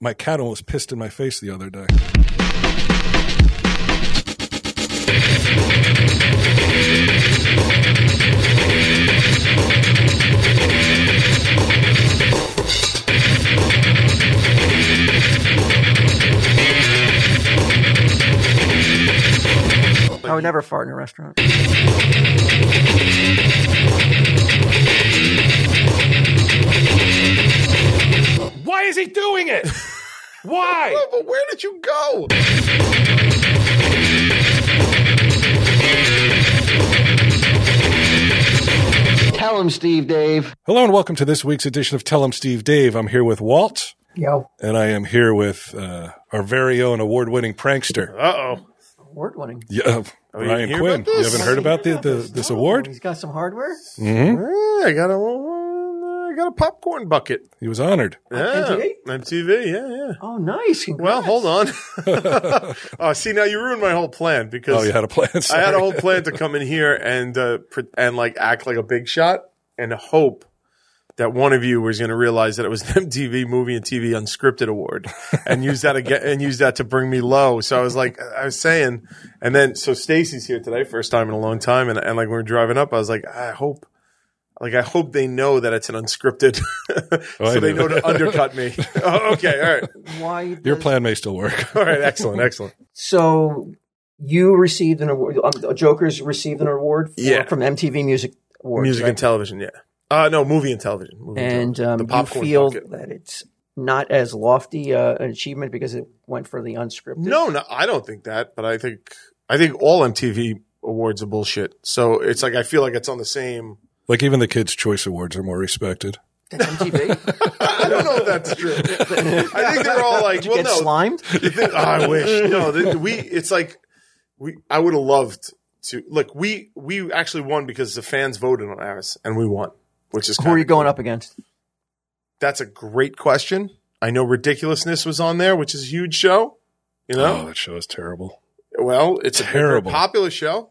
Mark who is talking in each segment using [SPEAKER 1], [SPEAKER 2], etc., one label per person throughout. [SPEAKER 1] My cat almost pissed in my face the other day.
[SPEAKER 2] I would never fart in a restaurant.
[SPEAKER 3] Why is he doing it? Why?
[SPEAKER 4] Oh, but where did you go?
[SPEAKER 5] Tell him, Steve Dave.
[SPEAKER 1] Hello and welcome to this week's edition of Tell 'em Steve Dave. I'm here with Walt,
[SPEAKER 2] Yo,
[SPEAKER 1] and I am here with uh, our very own award-winning prankster,
[SPEAKER 3] Uh oh.
[SPEAKER 2] award winning.
[SPEAKER 1] yeah, uh,
[SPEAKER 3] you
[SPEAKER 1] Ryan
[SPEAKER 3] hear
[SPEAKER 1] Quinn.
[SPEAKER 3] about
[SPEAKER 1] You
[SPEAKER 3] this?
[SPEAKER 1] haven't heard about the, the this award?
[SPEAKER 2] Oh, He's got some hardware.
[SPEAKER 4] I got a little, uh, I got a popcorn bucket.
[SPEAKER 1] He was honored.
[SPEAKER 4] Yeah,
[SPEAKER 2] MTV?
[SPEAKER 4] MTV, yeah, yeah.
[SPEAKER 2] Oh, nice.
[SPEAKER 4] Well,
[SPEAKER 2] Congrats.
[SPEAKER 4] hold on. oh, see, now you ruined my whole plan because
[SPEAKER 1] Oh, you had a plan.
[SPEAKER 4] I
[SPEAKER 1] Sorry.
[SPEAKER 4] had a whole plan to come in here and uh, pre- and like act like a big shot and hope that one of you was going to realize that it was an MTV Movie and TV Unscripted Award and use that again and use that to bring me low. So I was like, I was saying, and then so Stacy's here today, first time in a long time, and, and like when we are driving up, I was like, I hope. Like I hope they know that it's an unscripted,
[SPEAKER 1] Oh, I
[SPEAKER 4] so they
[SPEAKER 1] do.
[SPEAKER 4] know to undercut me. oh, okay, all right,
[SPEAKER 2] Why
[SPEAKER 1] Your
[SPEAKER 2] does-
[SPEAKER 1] plan may still work.
[SPEAKER 4] all right, excellent, excellent.
[SPEAKER 2] So you received an award. Um, Joker's received an award for,
[SPEAKER 4] Yeah.
[SPEAKER 2] from MTV Music Awards.
[SPEAKER 4] Music
[SPEAKER 2] right?
[SPEAKER 4] and television, yeah. Uh, no, movie and television. Movie
[SPEAKER 2] and
[SPEAKER 4] television.
[SPEAKER 2] um, you feel that it's not as lofty uh, an achievement because it went for the unscripted.
[SPEAKER 4] No, no, I don't think that, but I think I think all MTV awards are bullshit. So it's like I feel like it's on the same.
[SPEAKER 1] like even the Kids' Choice Awards are more respected.
[SPEAKER 2] MTV.
[SPEAKER 4] I don't know if that's true. I think they're all like, well,
[SPEAKER 2] Get
[SPEAKER 4] no,
[SPEAKER 2] slimed.
[SPEAKER 4] the thing- oh, I wish. No, the, we. It's like we. I would have loved to look. We we actually won because the fans voted on ours, and we won, which is
[SPEAKER 2] Who are
[SPEAKER 4] kinda
[SPEAKER 2] you going up against?
[SPEAKER 4] That's a great question. I know ridiculousness was on there, which is a huge show. You know,
[SPEAKER 1] Oh, that show is terrible.
[SPEAKER 4] Well, it's a
[SPEAKER 1] Terrible.
[SPEAKER 4] terrible popular show.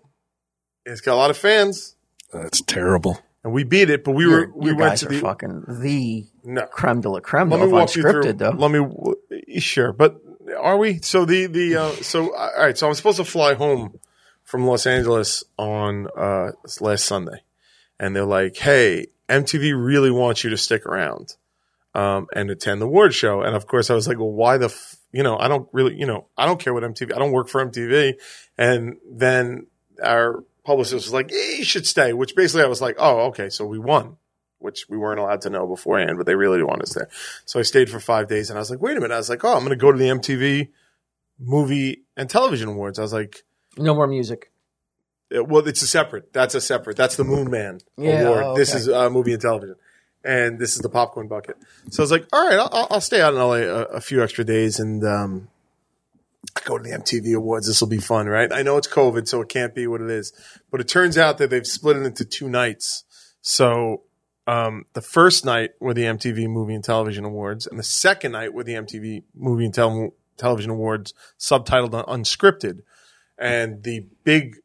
[SPEAKER 4] It's got a lot of fans,
[SPEAKER 1] That's Uh, terrible.
[SPEAKER 4] and we beat it. But we were we
[SPEAKER 2] you
[SPEAKER 4] went
[SPEAKER 2] guys
[SPEAKER 4] to
[SPEAKER 2] are
[SPEAKER 4] the
[SPEAKER 2] fucking the
[SPEAKER 4] no.
[SPEAKER 2] creme de la creme
[SPEAKER 4] Let
[SPEAKER 2] of
[SPEAKER 4] me walk you through.
[SPEAKER 2] unscripted, though.
[SPEAKER 4] Let me w- sure, but are we? So the the uh, so all right. So I'm supposed to fly home from Los Angeles on uh, this last Sunday, and they're like, "Hey, MTV really wants you to stick around um, and attend the award show." And of course, I was like, "Well, why the?" F-? You know, I don't really. You know, I don't care what MTV. I don't work for MTV. And then our publicist was like, "Yeah, "You should stay," which basically I was like, "Oh, okay, so we won." Which we weren't allowed to know beforehand, but they really wanted us there. So I stayed for five days and I was like, wait a minute. I was like, oh, I'm going to go to the MTV movie and television awards. I was like,
[SPEAKER 2] No more music.
[SPEAKER 4] eh, well, it's a separate. That's a separate. That's the Moon Man
[SPEAKER 2] Yeah,
[SPEAKER 4] award.
[SPEAKER 2] oh,
[SPEAKER 4] This
[SPEAKER 2] okay.
[SPEAKER 4] is uh, movie and television. And this is the popcorn bucket. So I was like, all right, I'll- I'll, I'll stay out in LA a, a few extra days and um, I go to the MTV awards. This will be fun, right? I know it's COVID, so it can't be what it is. But it turns out that they've split it into two nights. So um, the first night were the MTV Movie and Television Awards, and the second night were the MTV Movie and Tel- Television Awards, subtitled un- Unscripted. And the big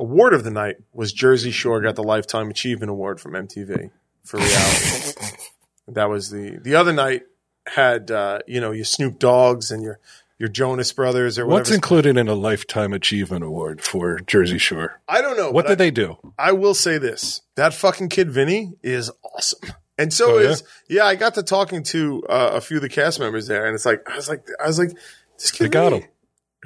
[SPEAKER 4] award of the night was Jersey Shore got the Lifetime Achievement Award from MTV for reality. that was the the other night had uh, you know your Snoop Dogs and your your Jonas Brothers or
[SPEAKER 1] What's
[SPEAKER 4] whatever.
[SPEAKER 1] included in a Lifetime Achievement Award for Jersey Shore?
[SPEAKER 4] I don't know.
[SPEAKER 1] What
[SPEAKER 4] Oh,
[SPEAKER 1] did
[SPEAKER 4] but
[SPEAKER 1] they do?
[SPEAKER 4] I will say this: that fucking kid Vinny is awesome, and so
[SPEAKER 1] Oh, yeah?
[SPEAKER 4] is yeah. I got to talking to uh, a few of the cast members there, and it's like I was like I was like this kid
[SPEAKER 1] They got
[SPEAKER 4] Vinny,
[SPEAKER 1] him.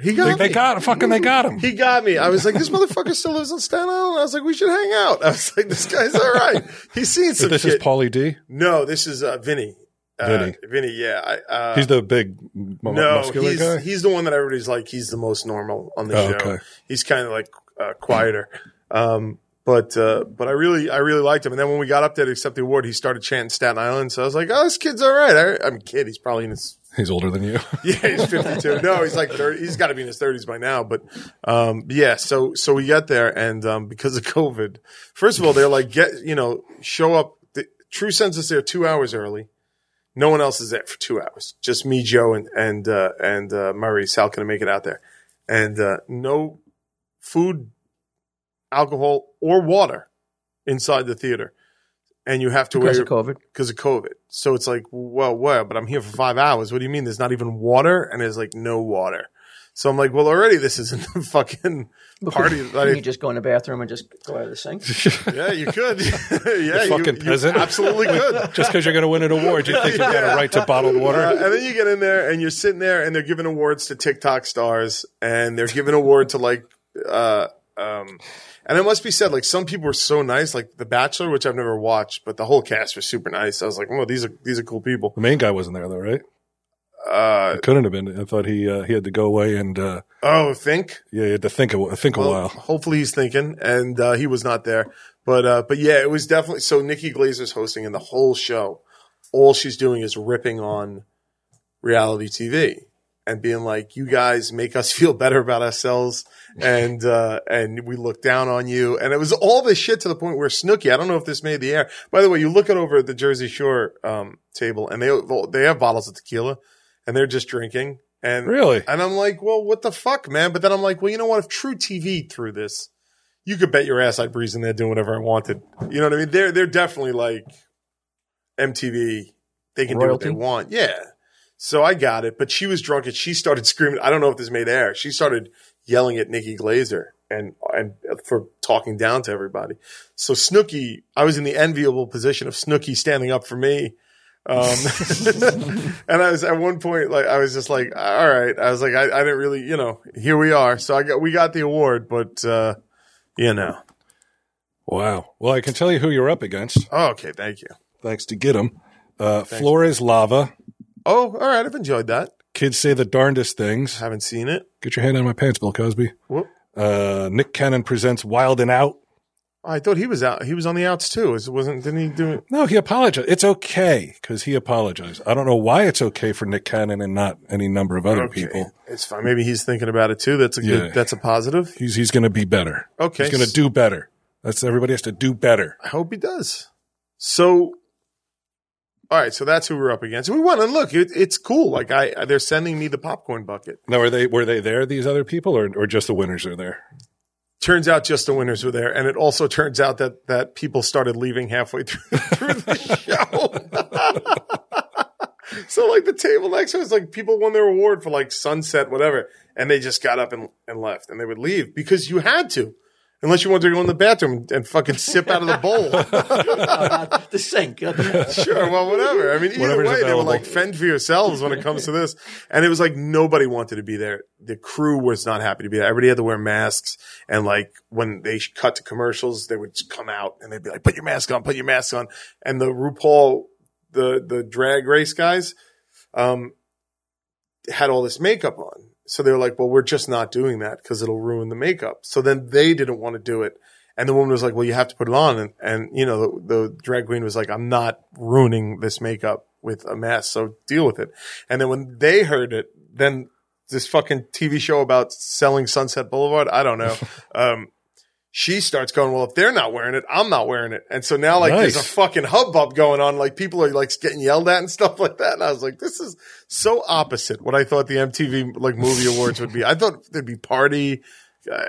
[SPEAKER 4] He got
[SPEAKER 1] They,
[SPEAKER 4] me.
[SPEAKER 1] they got him. Fucking they got him.
[SPEAKER 4] He got me. I was like, this motherfucker still lives on Staten Island. I was like, we should hang out. I was like, this guy's all right. He's seen some
[SPEAKER 1] This is
[SPEAKER 4] shit.
[SPEAKER 1] Paulie D.
[SPEAKER 4] no, this is uh, Vinny. Uh,
[SPEAKER 1] Vinny.
[SPEAKER 4] Vinny. Yeah. I, uh,
[SPEAKER 1] He's the big m-
[SPEAKER 4] no,
[SPEAKER 1] muscular
[SPEAKER 4] he's,
[SPEAKER 1] guy.
[SPEAKER 4] he's the one that everybody's like, he's the most normal on the
[SPEAKER 1] Oh,
[SPEAKER 4] show.
[SPEAKER 1] okay.
[SPEAKER 4] He's kind of like uh, quieter. Um, but, uh, but I really, I really liked him. And then when we got up there to accept the award, he started chanting Staten Island. So I was like, oh, this kid's all right. I, I'm a kid. He's probably in his,
[SPEAKER 1] he's older than you.
[SPEAKER 4] yeah, he's 52. no, he's like 30. He's got to be in his 30s by now. But, um, yeah. So, so we got there and, um, because of COVID, first of all, they're like, get, you know, show up. The true sense is there two hours early. No one else is there for two hours. Just me, Joe, and and uh, and uh, Murray. Sal gonna make it out there, and uh, no food, alcohol, or water inside the theater. and you have to
[SPEAKER 2] because
[SPEAKER 4] wear
[SPEAKER 2] of COVID.
[SPEAKER 4] because of COVID. So it's like, well, what? But I'm here for five hours. What do you mean? There's not even water, and there's like no water. So I'm like, well, already this isn't a fucking
[SPEAKER 2] Can
[SPEAKER 4] party.
[SPEAKER 2] you
[SPEAKER 4] Like,
[SPEAKER 2] just go in the bathroom and just go out of the sink?
[SPEAKER 4] yeah, you could. yeah, you,
[SPEAKER 1] fucking
[SPEAKER 4] you
[SPEAKER 1] peasant.
[SPEAKER 4] absolutely could.
[SPEAKER 1] Just because you're going to win an award, you think you've got a right to bottled
[SPEAKER 4] Uh,
[SPEAKER 1] water?
[SPEAKER 4] and then you get in there and you're sitting there and they're giving awards to TikTok stars and they're giving award to like uh um and it must be said like some people were so nice like The Bachelor which I've never watched but the whole cast was super nice. I was like, "Well, these are these are cool people."
[SPEAKER 1] The main guy wasn't there though, right?
[SPEAKER 4] Uh
[SPEAKER 1] It couldn't have been. I thought he uh, he had to go away and uh,
[SPEAKER 4] oh, think.
[SPEAKER 1] yeah, he had to think a, think a
[SPEAKER 4] Well,
[SPEAKER 1] while.
[SPEAKER 4] hopefully he's thinking and uh he was not there. But uh but yeah, it was definitely so Nikki Glazer's hosting and the whole show all she's doing is ripping on reality TV and being like, "You guys make us feel better about ourselves," and uh, and we look down on you. And it was all this shit to the point where Snooki. I don't know if this made the air. By the way, you look it over at the Jersey Shore um, table, and they they have bottles of tequila, and they're just drinking. And
[SPEAKER 1] Really?
[SPEAKER 4] and I'm like, well, what the fuck, man? But then I'm like, well, you know what? If True TV threw this, you could bet your ass I'd breeze in there doing whatever I wanted. You know what I mean? They're they're definitely like MTV. They can do
[SPEAKER 2] Royalty?
[SPEAKER 4] what they want. Yeah. So I got it, but she was drunk and she started screaming. I don't know if this made air. She started yelling at Nikki Glazer and and for talking down to everybody. So Snooky, I was in the enviable position of Snooky standing up for me. Um, and I was at one point like I was just like, all right. I was like, I, I didn't really, you know, here we are. So I got we got the award, but uh, you know.
[SPEAKER 1] Wow. Well, I can tell you who you're up against.
[SPEAKER 4] Oh, okay, thank you.
[SPEAKER 1] Thanks to get him. Uh, Flores Lava.
[SPEAKER 4] Oh, all right, I've enjoyed that.
[SPEAKER 1] Kids say the darndest things.
[SPEAKER 4] Haven't seen it.
[SPEAKER 1] Get your hand out of my pants, Bill Cosby.
[SPEAKER 4] Whoop.
[SPEAKER 1] Uh, Nick Cannon presents Wild and Out.
[SPEAKER 4] Oh, I thought he was out. He was on the outs too. Is wasn't? Didn't he do it?
[SPEAKER 1] No, he apologized. It's okay because he apologized. I don't know why it's okay for Nick Cannon and not any number of other people.
[SPEAKER 4] It's fine. Maybe he's thinking about it too. That's a
[SPEAKER 1] Yeah.
[SPEAKER 4] good. That's a positive.
[SPEAKER 1] He's he's going to be better.
[SPEAKER 4] Okay.
[SPEAKER 1] he's going to do better. That's everybody has to do better.
[SPEAKER 4] I hope he does. So, all right. So that's who we're up against. We won, and look, it, it's cool. Like I, they're sending me the popcorn bucket.
[SPEAKER 1] Now, are they were they there? These other people, or or just the winners are there?
[SPEAKER 4] Turns out just the winners were there, and it also turns out that that people started leaving halfway through, through the show. so like the table next to us, like people won their award for like sunset, whatever, and they just got up and, and left, and they would leave because you had to, unless you wanted to go in the bathroom and fucking sip out of the bowl.
[SPEAKER 2] Oh, the sink. That's
[SPEAKER 4] sure, well, whatever. I mean, either
[SPEAKER 1] Whatever's
[SPEAKER 4] way, they were
[SPEAKER 1] available.
[SPEAKER 4] like fend for yourselves when it comes to this. And it was like nobody wanted to be there. The crew was not happy to be there. Everybody had to wear masks. And like when they sh- cut to commercials, they would just come out and they'd be like, "Put your mask on, put your mask on." And the RuPaul, the the drag race guys, um, had all this makeup on. So they were like, "Well, we're just not doing that because it'll ruin the makeup." So then they didn't want to do it. And the woman was like, "Well, you have to put it on." And, and you know, the, the drag queen was like, "I'm not ruining this makeup with a mess, so deal with it." And then when they heard it, then this fucking TV show about selling Sunset Boulevard, I don't know. um, she starts going, "Well, if they're not wearing it, I'm not wearing it." And so now, like, there's
[SPEAKER 1] Nice.
[SPEAKER 4] a fucking hubbub going on. Like, people are like getting yelled at and stuff like that. And I was like, "This is so opposite what I thought the MTV like movie awards would be." I thought there'd be party uh,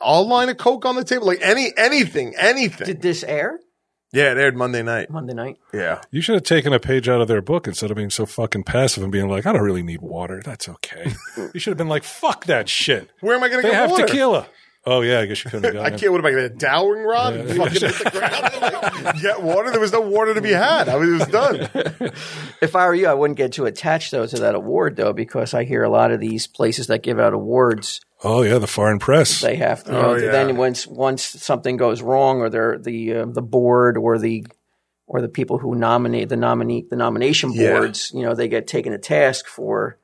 [SPEAKER 4] all line of coke on the table, like any anything, anything.
[SPEAKER 2] Did this air
[SPEAKER 4] yeah, it aired Monday night.
[SPEAKER 2] Monday night?
[SPEAKER 4] Yeah,
[SPEAKER 1] You should have taken a page out of their book instead of being so fucking passive and being like, I don't really need water. That's okay. you should have been like, fuck that shit.
[SPEAKER 4] where am I going to
[SPEAKER 1] They
[SPEAKER 4] get
[SPEAKER 1] have
[SPEAKER 4] water?
[SPEAKER 1] tequila. Oh yeah, I guess you couldn't have
[SPEAKER 4] I
[SPEAKER 1] gotten. it.
[SPEAKER 4] can't. What am I going to dowling rod? and Fucking hit the ground. Like, get water. There was no water to be had. I mean, it was done.
[SPEAKER 2] If I were you, I wouldn't get too attached though to that award though, because I hear a lot of these places that give out awards,
[SPEAKER 1] Oh yeah, the foreign press.
[SPEAKER 2] they have to. You
[SPEAKER 4] Oh,
[SPEAKER 2] know,
[SPEAKER 4] yeah.
[SPEAKER 2] Then once once something goes wrong, or they're the uh, the board or the or the people who nominate the nominee the nomination
[SPEAKER 4] Yeah.
[SPEAKER 2] boards, you know, they get taken to task for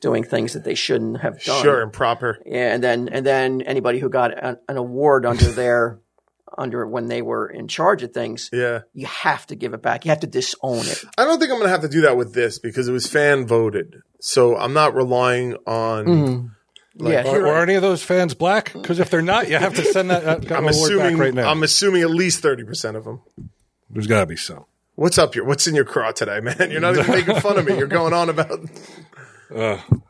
[SPEAKER 2] doing things that they shouldn't have done.
[SPEAKER 4] Sure and proper.
[SPEAKER 2] Yeah, and then and then anybody who got an, an award under their under when they were in charge of things,
[SPEAKER 4] Yeah.
[SPEAKER 2] you have to give it back. You have to disown it.
[SPEAKER 4] I don't think I'm going to have to do that with this because it was fan voted. So I'm not relying on.
[SPEAKER 1] Mm-hmm.
[SPEAKER 2] yeah,
[SPEAKER 1] Are,
[SPEAKER 2] you're
[SPEAKER 1] were
[SPEAKER 2] right.
[SPEAKER 1] any of those fans black? Because if they're not, you have to send that. Uh,
[SPEAKER 4] I'm
[SPEAKER 1] award
[SPEAKER 4] assuming.
[SPEAKER 1] back right now.
[SPEAKER 4] I'm assuming at least thirty percent of them.
[SPEAKER 1] There's got to be some.
[SPEAKER 4] What's up your What's in your craw today, man? You're not even making fun of me. You're going on about.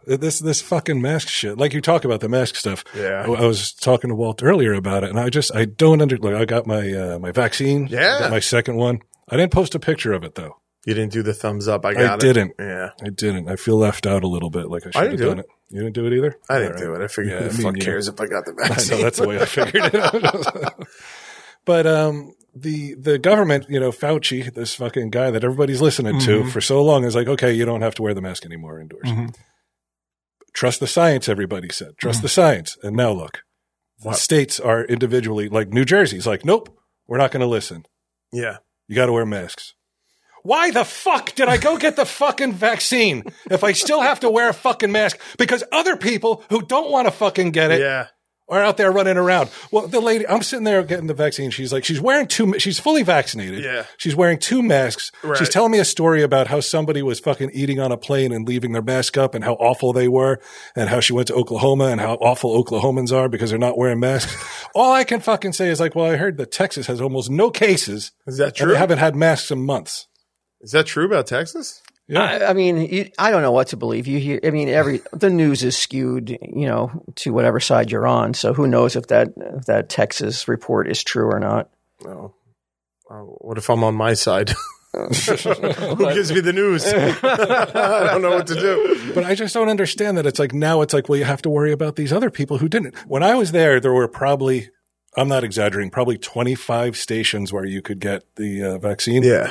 [SPEAKER 1] This this fucking mask shit. Like you talk about the mask stuff.
[SPEAKER 4] Yeah.
[SPEAKER 1] I, I was talking to Walt earlier about it, and I just I don't under. Like I got my uh, my vaccine.
[SPEAKER 4] Yeah.
[SPEAKER 1] I got my second one. I didn't post a picture of it though.
[SPEAKER 4] You didn't do the thumbs up. I got
[SPEAKER 1] I
[SPEAKER 4] it.
[SPEAKER 1] didn't.
[SPEAKER 4] Yeah.
[SPEAKER 1] I didn't. I feel left out a little bit. Like I should have
[SPEAKER 4] didn't do
[SPEAKER 1] done it. You didn't do it either.
[SPEAKER 4] I didn't
[SPEAKER 1] All right.
[SPEAKER 4] do it. I figured
[SPEAKER 1] Yeah,
[SPEAKER 4] who
[SPEAKER 1] I
[SPEAKER 4] the
[SPEAKER 1] mean,
[SPEAKER 4] fuck
[SPEAKER 1] you-
[SPEAKER 4] cares if I got the
[SPEAKER 1] I know
[SPEAKER 4] vaccine.
[SPEAKER 1] that's the way I figured it out. but um, the the government, you know, Fauci, this fucking guy that everybody's listening to for so long, is like, okay, you don't have to wear the mask anymore indoors.
[SPEAKER 3] Mhm.
[SPEAKER 1] Trust the science, everybody said. Trust the science. And now look, the
[SPEAKER 4] What?
[SPEAKER 1] states are individually like New Jersey's like, nope, we're not going to listen.
[SPEAKER 4] yeah.
[SPEAKER 1] You got to wear masks. Why the fuck did I go get the fucking vaccine if I still have to wear a fucking mask? Because other people who don't want to fucking get it
[SPEAKER 4] Yeah.
[SPEAKER 1] are out there running around. Well, the lady, I'm sitting there getting the vaccine. She's like, she's wearing two, she's fully vaccinated.
[SPEAKER 4] Yeah.
[SPEAKER 1] She's wearing two masks.
[SPEAKER 4] Right.
[SPEAKER 1] She's telling me a story about how somebody was fucking eating on a plane and leaving their mask up and how awful they were and how she went to Oklahoma and how awful Oklahomans are because they're not wearing masks. All I can fucking say is like, well, I heard that Texas has almost no cases.
[SPEAKER 4] Is that
[SPEAKER 1] And
[SPEAKER 4] true?
[SPEAKER 1] they haven't had masks in months.
[SPEAKER 4] Is that true about Texas?
[SPEAKER 2] I, I mean, you, I don't know what to believe. You hear, I mean, every the news is skewed, you know, to whatever side you're on. So who knows if that if that Texas report is true or not?
[SPEAKER 4] No. Oh, what if I'm on my side?
[SPEAKER 1] Oh.
[SPEAKER 4] Who gives me the news? I don't know what to do.
[SPEAKER 1] But I just don't understand that it's like now it's like, well, you have to worry about these other people who didn't. When I was there, there were probably, I'm not exaggerating, probably 25 stations where you could get the uh, vaccine,
[SPEAKER 4] Yeah.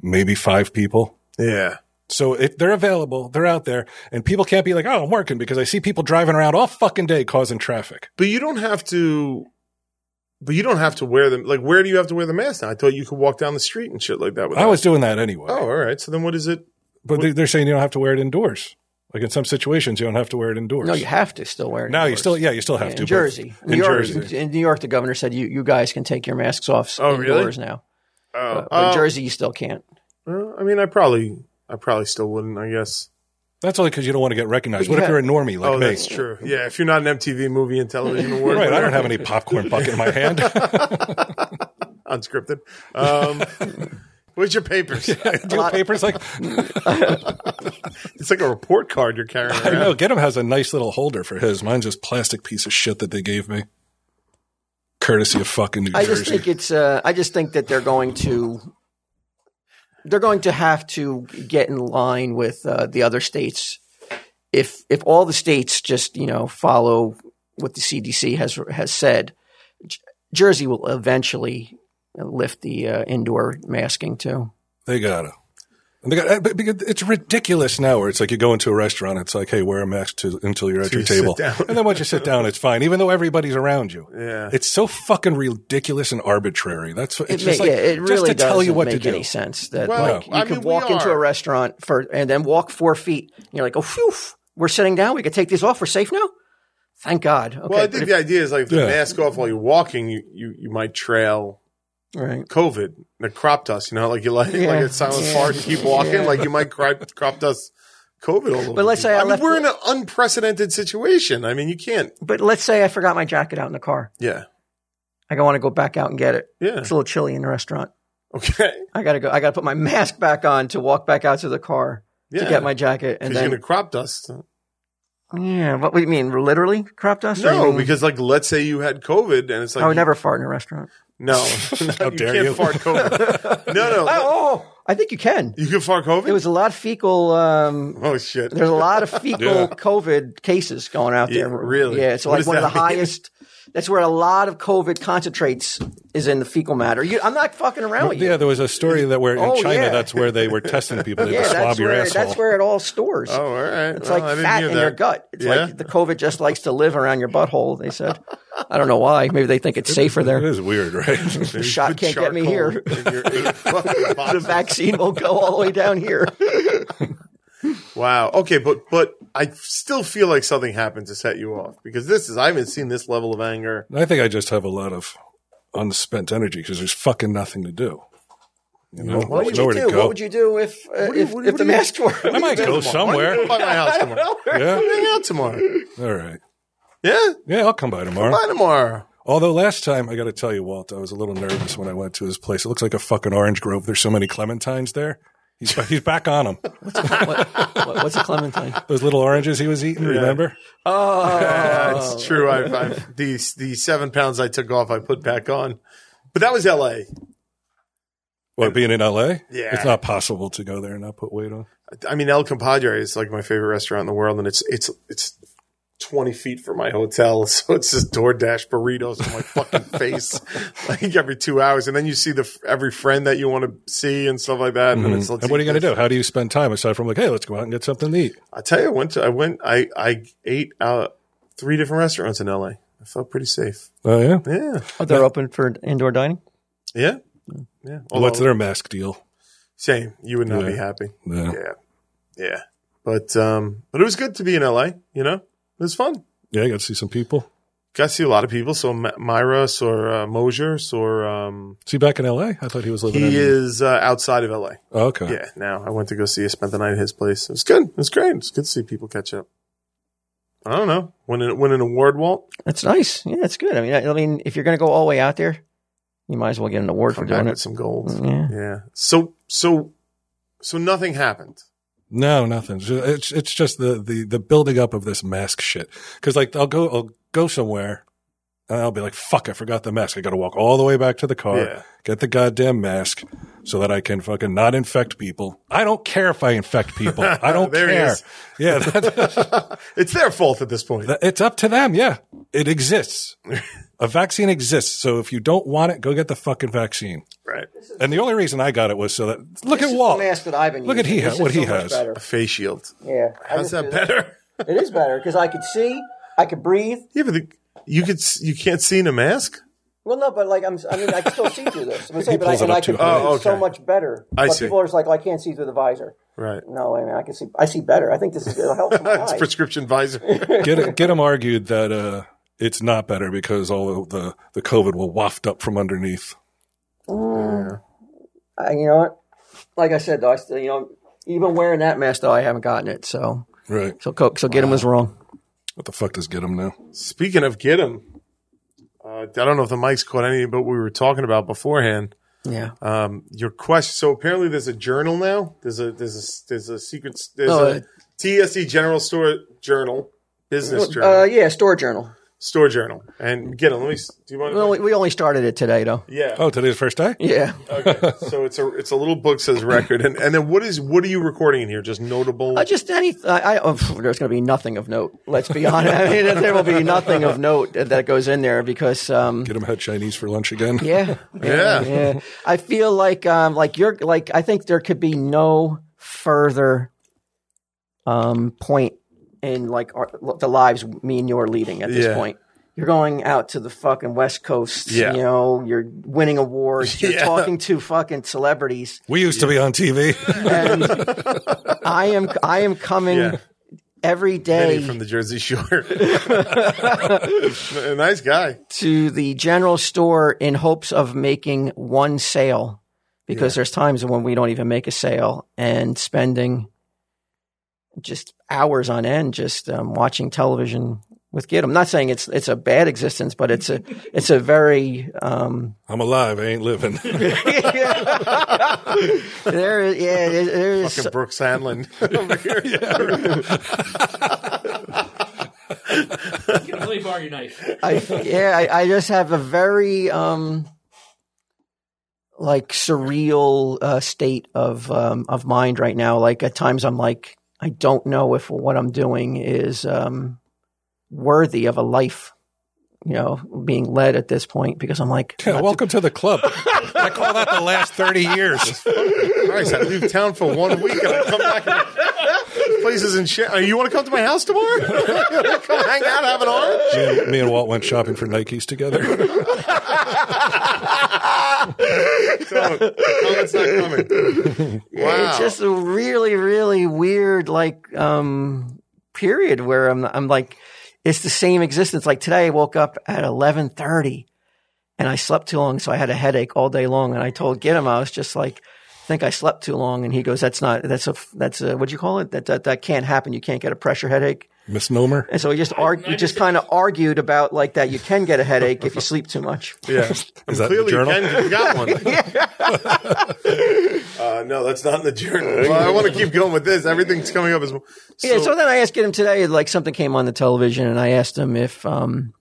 [SPEAKER 1] maybe five people.
[SPEAKER 4] Yeah.
[SPEAKER 1] So if they're available, they're out there, and people can't be like, oh, I'm working because I see people driving around all fucking day causing traffic.
[SPEAKER 4] But you don't have to. But you don't have to wear them. Like, where do you have to wear the mask now? I thought you could walk down the street and shit like that. Without
[SPEAKER 1] I was doing that anyway.
[SPEAKER 4] Oh, all right. So then, what is it?
[SPEAKER 1] but they- they're saying you don't have to wear it indoors. Like in some situations, you don't have to wear it indoors.
[SPEAKER 2] No, you have to still wear it.
[SPEAKER 1] now you
[SPEAKER 2] indoors.
[SPEAKER 1] still, yeah, you still have
[SPEAKER 2] in
[SPEAKER 1] to. but-
[SPEAKER 2] Jersey,
[SPEAKER 1] in
[SPEAKER 2] New York,
[SPEAKER 1] Jersey.
[SPEAKER 2] in New York, the governor said you you guys can take your masks off
[SPEAKER 4] Oh, really?
[SPEAKER 2] indoors now.
[SPEAKER 4] Oh,
[SPEAKER 2] But, but
[SPEAKER 4] uh,
[SPEAKER 2] Jersey, you still can't.
[SPEAKER 4] uh, I mean, I probably, I probably still wouldn't. I guess.
[SPEAKER 1] That's only because you don't want to get recognized. What if
[SPEAKER 2] Yeah.
[SPEAKER 1] you're a normie like
[SPEAKER 4] oh,
[SPEAKER 1] me?
[SPEAKER 4] that's true. Yeah, if you're not an MTV movie and television award,
[SPEAKER 1] Right, I
[SPEAKER 4] winner,
[SPEAKER 1] don't have any popcorn bucket in my hand.
[SPEAKER 4] unscripted. Um, where's your papers?
[SPEAKER 1] Do you have papers like
[SPEAKER 4] It's like a report card you're carrying.
[SPEAKER 1] I
[SPEAKER 4] around.
[SPEAKER 1] know. Get has a nice little holder for his. Mine's just plastic piece of shit that they gave me, courtesy of fucking New
[SPEAKER 2] I
[SPEAKER 1] Jersey.
[SPEAKER 2] just think it's. Uh, I just think that they're going to. They're going to have to get in line with uh, the other states. If if all the states just you know follow what the CDC has has said, J- Jersey will eventually lift the uh, indoor masking too.
[SPEAKER 1] they gotta. And they got, uh, but- because it's ridiculous now where it's like you go into a restaurant, it's like, hey, wear a mask to, until you're at
[SPEAKER 4] Till
[SPEAKER 1] your
[SPEAKER 4] you sit
[SPEAKER 1] table.
[SPEAKER 4] down.
[SPEAKER 1] And then once you sit down, it's fine, even though everybody's around you.
[SPEAKER 4] Yeah.
[SPEAKER 1] It's so fucking ridiculous and arbitrary. That's what it's
[SPEAKER 2] It
[SPEAKER 1] just
[SPEAKER 2] ma-
[SPEAKER 1] like,
[SPEAKER 2] yeah, it really
[SPEAKER 1] just to
[SPEAKER 2] doesn't
[SPEAKER 1] tell you what
[SPEAKER 2] make
[SPEAKER 1] to do.
[SPEAKER 2] any sense. That
[SPEAKER 4] Well,
[SPEAKER 2] like, you
[SPEAKER 4] I mean,
[SPEAKER 2] could
[SPEAKER 4] we
[SPEAKER 2] walk into
[SPEAKER 4] are.
[SPEAKER 2] a restaurant for and then walk four feet. And you're like, oh, phew, we're sitting down. We could take these off. We're safe now. Thank God. Okay,
[SPEAKER 4] Well, I
[SPEAKER 2] but
[SPEAKER 4] think the idea is like if the
[SPEAKER 1] Yeah.
[SPEAKER 4] mask off while you're walking, you, you, you might trail
[SPEAKER 2] if- right.
[SPEAKER 4] COVID, the crop dust. You know, like you like
[SPEAKER 2] Yeah.
[SPEAKER 4] like a silent
[SPEAKER 2] Yeah.
[SPEAKER 4] fart, you keep walking,
[SPEAKER 2] Yeah.
[SPEAKER 4] like you might crop, crop dust COVID all over.
[SPEAKER 2] But let's
[SPEAKER 4] you.
[SPEAKER 2] say I
[SPEAKER 4] mean,
[SPEAKER 2] left-
[SPEAKER 4] we're in an unprecedented situation. I mean, you can't.
[SPEAKER 2] But let's say I forgot my jacket out in the car.
[SPEAKER 4] Yeah,
[SPEAKER 2] Like I want to go back out and get it.
[SPEAKER 4] yeah.
[SPEAKER 2] It's a little chilly in the restaurant.
[SPEAKER 4] Okay.
[SPEAKER 2] I gotta go. I gotta put my mask back on to walk back out to the car
[SPEAKER 4] Yeah.
[SPEAKER 2] to get my jacket. And
[SPEAKER 4] Because you're
[SPEAKER 2] then,
[SPEAKER 4] gonna crop dust.
[SPEAKER 2] yeah, what do you mean? Literally crop dust? Or you
[SPEAKER 4] No,
[SPEAKER 2] mean-
[SPEAKER 4] because like let's say you had COVID and it's like
[SPEAKER 2] I would never fart in a restaurant.
[SPEAKER 4] No,
[SPEAKER 1] How
[SPEAKER 4] you
[SPEAKER 1] dare
[SPEAKER 4] can't
[SPEAKER 1] you.
[SPEAKER 4] fart COVID. no, no,
[SPEAKER 2] Oh, I think you can.
[SPEAKER 4] you can fart COVID.
[SPEAKER 2] It was a lot of fecal um,
[SPEAKER 4] oh shit.
[SPEAKER 2] There's a lot of fecal
[SPEAKER 1] Yeah.
[SPEAKER 2] COVID cases going out
[SPEAKER 4] Yeah,
[SPEAKER 2] there.
[SPEAKER 4] really?
[SPEAKER 2] Yeah, it's
[SPEAKER 4] What
[SPEAKER 2] like
[SPEAKER 4] does
[SPEAKER 2] one of the
[SPEAKER 4] that mean?
[SPEAKER 2] highest. That's where a lot of COVID concentrates is in the fecal matter. You, I'm not fucking around with you.
[SPEAKER 1] Yeah, there was a story that where in
[SPEAKER 2] Oh,
[SPEAKER 1] China,
[SPEAKER 2] yeah.
[SPEAKER 1] that's where they were testing people. They
[SPEAKER 2] Yeah,
[SPEAKER 1] had to swab
[SPEAKER 2] that's
[SPEAKER 1] your
[SPEAKER 2] where
[SPEAKER 1] asshole.
[SPEAKER 2] that's where it all stores.
[SPEAKER 4] Oh, all right.
[SPEAKER 2] It's
[SPEAKER 4] Well, I
[SPEAKER 2] like
[SPEAKER 4] didn't
[SPEAKER 2] fat
[SPEAKER 4] hear
[SPEAKER 2] in your
[SPEAKER 4] that.
[SPEAKER 2] gut. It's
[SPEAKER 4] Yeah?
[SPEAKER 2] like the COVID just likes to live around your butthole. They said, I don't know why. Maybe they think it's safer
[SPEAKER 1] It
[SPEAKER 2] there.
[SPEAKER 1] is weird, right?
[SPEAKER 2] The shot
[SPEAKER 4] Put
[SPEAKER 2] can't get me
[SPEAKER 4] charcoal
[SPEAKER 2] here.
[SPEAKER 4] in your- in your fucking
[SPEAKER 2] The
[SPEAKER 4] box.
[SPEAKER 2] vaccine will go all the way down here.
[SPEAKER 4] wow. Okay, but but I still feel like something happened to set you off because this is I haven't seen this level of anger.
[SPEAKER 1] I think I just have a lot of unspent energy because there's fucking nothing to do. You know,
[SPEAKER 2] What would you
[SPEAKER 1] nowhere
[SPEAKER 2] do?
[SPEAKER 1] to go.
[SPEAKER 2] What would you do if uh,
[SPEAKER 4] What do you-
[SPEAKER 2] if,
[SPEAKER 4] what do you-
[SPEAKER 2] if the
[SPEAKER 4] what do you-
[SPEAKER 2] masks were?
[SPEAKER 1] I might go somewhere.
[SPEAKER 4] By my house tomorrow.
[SPEAKER 1] Yeah.
[SPEAKER 4] Hang out tomorrow.
[SPEAKER 1] All right.
[SPEAKER 4] Yeah.
[SPEAKER 1] Yeah, I'll come by tomorrow.
[SPEAKER 4] Bye tomorrow.
[SPEAKER 1] Although last time, I got to tell you, Walt, I was a little nervous when I went to his place. It looks like a fucking orange grove. There's so many clementines there. He's, he's back on them.
[SPEAKER 2] What- what- what's a clementine?
[SPEAKER 1] Those little oranges he was eating, remember?
[SPEAKER 2] Oh.
[SPEAKER 4] That's true. I've, I've the the seven pounds I took off, I put back on. But that was L.A.
[SPEAKER 1] Or being in LA,
[SPEAKER 4] Yeah.
[SPEAKER 1] it's not possible to go there and not put weight on.
[SPEAKER 4] I mean, El Compadre is like my favorite restaurant in the world, and it's it's it's twenty feet from my hotel, so it's just DoorDash burritos in my fucking face like every two hours, and then you see the every friend that you want to see and stuff like that. And, then it's,
[SPEAKER 1] Mm. Mm-hmm. And what are you going to do? How do you spend time aside from like, hey, let's go out and get something to eat?
[SPEAKER 4] I tell you, I went to, I went I I ate out three different restaurants in L.A. I felt pretty safe.
[SPEAKER 1] Oh yeah,
[SPEAKER 4] Yeah,
[SPEAKER 2] Oh, they're open for indoor dining.
[SPEAKER 4] yeah, yeah.
[SPEAKER 1] what's
[SPEAKER 4] Although-
[SPEAKER 1] their mask deal?
[SPEAKER 4] Same. You would not
[SPEAKER 1] Yeah.
[SPEAKER 4] be happy.
[SPEAKER 1] Yeah.
[SPEAKER 4] Yeah, yeah. But um, but it was good to be in L.A. You know, it was fun.
[SPEAKER 1] Yeah, you got to see some people.
[SPEAKER 4] Got to see a lot of people. So M- Myra, or uh, Mosier, or um,
[SPEAKER 1] See back in L.A. I thought he was living.
[SPEAKER 4] he
[SPEAKER 1] in,
[SPEAKER 4] is uh, outside of LA.
[SPEAKER 1] Oh, okay.
[SPEAKER 4] Yeah. Now I went to go see. I spent the night at his place. It was good. It was great. It's good to see people catch up. I don't know. Win an, win an award, Walt.
[SPEAKER 2] That's nice. Yeah, that's good. I mean, I, I mean, if you're going to go all the way out there, you might as well get an award
[SPEAKER 4] Come
[SPEAKER 2] for
[SPEAKER 4] back
[SPEAKER 2] doing
[SPEAKER 4] with
[SPEAKER 2] it.
[SPEAKER 4] some gold.
[SPEAKER 1] Mm.
[SPEAKER 2] Yeah.
[SPEAKER 4] Yeah. So so so nothing happened.
[SPEAKER 1] No, nothing. Ju- It's it's just the the the building up of this mask shit. Because like I'll go I'll go somewhere, and I'll be like, fuck, I forgot the mask. I got to walk all the way back to the car,
[SPEAKER 4] Yeah.
[SPEAKER 1] get the goddamn mask, so that I can fucking not infect people. I don't care if I infect people. I don't
[SPEAKER 4] There he
[SPEAKER 1] care.
[SPEAKER 4] is.
[SPEAKER 1] Yeah, that,
[SPEAKER 4] It's their fault at this point.
[SPEAKER 1] that- it's up to them. Yeah, it exists. A vaccine exists. So if you don't want it, go get the fucking vaccine.
[SPEAKER 4] right.
[SPEAKER 1] And the only reason I got it was so that look at Walt.
[SPEAKER 2] that I've been
[SPEAKER 1] Look at he using. ha- This is what so he much has. better.
[SPEAKER 4] A face shield.
[SPEAKER 2] Yeah.
[SPEAKER 4] How's that better?
[SPEAKER 2] It is better because I could see, I could breathe.
[SPEAKER 4] Yeah, but the, you could s- you can't see in a mask.
[SPEAKER 2] Well, no, but like I'm, I mean, I can still see through this. I'm saying, but I,
[SPEAKER 1] pulls it
[SPEAKER 2] and
[SPEAKER 1] up
[SPEAKER 2] I can
[SPEAKER 1] too
[SPEAKER 2] breathe
[SPEAKER 1] high.
[SPEAKER 4] Oh, okay.
[SPEAKER 2] so much better.
[SPEAKER 4] I
[SPEAKER 2] but
[SPEAKER 4] see.
[SPEAKER 2] people are just like, well, I can't see through the visor.
[SPEAKER 4] Right.
[SPEAKER 2] No, I mean, I can see, I see better. I think this is it'll help my
[SPEAKER 4] it's
[SPEAKER 2] eyes.
[SPEAKER 4] prescription visor.
[SPEAKER 1] get get him argued that uh, it's not better because all of the the COVID will waft up from underneath.
[SPEAKER 2] I, you know what? Like I said, though, I still, you know, even wearing that mask, though, I haven't gotten it. So,
[SPEAKER 1] Right.
[SPEAKER 2] so, co- so get him was wrong.
[SPEAKER 1] What the fuck does get him now?
[SPEAKER 4] Speaking of get him, uh, I don't know if the mics caught any, but we were talking about beforehand.
[SPEAKER 2] Yeah.
[SPEAKER 4] Um, your quest. So apparently, there's a journal now. There's a there's a there's a secret. There's
[SPEAKER 2] Oh,
[SPEAKER 4] a
[SPEAKER 2] uh,
[SPEAKER 4] TSE General Store Journal, business journal,
[SPEAKER 2] Uh, yeah, store journal.
[SPEAKER 4] store journal, and get him. Let me. s- Do you want?
[SPEAKER 2] Well, we, we only started it today, though.
[SPEAKER 4] yeah.
[SPEAKER 1] Oh, today's the first day.
[SPEAKER 2] Yeah.
[SPEAKER 4] Okay. so it's a it's a little book says record, and and then what is what are you recording in here? Just notable.
[SPEAKER 2] Uh, just any, I, I, oh, pff, there's going to be nothing of note. Let's be honest. I mean, there will be nothing of note that, that goes in there because, um,
[SPEAKER 1] Get him had Chinese for lunch again.
[SPEAKER 2] yeah,
[SPEAKER 4] Yeah.
[SPEAKER 2] yeah. I feel like, um, like you're, like I think there could be no further, um, point in like our, the lives me and you are leading at this
[SPEAKER 4] Yeah.
[SPEAKER 2] point. You're going out to the fucking West Coast.
[SPEAKER 4] Yeah.
[SPEAKER 2] You know, you're winning awards. You're
[SPEAKER 4] Yeah.
[SPEAKER 2] talking to fucking celebrities.
[SPEAKER 1] We used to be on TV.
[SPEAKER 2] And I am, I am coming.
[SPEAKER 4] Yeah.
[SPEAKER 2] Every day
[SPEAKER 4] Penny from the Jersey Shore. A nice guy.
[SPEAKER 2] to the general store in hopes of making one sale because there's times when we don't even make a sale and spending just hours on end just um, watching television with kid. I'm not saying it's it's a bad existence, but it's a it's a very um,
[SPEAKER 1] I'm alive. I ain't living.
[SPEAKER 2] there is yeah there- there is
[SPEAKER 4] Fucking Brooks Sandlin over here.
[SPEAKER 6] Can I really borrow your knife?
[SPEAKER 2] I, yeah, I, I just have a very um, like surreal uh, state of um, of mind right now. Like at times, I'm like, I don't know if what I'm doing is um, worthy of a life. You know, being led at this point because I'm like,
[SPEAKER 1] Yeah, welcome to the club. I call that the last thirty years.
[SPEAKER 4] Christ, I leave town for one week and I come back. And this place is in shit. Oh, You want to come to my house tomorrow? come hang out, have an orange?
[SPEAKER 1] Me and, me and Walt went shopping for Nikes together.
[SPEAKER 4] Don't. The comment's not coming. Wow.
[SPEAKER 2] it's just a really, really weird like um, period where I'm I'm like, it's the same existence. Like today, I woke up at eleven thirty, and I slept too long, so I had a headache all day long. And I told Gidim, I was just like, I think I slept too long, and he goes, that's not that's a that's a what do you call it? That that that can't happen. You can't get a pressure headache.
[SPEAKER 1] Misnomer.
[SPEAKER 2] And so we just arg- we just kind of argued about like that. You can get a headache if you sleep too much.
[SPEAKER 4] yeah.
[SPEAKER 1] Is that the
[SPEAKER 4] Clearly, you
[SPEAKER 1] journal?
[SPEAKER 4] can. 'cause You got one. uh, no, that's not in the journal. Well, I want to keep going with this. Everything's coming up as well.
[SPEAKER 2] Yeah, so then I asked him today, like something came on the television, and I asked him if um,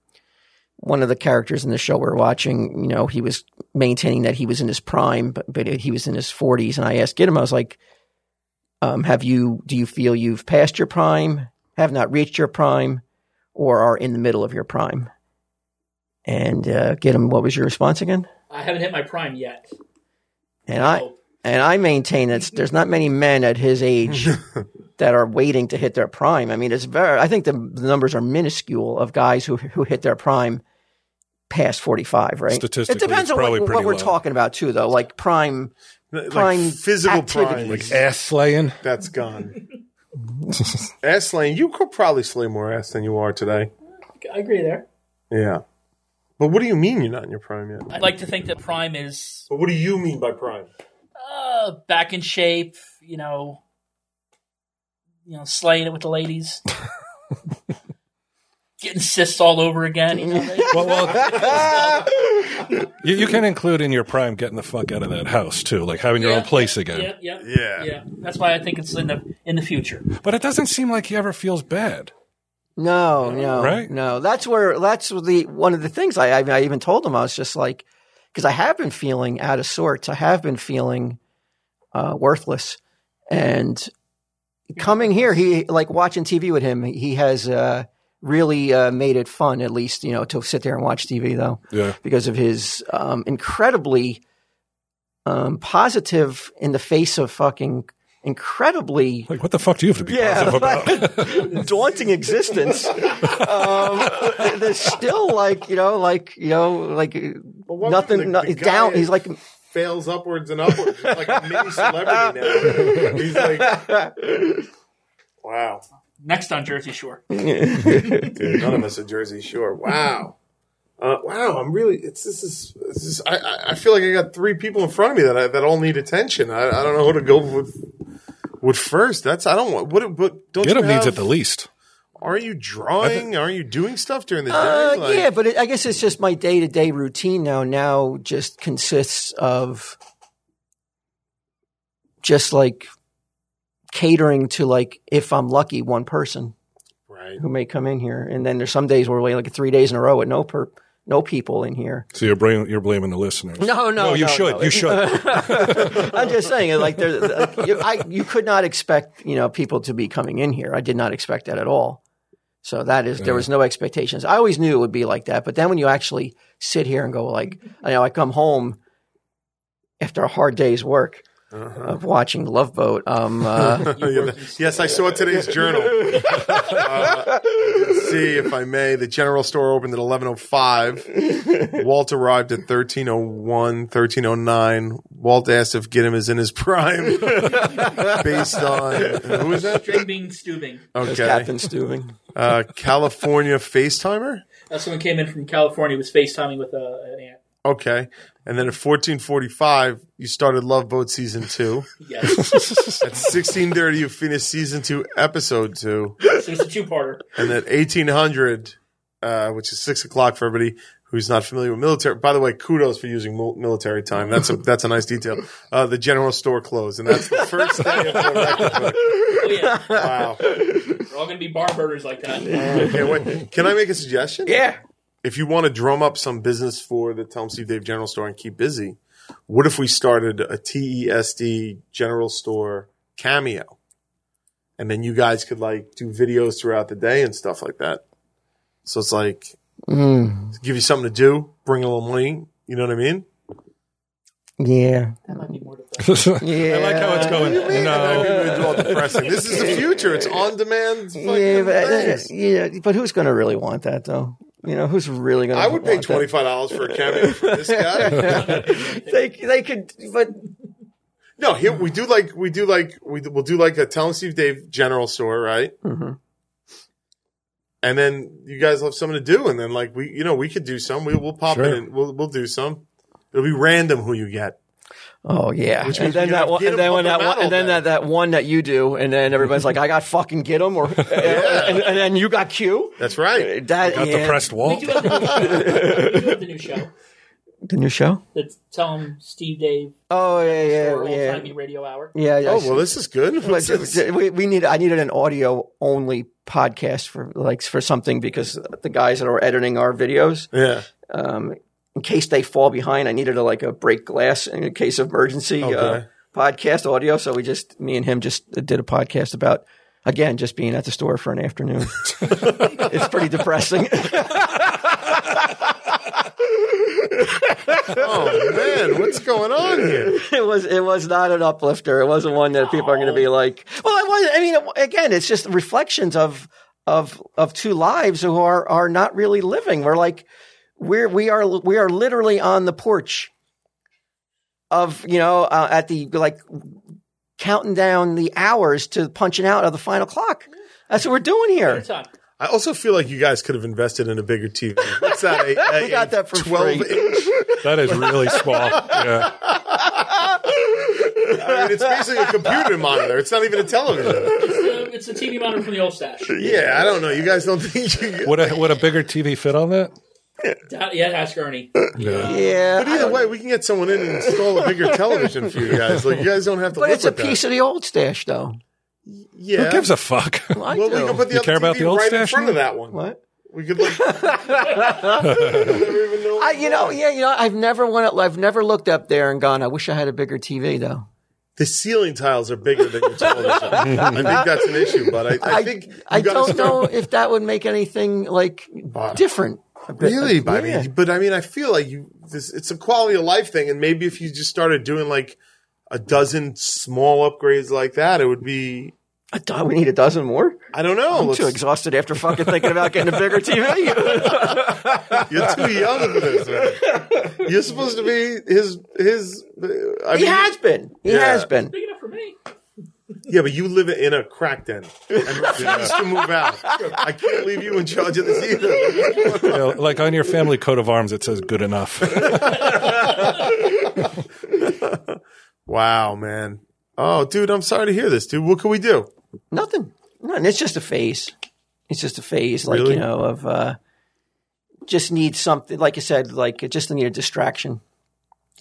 [SPEAKER 2] one of the characters in the show we're watching, you know, he was maintaining that he was in his prime, but, but he was in his 40s. And I asked him, I was like, um, have you, do you feel you've passed your prime, have not reached your prime, or are in the middle of your prime? And uh, get him, what was your response again?
[SPEAKER 6] I haven't hit my prime yet.
[SPEAKER 2] And I, and I maintain that there's not many men at his age that are waiting to hit their prime. I mean, it's very. I think the, the numbers are minuscule of guys who who hit their prime past 45. Right?
[SPEAKER 1] Statistically,
[SPEAKER 2] it depends
[SPEAKER 1] it's
[SPEAKER 2] on
[SPEAKER 1] probably
[SPEAKER 2] what, what
[SPEAKER 1] pretty
[SPEAKER 2] we're
[SPEAKER 1] low.
[SPEAKER 2] talking about too, though. Like prime,
[SPEAKER 4] Like
[SPEAKER 2] Prime
[SPEAKER 4] physical prime.
[SPEAKER 2] activities.
[SPEAKER 1] Ass slaying.
[SPEAKER 4] That's gone. ass slaying. You could probably slay more ass than you are today.
[SPEAKER 6] I agree there.
[SPEAKER 4] Yeah. But what do you mean you're not in your prime yet?
[SPEAKER 6] I'd like to think that prime is
[SPEAKER 4] But what do you mean by prime?
[SPEAKER 6] uh, back in shape. You know, you know, slaying it with the ladies, getting cysts all over again. You know, they-
[SPEAKER 1] Well, well, you, you can include in your prime getting the fuck out of that house too, like having your
[SPEAKER 6] Yeah.
[SPEAKER 1] own place again.
[SPEAKER 6] yeah, yeah,
[SPEAKER 4] Yeah.
[SPEAKER 6] yeah. That's why I think it's in the in the future.
[SPEAKER 1] But it doesn't seem like he ever feels bad.
[SPEAKER 2] No, no,
[SPEAKER 1] Right?
[SPEAKER 2] no. That's where that's the one of the things I I, I even told him I was just like because I have been feeling out of sorts. I have been feeling uh, worthless, and coming here, he like watching TV with him. He has uh, really uh, made it fun, at least you know, to sit there and watch TV though
[SPEAKER 1] Yeah.
[SPEAKER 2] because of his um, incredibly um, positive in the face of fucking incredibly
[SPEAKER 1] Like, what the fuck do you have to be positive about?
[SPEAKER 2] like, daunting existence. um, there's still like you know, like you know, like uh,
[SPEAKER 4] what-
[SPEAKER 2] nothing.
[SPEAKER 4] the-
[SPEAKER 2] no-
[SPEAKER 4] the
[SPEAKER 2] down.
[SPEAKER 4] guy
[SPEAKER 2] He's like,
[SPEAKER 4] Fails upwards and upwards. He's like a mini celebrity now. He's like, wow.
[SPEAKER 6] Next on Jersey Shore.
[SPEAKER 4] Oh, Dude, none of us are Jersey Shore. Wow. Uh, wow, I'm really. It's this is. This is I- I, I feel like I got three people in front of me that I, that all need attention. I, I don't know who to go with. With first, that's I don't want. What? But don't
[SPEAKER 1] Get
[SPEAKER 4] you
[SPEAKER 1] him needs
[SPEAKER 4] have-
[SPEAKER 1] it the least.
[SPEAKER 4] Are you drawing? are you doing stuff during the day?
[SPEAKER 2] uh,
[SPEAKER 4] Like-
[SPEAKER 2] yeah, but it, I guess it's just my day to day routine now. Now just consists of just like catering to like if I'm lucky, one person
[SPEAKER 4] Right.
[SPEAKER 2] who may come in here, and then there's some days where we're like three days in a row with no per no people in here.
[SPEAKER 1] So you're blaming, you're blaming the listeners.
[SPEAKER 2] No, no,
[SPEAKER 1] no you
[SPEAKER 2] no,
[SPEAKER 1] should.
[SPEAKER 2] no.
[SPEAKER 1] You should.
[SPEAKER 2] I'm just saying, like, there, like, you, I, you could not expect, you know, people to be coming in here. I did not expect that at all. So that is, there was no expectations. I always knew it would be like that. But then when you actually sit here and go, like, I know I come home after a hard day's work
[SPEAKER 4] Uh-huh.
[SPEAKER 2] of watching Love Boat. Um, uh,
[SPEAKER 4] Yeah, yes, I saw today's journal. Uh, see, if I may, the general store opened at 11.05. Walt arrived at 13.01, 13.09. Walt asked if Get him is in his prime based on, who is that?
[SPEAKER 6] String being stubing.
[SPEAKER 4] Okay.
[SPEAKER 2] Captain Stewing.
[SPEAKER 4] Uh, California FaceTimer?
[SPEAKER 6] That's someone came in from California was FaceTiming with uh, an aunt.
[SPEAKER 4] Okay. And then at 14.45, you started Love Boat Season 2.
[SPEAKER 6] Yes,
[SPEAKER 4] At 16.30, you finished Season 2, Episode 2.
[SPEAKER 6] so it's a two-parter.
[SPEAKER 4] and at 1800 uh, which is six o'clock for everybody who's not familiar with military by the way kudos for using mil- military time that's a that's a nice detail uh, the general store closed and that's the first day of the record book.
[SPEAKER 6] Oh yeah,
[SPEAKER 4] wow
[SPEAKER 6] we're all gonna be bar burners like that.
[SPEAKER 4] Okay, wait. can i make a suggestion
[SPEAKER 2] Yeah.
[SPEAKER 4] if you want to drum up some business for the Tell 'em Steve Dave General Store and keep busy, what if we started a TESD General Store cameo? And then you guys could like do videos throughout the day and stuff like that. So it's like
[SPEAKER 2] Mm.
[SPEAKER 4] give you something to do, bring a little money. You know what I mean?
[SPEAKER 2] Yeah.
[SPEAKER 6] That might be more depressing.
[SPEAKER 1] I like how it's going. No.
[SPEAKER 4] It's all depressing. This is the future. It's on demand. fucking
[SPEAKER 2] Yeah but, uh,
[SPEAKER 4] things.
[SPEAKER 2] yeah. But who's going to really want that, though? You know, who's really going to
[SPEAKER 4] I would pay
[SPEAKER 2] want that?
[SPEAKER 4] twenty five dollars for a cameo for this guy.
[SPEAKER 2] They, they could, but
[SPEAKER 4] No, here we do like we do like we do, we'll do like a Tell 'em Steve Dave general store, right? And then you guys will have something to do, and then like we, you know, we could do some. We, we'll pop
[SPEAKER 1] Sure.
[SPEAKER 4] in, and we'll we'll do some. It'll be random who you get.
[SPEAKER 2] Oh yeah,
[SPEAKER 4] Which
[SPEAKER 2] and
[SPEAKER 4] means
[SPEAKER 2] then
[SPEAKER 4] you
[SPEAKER 2] that
[SPEAKER 4] gotta
[SPEAKER 2] one,
[SPEAKER 4] get
[SPEAKER 2] and then
[SPEAKER 4] them
[SPEAKER 2] when
[SPEAKER 4] on
[SPEAKER 2] that
[SPEAKER 4] the
[SPEAKER 2] one, and
[SPEAKER 4] metal
[SPEAKER 2] then that, that one that you do, and then everybody's like, "I got fucking get him," or and, and, and then you got Q.
[SPEAKER 4] That's right.
[SPEAKER 2] That
[SPEAKER 1] Got
[SPEAKER 2] yeah.
[SPEAKER 1] the pressed
[SPEAKER 6] We
[SPEAKER 1] wall.
[SPEAKER 6] do have the new show. We do have the new show.
[SPEAKER 2] The new show?
[SPEAKER 6] That's tell him Steve Dave.
[SPEAKER 2] Oh yeah, yeah,
[SPEAKER 6] or
[SPEAKER 2] yeah.
[SPEAKER 6] Old-timey radio hour.
[SPEAKER 2] Yeah. yeah I
[SPEAKER 4] Oh
[SPEAKER 2] see.
[SPEAKER 4] well, this is good.
[SPEAKER 2] But
[SPEAKER 4] What's
[SPEAKER 2] j-
[SPEAKER 4] this?
[SPEAKER 2] j- we, we need. I needed an audio only podcast for like for something because the guys that are editing our videos,
[SPEAKER 4] Yeah.
[SPEAKER 2] um, in case they fall behind, I needed a, like a break glass in a case of emergency uh,
[SPEAKER 4] Okay.
[SPEAKER 2] podcast audio. So we just me and him just did a podcast about again just being at the store for an afternoon. it's pretty depressing.
[SPEAKER 4] Oh man, what's going on here?
[SPEAKER 2] it was it was not an uplifter. It wasn't one that people are going to be like. Well, I was. I mean, again, it's just reflections of of of two lives who are are not really living. We're like we're we are we are literally on the porch of you know uh, at the like counting down the hours to punching out of the final clock. That's what we're doing here.
[SPEAKER 6] Good time.
[SPEAKER 4] I also feel like you guys could have invested in a bigger TV. What's that? A,
[SPEAKER 2] We got that for free.
[SPEAKER 4] inch.
[SPEAKER 1] That is really small. Yeah.
[SPEAKER 4] I mean, it's basically a computer monitor. It's not even a television.
[SPEAKER 6] It's, a, it's a TV monitor from the old stash.
[SPEAKER 4] Yeah, I don't know. You guys don't think you.
[SPEAKER 1] Would a, would a bigger TV fit on that?
[SPEAKER 6] Yeah, ask Ernie.
[SPEAKER 1] No.
[SPEAKER 2] Yeah,
[SPEAKER 4] But either way, we can get someone in and install a bigger television for you guys. Like you guys don't have to.
[SPEAKER 2] but
[SPEAKER 4] live
[SPEAKER 2] it's a
[SPEAKER 4] with
[SPEAKER 2] piece of the old stash, though.
[SPEAKER 4] That. Yeah.
[SPEAKER 1] Who gives a fuck?
[SPEAKER 2] I
[SPEAKER 4] well, we
[SPEAKER 2] do.
[SPEAKER 4] can put the
[SPEAKER 1] You
[SPEAKER 4] other
[SPEAKER 1] care about
[SPEAKER 4] TV
[SPEAKER 1] the old
[SPEAKER 4] right in
[SPEAKER 1] station?
[SPEAKER 4] front of that one.
[SPEAKER 2] what?
[SPEAKER 4] We could. Like, I never even know.
[SPEAKER 2] I, you know, yeah, you know, I've never went. I've never looked up there and gone. I wish I had a bigger TV, though.
[SPEAKER 4] the ceiling tiles are bigger than your television. I think that's an issue, but I, I, think you
[SPEAKER 2] I
[SPEAKER 4] gotta
[SPEAKER 2] don't
[SPEAKER 4] start-
[SPEAKER 2] know if that would make anything like different.
[SPEAKER 4] Really, but I
[SPEAKER 2] Yeah.
[SPEAKER 4] mean, but I mean, I feel like you. This, it's a quality of life thing, and maybe if you just started doing like a dozen small upgrades like that, it would be.
[SPEAKER 2] A do- we need a dozen more.
[SPEAKER 4] I don't know.
[SPEAKER 2] I'm too
[SPEAKER 4] Let's-
[SPEAKER 2] exhausted after fucking thinking about getting a bigger TV.
[SPEAKER 4] You're too young for this, man. You're supposed to be his his. I
[SPEAKER 2] he
[SPEAKER 4] mean,
[SPEAKER 2] has been. He
[SPEAKER 4] Yeah.
[SPEAKER 2] has been.
[SPEAKER 6] Big enough for me.
[SPEAKER 4] yeah, but you live in a crack den and refuse to move out. I can't leave you in charge of this either.
[SPEAKER 1] You know, like on your family coat of arms, it says good enough.
[SPEAKER 4] Wow, man. Oh, dude, I'm sorry to hear this, dude. What can we do?
[SPEAKER 2] Nothing. Nothing. It's just a phase. It's just a phase, like
[SPEAKER 4] Really?
[SPEAKER 2] you know, of uh, just need something. Like I said, like I just need a distraction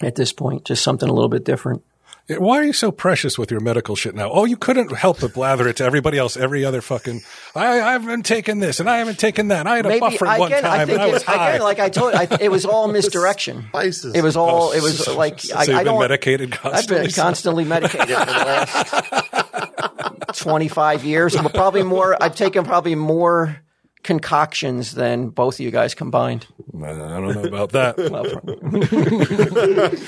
[SPEAKER 2] at this point. Just something a little bit different.
[SPEAKER 1] Why are you so precious with your medical shit now? Oh, you couldn't help but blather it to everybody else every other fucking. I, I haven't taken this and I haven't taken that. And I had a buffer
[SPEAKER 2] I-
[SPEAKER 1] one time
[SPEAKER 2] I think
[SPEAKER 1] and I
[SPEAKER 2] it-
[SPEAKER 1] was high.
[SPEAKER 2] again, like I told, I, it was all misdirection.
[SPEAKER 4] Spices.
[SPEAKER 2] It was all. It was like
[SPEAKER 1] so
[SPEAKER 2] I,
[SPEAKER 1] you've
[SPEAKER 2] I
[SPEAKER 1] been
[SPEAKER 2] don't.
[SPEAKER 1] medicated
[SPEAKER 2] I've
[SPEAKER 1] constantly.
[SPEAKER 2] been constantly medicated for the last twenty five years. I'm probably more. I've taken probably more concoctions than both of you guys combined.
[SPEAKER 1] I don't know about that.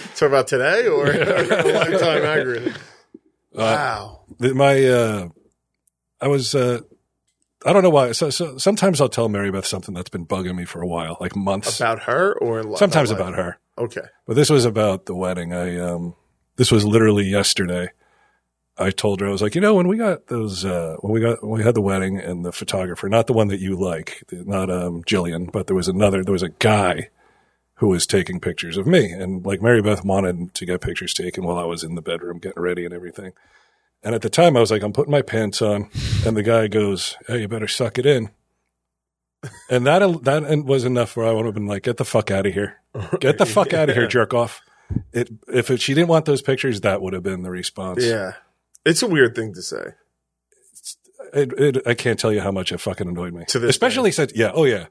[SPEAKER 4] Talk about today or a lifetime aggregate. Uh, Wow.
[SPEAKER 1] My, uh, I was, uh, I don't know why. So, so sometimes I'll tell Mary Beth something that's been bugging me for a while, like months.
[SPEAKER 4] About her or li-
[SPEAKER 1] Sometimes
[SPEAKER 4] life?
[SPEAKER 1] about her.
[SPEAKER 4] Okay.
[SPEAKER 1] But this was about the wedding. I um this was literally yesterday. I told her I was like, you know, when we got those uh when we got when we had the wedding and the photographer, not the one that you like, not um Jillian, but there was another there was a guy who was taking pictures of me and like Mary Beth wanted to get pictures taken while I was in the bedroom getting ready and everything. And at the time I was like, I'm putting my pants on and the guy goes, Hey, you better suck it in. And that that was enough where I would have been like, get the fuck out of here. Get the fuck out of here, jerk off. It, if it, she didn't want those pictures, that would have been the response.
[SPEAKER 4] Yeah. It's a weird thing to say.
[SPEAKER 1] It, it, I can't tell you how much it fucking annoyed me.
[SPEAKER 4] To this
[SPEAKER 1] Especially since, yeah, oh yeah.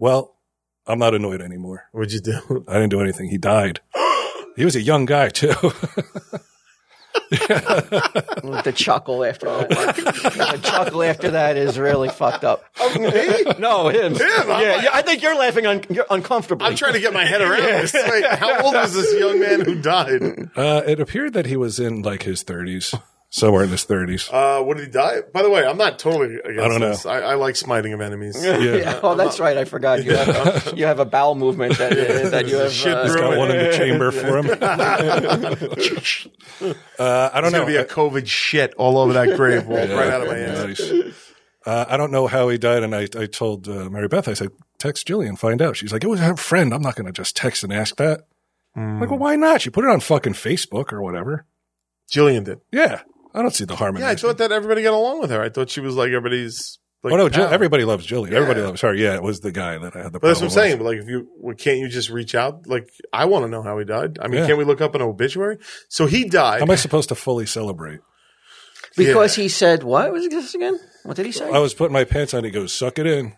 [SPEAKER 1] Well, I'm not annoyed anymore.
[SPEAKER 4] What'd you do?
[SPEAKER 1] I didn't do anything. He died. he was a young guy too.
[SPEAKER 2] the chuckle after
[SPEAKER 4] Oh,
[SPEAKER 2] that. the chuckle after that is really fucked up. No, him.
[SPEAKER 4] Oh, I'm
[SPEAKER 2] yeah,
[SPEAKER 4] like-
[SPEAKER 2] yeah, I think you're laughing un- you're uncomfortably.
[SPEAKER 4] I'm trying to get my head around this. Wait, how old is this young man who died?
[SPEAKER 1] uh, it appeared that he was in like his 30s, somewhere in his 30s.
[SPEAKER 4] Uh, what did he die? By the way, I'm not totally against
[SPEAKER 1] I don't know.
[SPEAKER 4] this. I, I like smiting of enemies.
[SPEAKER 2] Yeah, oh, that's right. I forgot. You have, you have a bowel movement that, that you have.
[SPEAKER 4] Shit
[SPEAKER 2] uh,
[SPEAKER 4] brew.
[SPEAKER 1] Got one in the chamber for him. uh, I don't
[SPEAKER 4] There's
[SPEAKER 1] know.
[SPEAKER 4] gonna be a COVID shit all over that grave wall, right out of my ass.
[SPEAKER 1] Nice. Uh, I don't know how he died, and I, I told uh, Mary Beth, I said, text Jillian, find out. She's like, "Oh, it was her friend. I'm not going to just text and ask that.
[SPEAKER 4] Hmm.
[SPEAKER 1] I'm like, well, why not? You put it on fucking Facebook or whatever.
[SPEAKER 4] Jillian did.
[SPEAKER 1] Yeah, I don't see the harm in
[SPEAKER 4] Yeah, I
[SPEAKER 1] that.
[SPEAKER 4] thought that everybody got along with her. I thought she was like everybody's Like,
[SPEAKER 1] oh no, Jill,
[SPEAKER 4] power.
[SPEAKER 1] everybody loves Jillian. Everybody
[SPEAKER 4] Yeah.
[SPEAKER 1] loves her. Yeah, it was the guy that I had the.
[SPEAKER 4] But that's what I'm
[SPEAKER 1] problem
[SPEAKER 4] saying.
[SPEAKER 1] with.
[SPEAKER 4] But like, if you well, can't you just reach out? Like, I want to know how he died. I mean,
[SPEAKER 1] Yeah.
[SPEAKER 4] can we look up an obituary? So he died.
[SPEAKER 1] How am I supposed to fully celebrate?
[SPEAKER 2] because he said what was this again? What did he say?
[SPEAKER 1] I was putting my pants on. He goes, "Suck it in."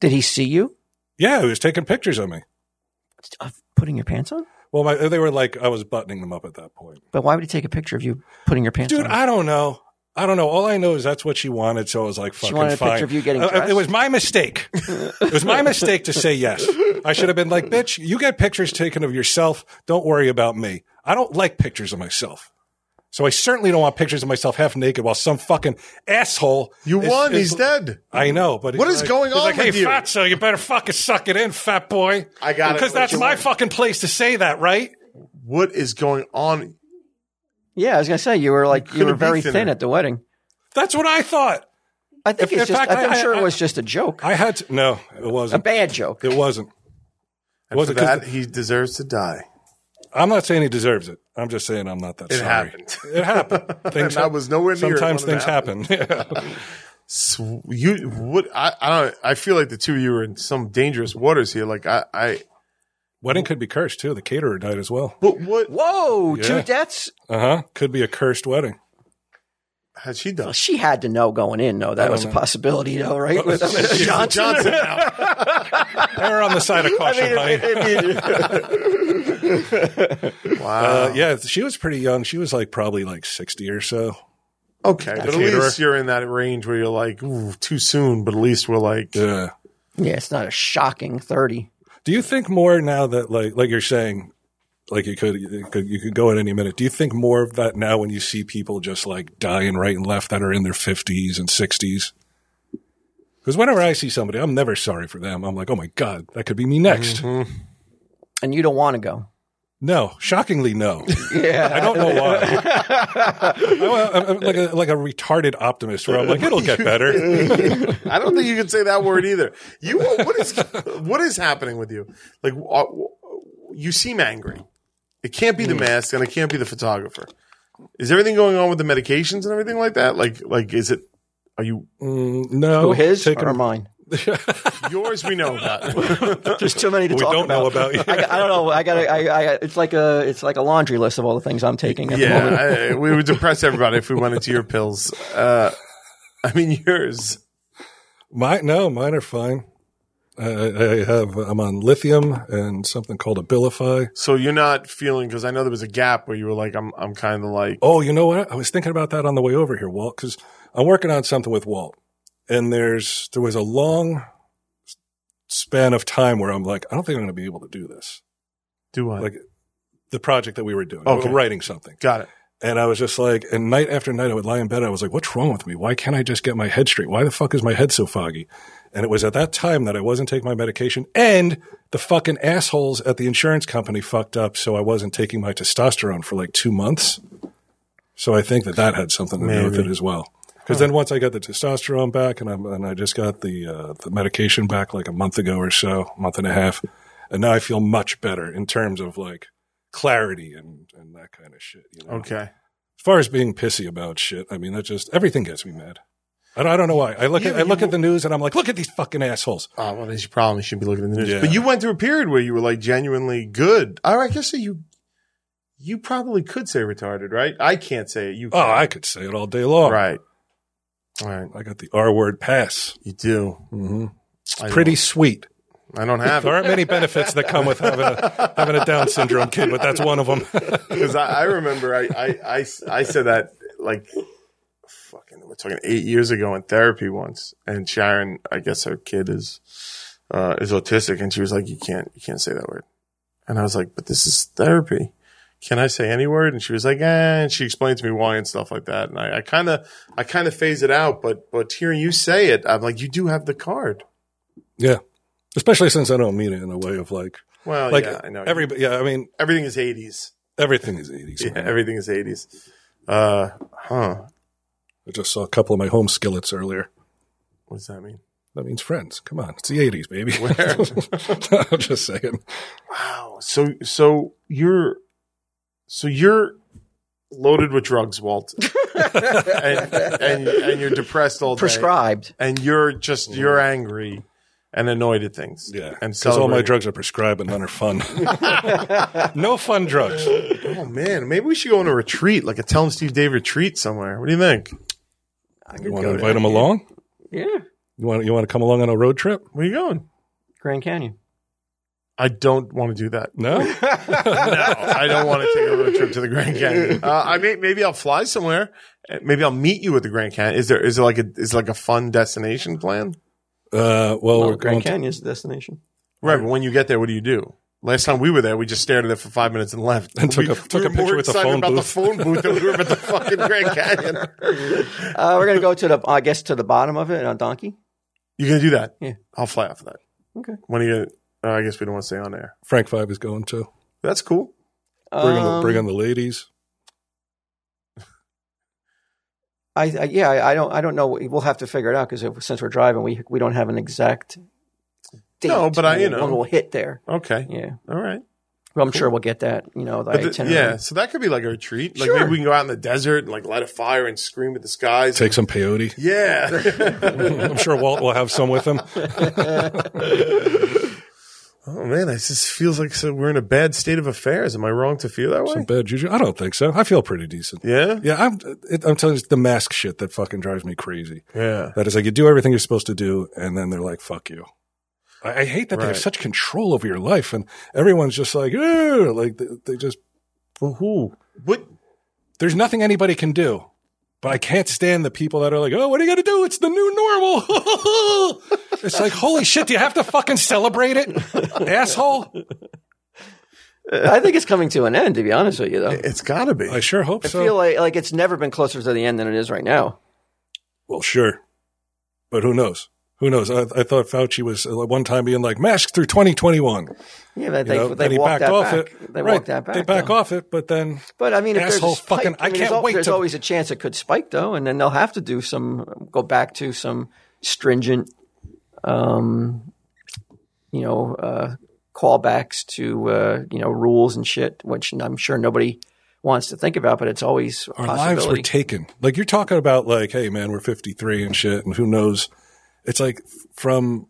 [SPEAKER 2] Did he see you
[SPEAKER 1] Yeah, he was taking pictures of me.
[SPEAKER 2] of putting your pants on?
[SPEAKER 1] Well, my, they were like, I was buttoning them up at that point.
[SPEAKER 2] But why would he take a picture of you putting your pants
[SPEAKER 1] Dude,
[SPEAKER 2] on?
[SPEAKER 1] I don't know. I don't know. All I know is that's what she wanted. So I was like,
[SPEAKER 2] She
[SPEAKER 1] fucking
[SPEAKER 2] wanted a
[SPEAKER 1] fine.
[SPEAKER 2] picture of you getting
[SPEAKER 1] Uh, uh,
[SPEAKER 2] dressed?
[SPEAKER 1] it was my mistake. it was my mistake to say yes. I should have been like, bitch, you get pictures taken of yourself. Don't worry about me. I don't like pictures of myself. So I certainly don't want pictures of myself half naked while some fucking asshole.
[SPEAKER 4] you
[SPEAKER 1] is-
[SPEAKER 4] won.
[SPEAKER 1] is-
[SPEAKER 4] he's dead.
[SPEAKER 1] I know, but
[SPEAKER 4] What
[SPEAKER 1] he's
[SPEAKER 4] is
[SPEAKER 1] like-
[SPEAKER 4] going
[SPEAKER 1] he's
[SPEAKER 4] on
[SPEAKER 1] Like,
[SPEAKER 4] with
[SPEAKER 1] hey,
[SPEAKER 4] you?"
[SPEAKER 1] fatso, you better fucking suck it in, fat boy.
[SPEAKER 4] I got it.
[SPEAKER 1] because
[SPEAKER 4] What
[SPEAKER 1] that's
[SPEAKER 4] you
[SPEAKER 1] my
[SPEAKER 4] want.
[SPEAKER 1] fucking place to say that, right?
[SPEAKER 4] What is going on?
[SPEAKER 2] yeah, I was gonna say you were like you,
[SPEAKER 4] couldn't
[SPEAKER 2] were
[SPEAKER 4] be
[SPEAKER 2] very
[SPEAKER 4] thinner.
[SPEAKER 2] thin at the wedding.
[SPEAKER 1] That's what I thought.
[SPEAKER 2] I
[SPEAKER 1] If-
[SPEAKER 2] think it's
[SPEAKER 1] in
[SPEAKER 2] just.
[SPEAKER 1] fact,
[SPEAKER 2] I, am
[SPEAKER 1] I-
[SPEAKER 2] sure
[SPEAKER 1] I-
[SPEAKER 2] it was just a joke,
[SPEAKER 1] I had to, no, it
[SPEAKER 2] a
[SPEAKER 1] wasn't.
[SPEAKER 2] bad joke.
[SPEAKER 1] It wasn't.
[SPEAKER 4] And
[SPEAKER 1] Was
[SPEAKER 4] for
[SPEAKER 1] it 'cause
[SPEAKER 4] that he deserves to die?
[SPEAKER 1] I'm not saying he deserves it. I'm just saying I'm not that
[SPEAKER 4] It
[SPEAKER 1] sorry.
[SPEAKER 4] happened.
[SPEAKER 1] It happened. Things
[SPEAKER 4] And I
[SPEAKER 1] hap-
[SPEAKER 4] was nowhere near it
[SPEAKER 1] Sometimes
[SPEAKER 4] when it
[SPEAKER 1] things happen. Yeah.
[SPEAKER 4] So you what? I, I don't. I feel like the two of you are in some dangerous waters here. Like I, I
[SPEAKER 1] Wedding could be cursed too. The caterer died as well.
[SPEAKER 4] but what
[SPEAKER 2] Whoa,
[SPEAKER 1] Yeah.
[SPEAKER 2] two deaths.
[SPEAKER 1] Uh huh. Could be a cursed wedding.
[SPEAKER 4] had she done?
[SPEAKER 2] She had to know going in though that was a
[SPEAKER 1] know.
[SPEAKER 2] possibility though, right? With Johnson.
[SPEAKER 4] Johnson.
[SPEAKER 1] Err on the side of caution, honey.
[SPEAKER 4] Wow.
[SPEAKER 1] uh, yeah, she was pretty young. She was like probably like 60 or so.
[SPEAKER 4] Okay, but at
[SPEAKER 1] caterer.
[SPEAKER 4] least you're in that range where you're like, ooh, too soon. But at least we're like,
[SPEAKER 1] Yeah.
[SPEAKER 2] yeah, it's not a shocking thirty.
[SPEAKER 1] Do you think more now that like like you're saying, like you could you could, you could go at any minute? Do you think more of that now when you see people just like dying right and left that are in their fifties and sixties? Because whenever I see somebody, I'm never sorry for them. I'm like, oh my god, that could be me
[SPEAKER 4] Mm-hmm.
[SPEAKER 1] next.
[SPEAKER 2] And you don't want to go.
[SPEAKER 1] No, shockingly, no.
[SPEAKER 2] Yeah,
[SPEAKER 1] I don't know why. I, am like a like a retarded optimist where I'm like, it'll get better.
[SPEAKER 4] I don't think you can say that word either. You, what is what is happening with you? Like, uh, you seem angry. It can't be the
[SPEAKER 1] Mm.
[SPEAKER 4] mask, and it can't be the photographer. Is everything going on with the medications and everything like that? Like, like is it? Are you
[SPEAKER 1] Mm, no,
[SPEAKER 2] Who his
[SPEAKER 1] Taking-
[SPEAKER 2] or mine?
[SPEAKER 4] yours? We know about.
[SPEAKER 2] There's too many to
[SPEAKER 1] we
[SPEAKER 2] talk
[SPEAKER 1] don't know about you.
[SPEAKER 2] I, got- I don't know. I got. I, I. It's like a. It's like a laundry list of all the things I'm taking. At The
[SPEAKER 4] Yeah,
[SPEAKER 2] moment.
[SPEAKER 4] I, I- we would depress everybody if we went into your pills. Uh, I mean yours.
[SPEAKER 1] Mine, no, mine are fine. I, I I have, I'm on lithium and something called Abilify.
[SPEAKER 4] So you're not feeling because I know there was a gap where you were like, I'm, I'm kind of like,
[SPEAKER 1] Oh, you know what? I was thinking about that on the way over here, Walt, because I'm working on something with Walt, and there's there was a long span of time where I'm like, I don't think I'm going to be able to do this.
[SPEAKER 4] do I?
[SPEAKER 1] Like the project that we were doing,
[SPEAKER 4] Okay.
[SPEAKER 1] writing something,
[SPEAKER 4] got it.
[SPEAKER 1] and I was just like, and night after night, I would lie in bed. I was like, what's wrong with me? Why can't I just get my head straight? Why the fuck is my head so foggy? And it was at that time that I wasn't taking my medication and the fucking assholes at the insurance company fucked up. So I wasn't taking my testosterone for like two months. So I think that that had something to do with it
[SPEAKER 4] Maybe.
[SPEAKER 1] as well. Because then once I got the testosterone back and, I'm, and I just got the, uh, the medication back like a month ago or so, month and a half. And now I feel much better in terms of like clarity and, and that kind of shit. You know?
[SPEAKER 4] Okay.
[SPEAKER 1] as far as being pissy about shit, I mean, that just everything gets me mad. I don't, I don't know why. I look at I look at the news and I'm like, look at these fucking assholes.
[SPEAKER 4] Oh, well, that's your problem. You shouldn't be looking at the news.
[SPEAKER 1] Yeah.
[SPEAKER 4] But you went through a period where you were like genuinely good. Oh, I guess that you, you probably could say retarded, right? I can't say it. You
[SPEAKER 1] Oh,
[SPEAKER 4] can.
[SPEAKER 1] I could say it all day long.
[SPEAKER 4] right. All right.
[SPEAKER 1] I got the R word pass.
[SPEAKER 4] You do.
[SPEAKER 1] hmm It's
[SPEAKER 4] I
[SPEAKER 1] pretty sweet.
[SPEAKER 4] Don't, I don't have
[SPEAKER 1] There
[SPEAKER 4] it
[SPEAKER 1] aren't many benefits that come with having a having a Down syndrome kid, but that's one of them.
[SPEAKER 4] because I, I remember I, I, I, I said that like fucking we're talking eight years ago in therapy once, and Sharon, I guess her kid is uh, is autistic, and she was like, "You can't, you can't say that word," and I was like, "But this is therapy." Can I say any word? And she was like, eh, and she explained to me why and stuff like that. And I kind of, I kind of phase it out, but, but hearing you say it, I'm like, you do have the card.
[SPEAKER 1] yeah, especially since I don't mean it in a way of like
[SPEAKER 4] Well,
[SPEAKER 1] like
[SPEAKER 4] Oh, yeah, I know.
[SPEAKER 1] everybody. Yeah, I mean
[SPEAKER 4] everything is 80s.
[SPEAKER 1] everything is 80s.
[SPEAKER 4] Yeah,
[SPEAKER 1] man.
[SPEAKER 4] everything is 80s. Uh, huh.
[SPEAKER 1] I just saw a couple of my home skillets earlier.
[SPEAKER 4] What does that mean?
[SPEAKER 1] That means friends. Come on, it's the 80s, baby. I'm just saying.
[SPEAKER 4] Wow. So so you're so you're loaded with drugs, Walt, and, and and you're depressed all day,
[SPEAKER 2] prescribed.
[SPEAKER 4] and you're just you're angry and annoyed at things.
[SPEAKER 1] Mm. Yeah,
[SPEAKER 4] and
[SPEAKER 1] because all my
[SPEAKER 4] celebrating.
[SPEAKER 1] drugs are prescribed, but none are fun. no fun drugs.
[SPEAKER 4] Oh man, maybe we should go on a retreat, like a Tell him Steve Dave retreat somewhere. What do you think?
[SPEAKER 2] I
[SPEAKER 1] You
[SPEAKER 2] could
[SPEAKER 1] want
[SPEAKER 2] go
[SPEAKER 1] to
[SPEAKER 2] to
[SPEAKER 1] invite
[SPEAKER 2] that.
[SPEAKER 1] them along?
[SPEAKER 2] Yeah,
[SPEAKER 1] You want you want to come along on a road trip?
[SPEAKER 4] Where you going?
[SPEAKER 2] Grand Canyon.
[SPEAKER 4] I don't want to do that.
[SPEAKER 1] No.
[SPEAKER 4] I don't want to take a road trip to the Grand Canyon. Uh, I may, maybe I'll fly somewhere. Uh, Maybe I'll meet you at the Grand Canyon. Is there is there like a is there like a fun destination plan?
[SPEAKER 1] Uh,
[SPEAKER 4] Oh,
[SPEAKER 1] well,
[SPEAKER 2] Well,
[SPEAKER 1] we're going
[SPEAKER 2] Oh, Grand
[SPEAKER 1] to,
[SPEAKER 2] Canyon's the destination.
[SPEAKER 4] Right, but when you get there, what do you do? Last time we were there, we just stared at it for five minutes and left.
[SPEAKER 1] And took
[SPEAKER 4] we,
[SPEAKER 1] a- took a
[SPEAKER 4] we were more
[SPEAKER 1] picture with the
[SPEAKER 4] excited
[SPEAKER 1] phone
[SPEAKER 4] about the
[SPEAKER 1] booth.
[SPEAKER 4] phone booth than we were about the fucking Grand Canyon.
[SPEAKER 2] Uh, we're gonna go to the, I guess, to the bottom of it on donkey.
[SPEAKER 4] You gonna do that?
[SPEAKER 2] Yeah.
[SPEAKER 4] I'll fly off of that.
[SPEAKER 2] Okay.
[SPEAKER 4] When are you? Gonna, uh, I guess we don't want to stay on air.
[SPEAKER 1] Frank Five is going to
[SPEAKER 4] That's cool.
[SPEAKER 1] bring on the,
[SPEAKER 2] Um,
[SPEAKER 1] bring on the ladies.
[SPEAKER 2] I, I yeah, I, I don't, I don't know. We'll have to figure it out because since we're driving, we we don't have an exact. Date
[SPEAKER 4] No, but I- you know.
[SPEAKER 2] when we'll hit there.
[SPEAKER 4] Okay.
[SPEAKER 2] Yeah,
[SPEAKER 4] All right.
[SPEAKER 2] well, I'm sure we'll get that. You know, the
[SPEAKER 4] But the-
[SPEAKER 2] itinerary.
[SPEAKER 4] yeah, so that could be like a retreat. Like maybe
[SPEAKER 2] Sure.
[SPEAKER 4] we can go out in the desert and like light a fire and scream at the skies.
[SPEAKER 1] Take some peyote.
[SPEAKER 4] yeah.
[SPEAKER 1] I'm sure Walt will have some with him.
[SPEAKER 4] oh man, I just feels like so we're in a bad state of affairs. Am I wrong to feel that
[SPEAKER 1] Some
[SPEAKER 4] way?
[SPEAKER 1] bad juju. I don't think so. I feel pretty decent.
[SPEAKER 4] Yeah.
[SPEAKER 1] Yeah, I'm. It, I'm telling you, it's the mask shit that fucking drives me crazy.
[SPEAKER 4] Yeah.
[SPEAKER 1] That is like you do everything you're supposed to do, and then they're like, "Fuck you." I, I hate that they
[SPEAKER 4] Right.
[SPEAKER 1] have such control over your life, and everyone's just like, "Ew," like they, they just. For who?
[SPEAKER 4] What?
[SPEAKER 1] There's nothing anybody can do. But I can't stand the people that are like, "Oh, what are you gonna do? It's the new normal." it's like, holy shit! Do you have to fucking celebrate it, asshole?
[SPEAKER 2] I think it's coming to an end. To be honest with you, though,
[SPEAKER 4] It's got to be.
[SPEAKER 1] I sure hope
[SPEAKER 2] I
[SPEAKER 1] so.
[SPEAKER 2] feel like like it's never been closer to the end than it is right now.
[SPEAKER 1] Well, sure. But who knows? Who knows? I, I thought Fauci was uh, one time being like masks through 2021.
[SPEAKER 2] Yeah, but
[SPEAKER 1] You
[SPEAKER 2] they
[SPEAKER 1] know,
[SPEAKER 2] they
[SPEAKER 1] and he
[SPEAKER 2] walked
[SPEAKER 1] backed
[SPEAKER 2] that
[SPEAKER 1] off
[SPEAKER 2] back.
[SPEAKER 1] it.
[SPEAKER 2] They
[SPEAKER 1] Right.
[SPEAKER 2] walked that back.
[SPEAKER 1] They back
[SPEAKER 2] though.
[SPEAKER 1] off it, but then
[SPEAKER 2] But I mean, if
[SPEAKER 1] Asshole
[SPEAKER 2] there's a spike,
[SPEAKER 1] fucking- I
[SPEAKER 2] mean, there's
[SPEAKER 1] can't
[SPEAKER 2] al-
[SPEAKER 1] wait
[SPEAKER 2] There's
[SPEAKER 1] to-
[SPEAKER 2] always a chance it could spike though, and then they'll have to do some go back to some stringent, um, you know, uh, callbacks to uh, you know rules and shit, which I'm sure nobody wants to think about, but it's always a
[SPEAKER 1] our lives were
[SPEAKER 2] possibility.
[SPEAKER 1] taken. Like you're talking about, like, hey man, we're 53 and shit, and who knows? It's like from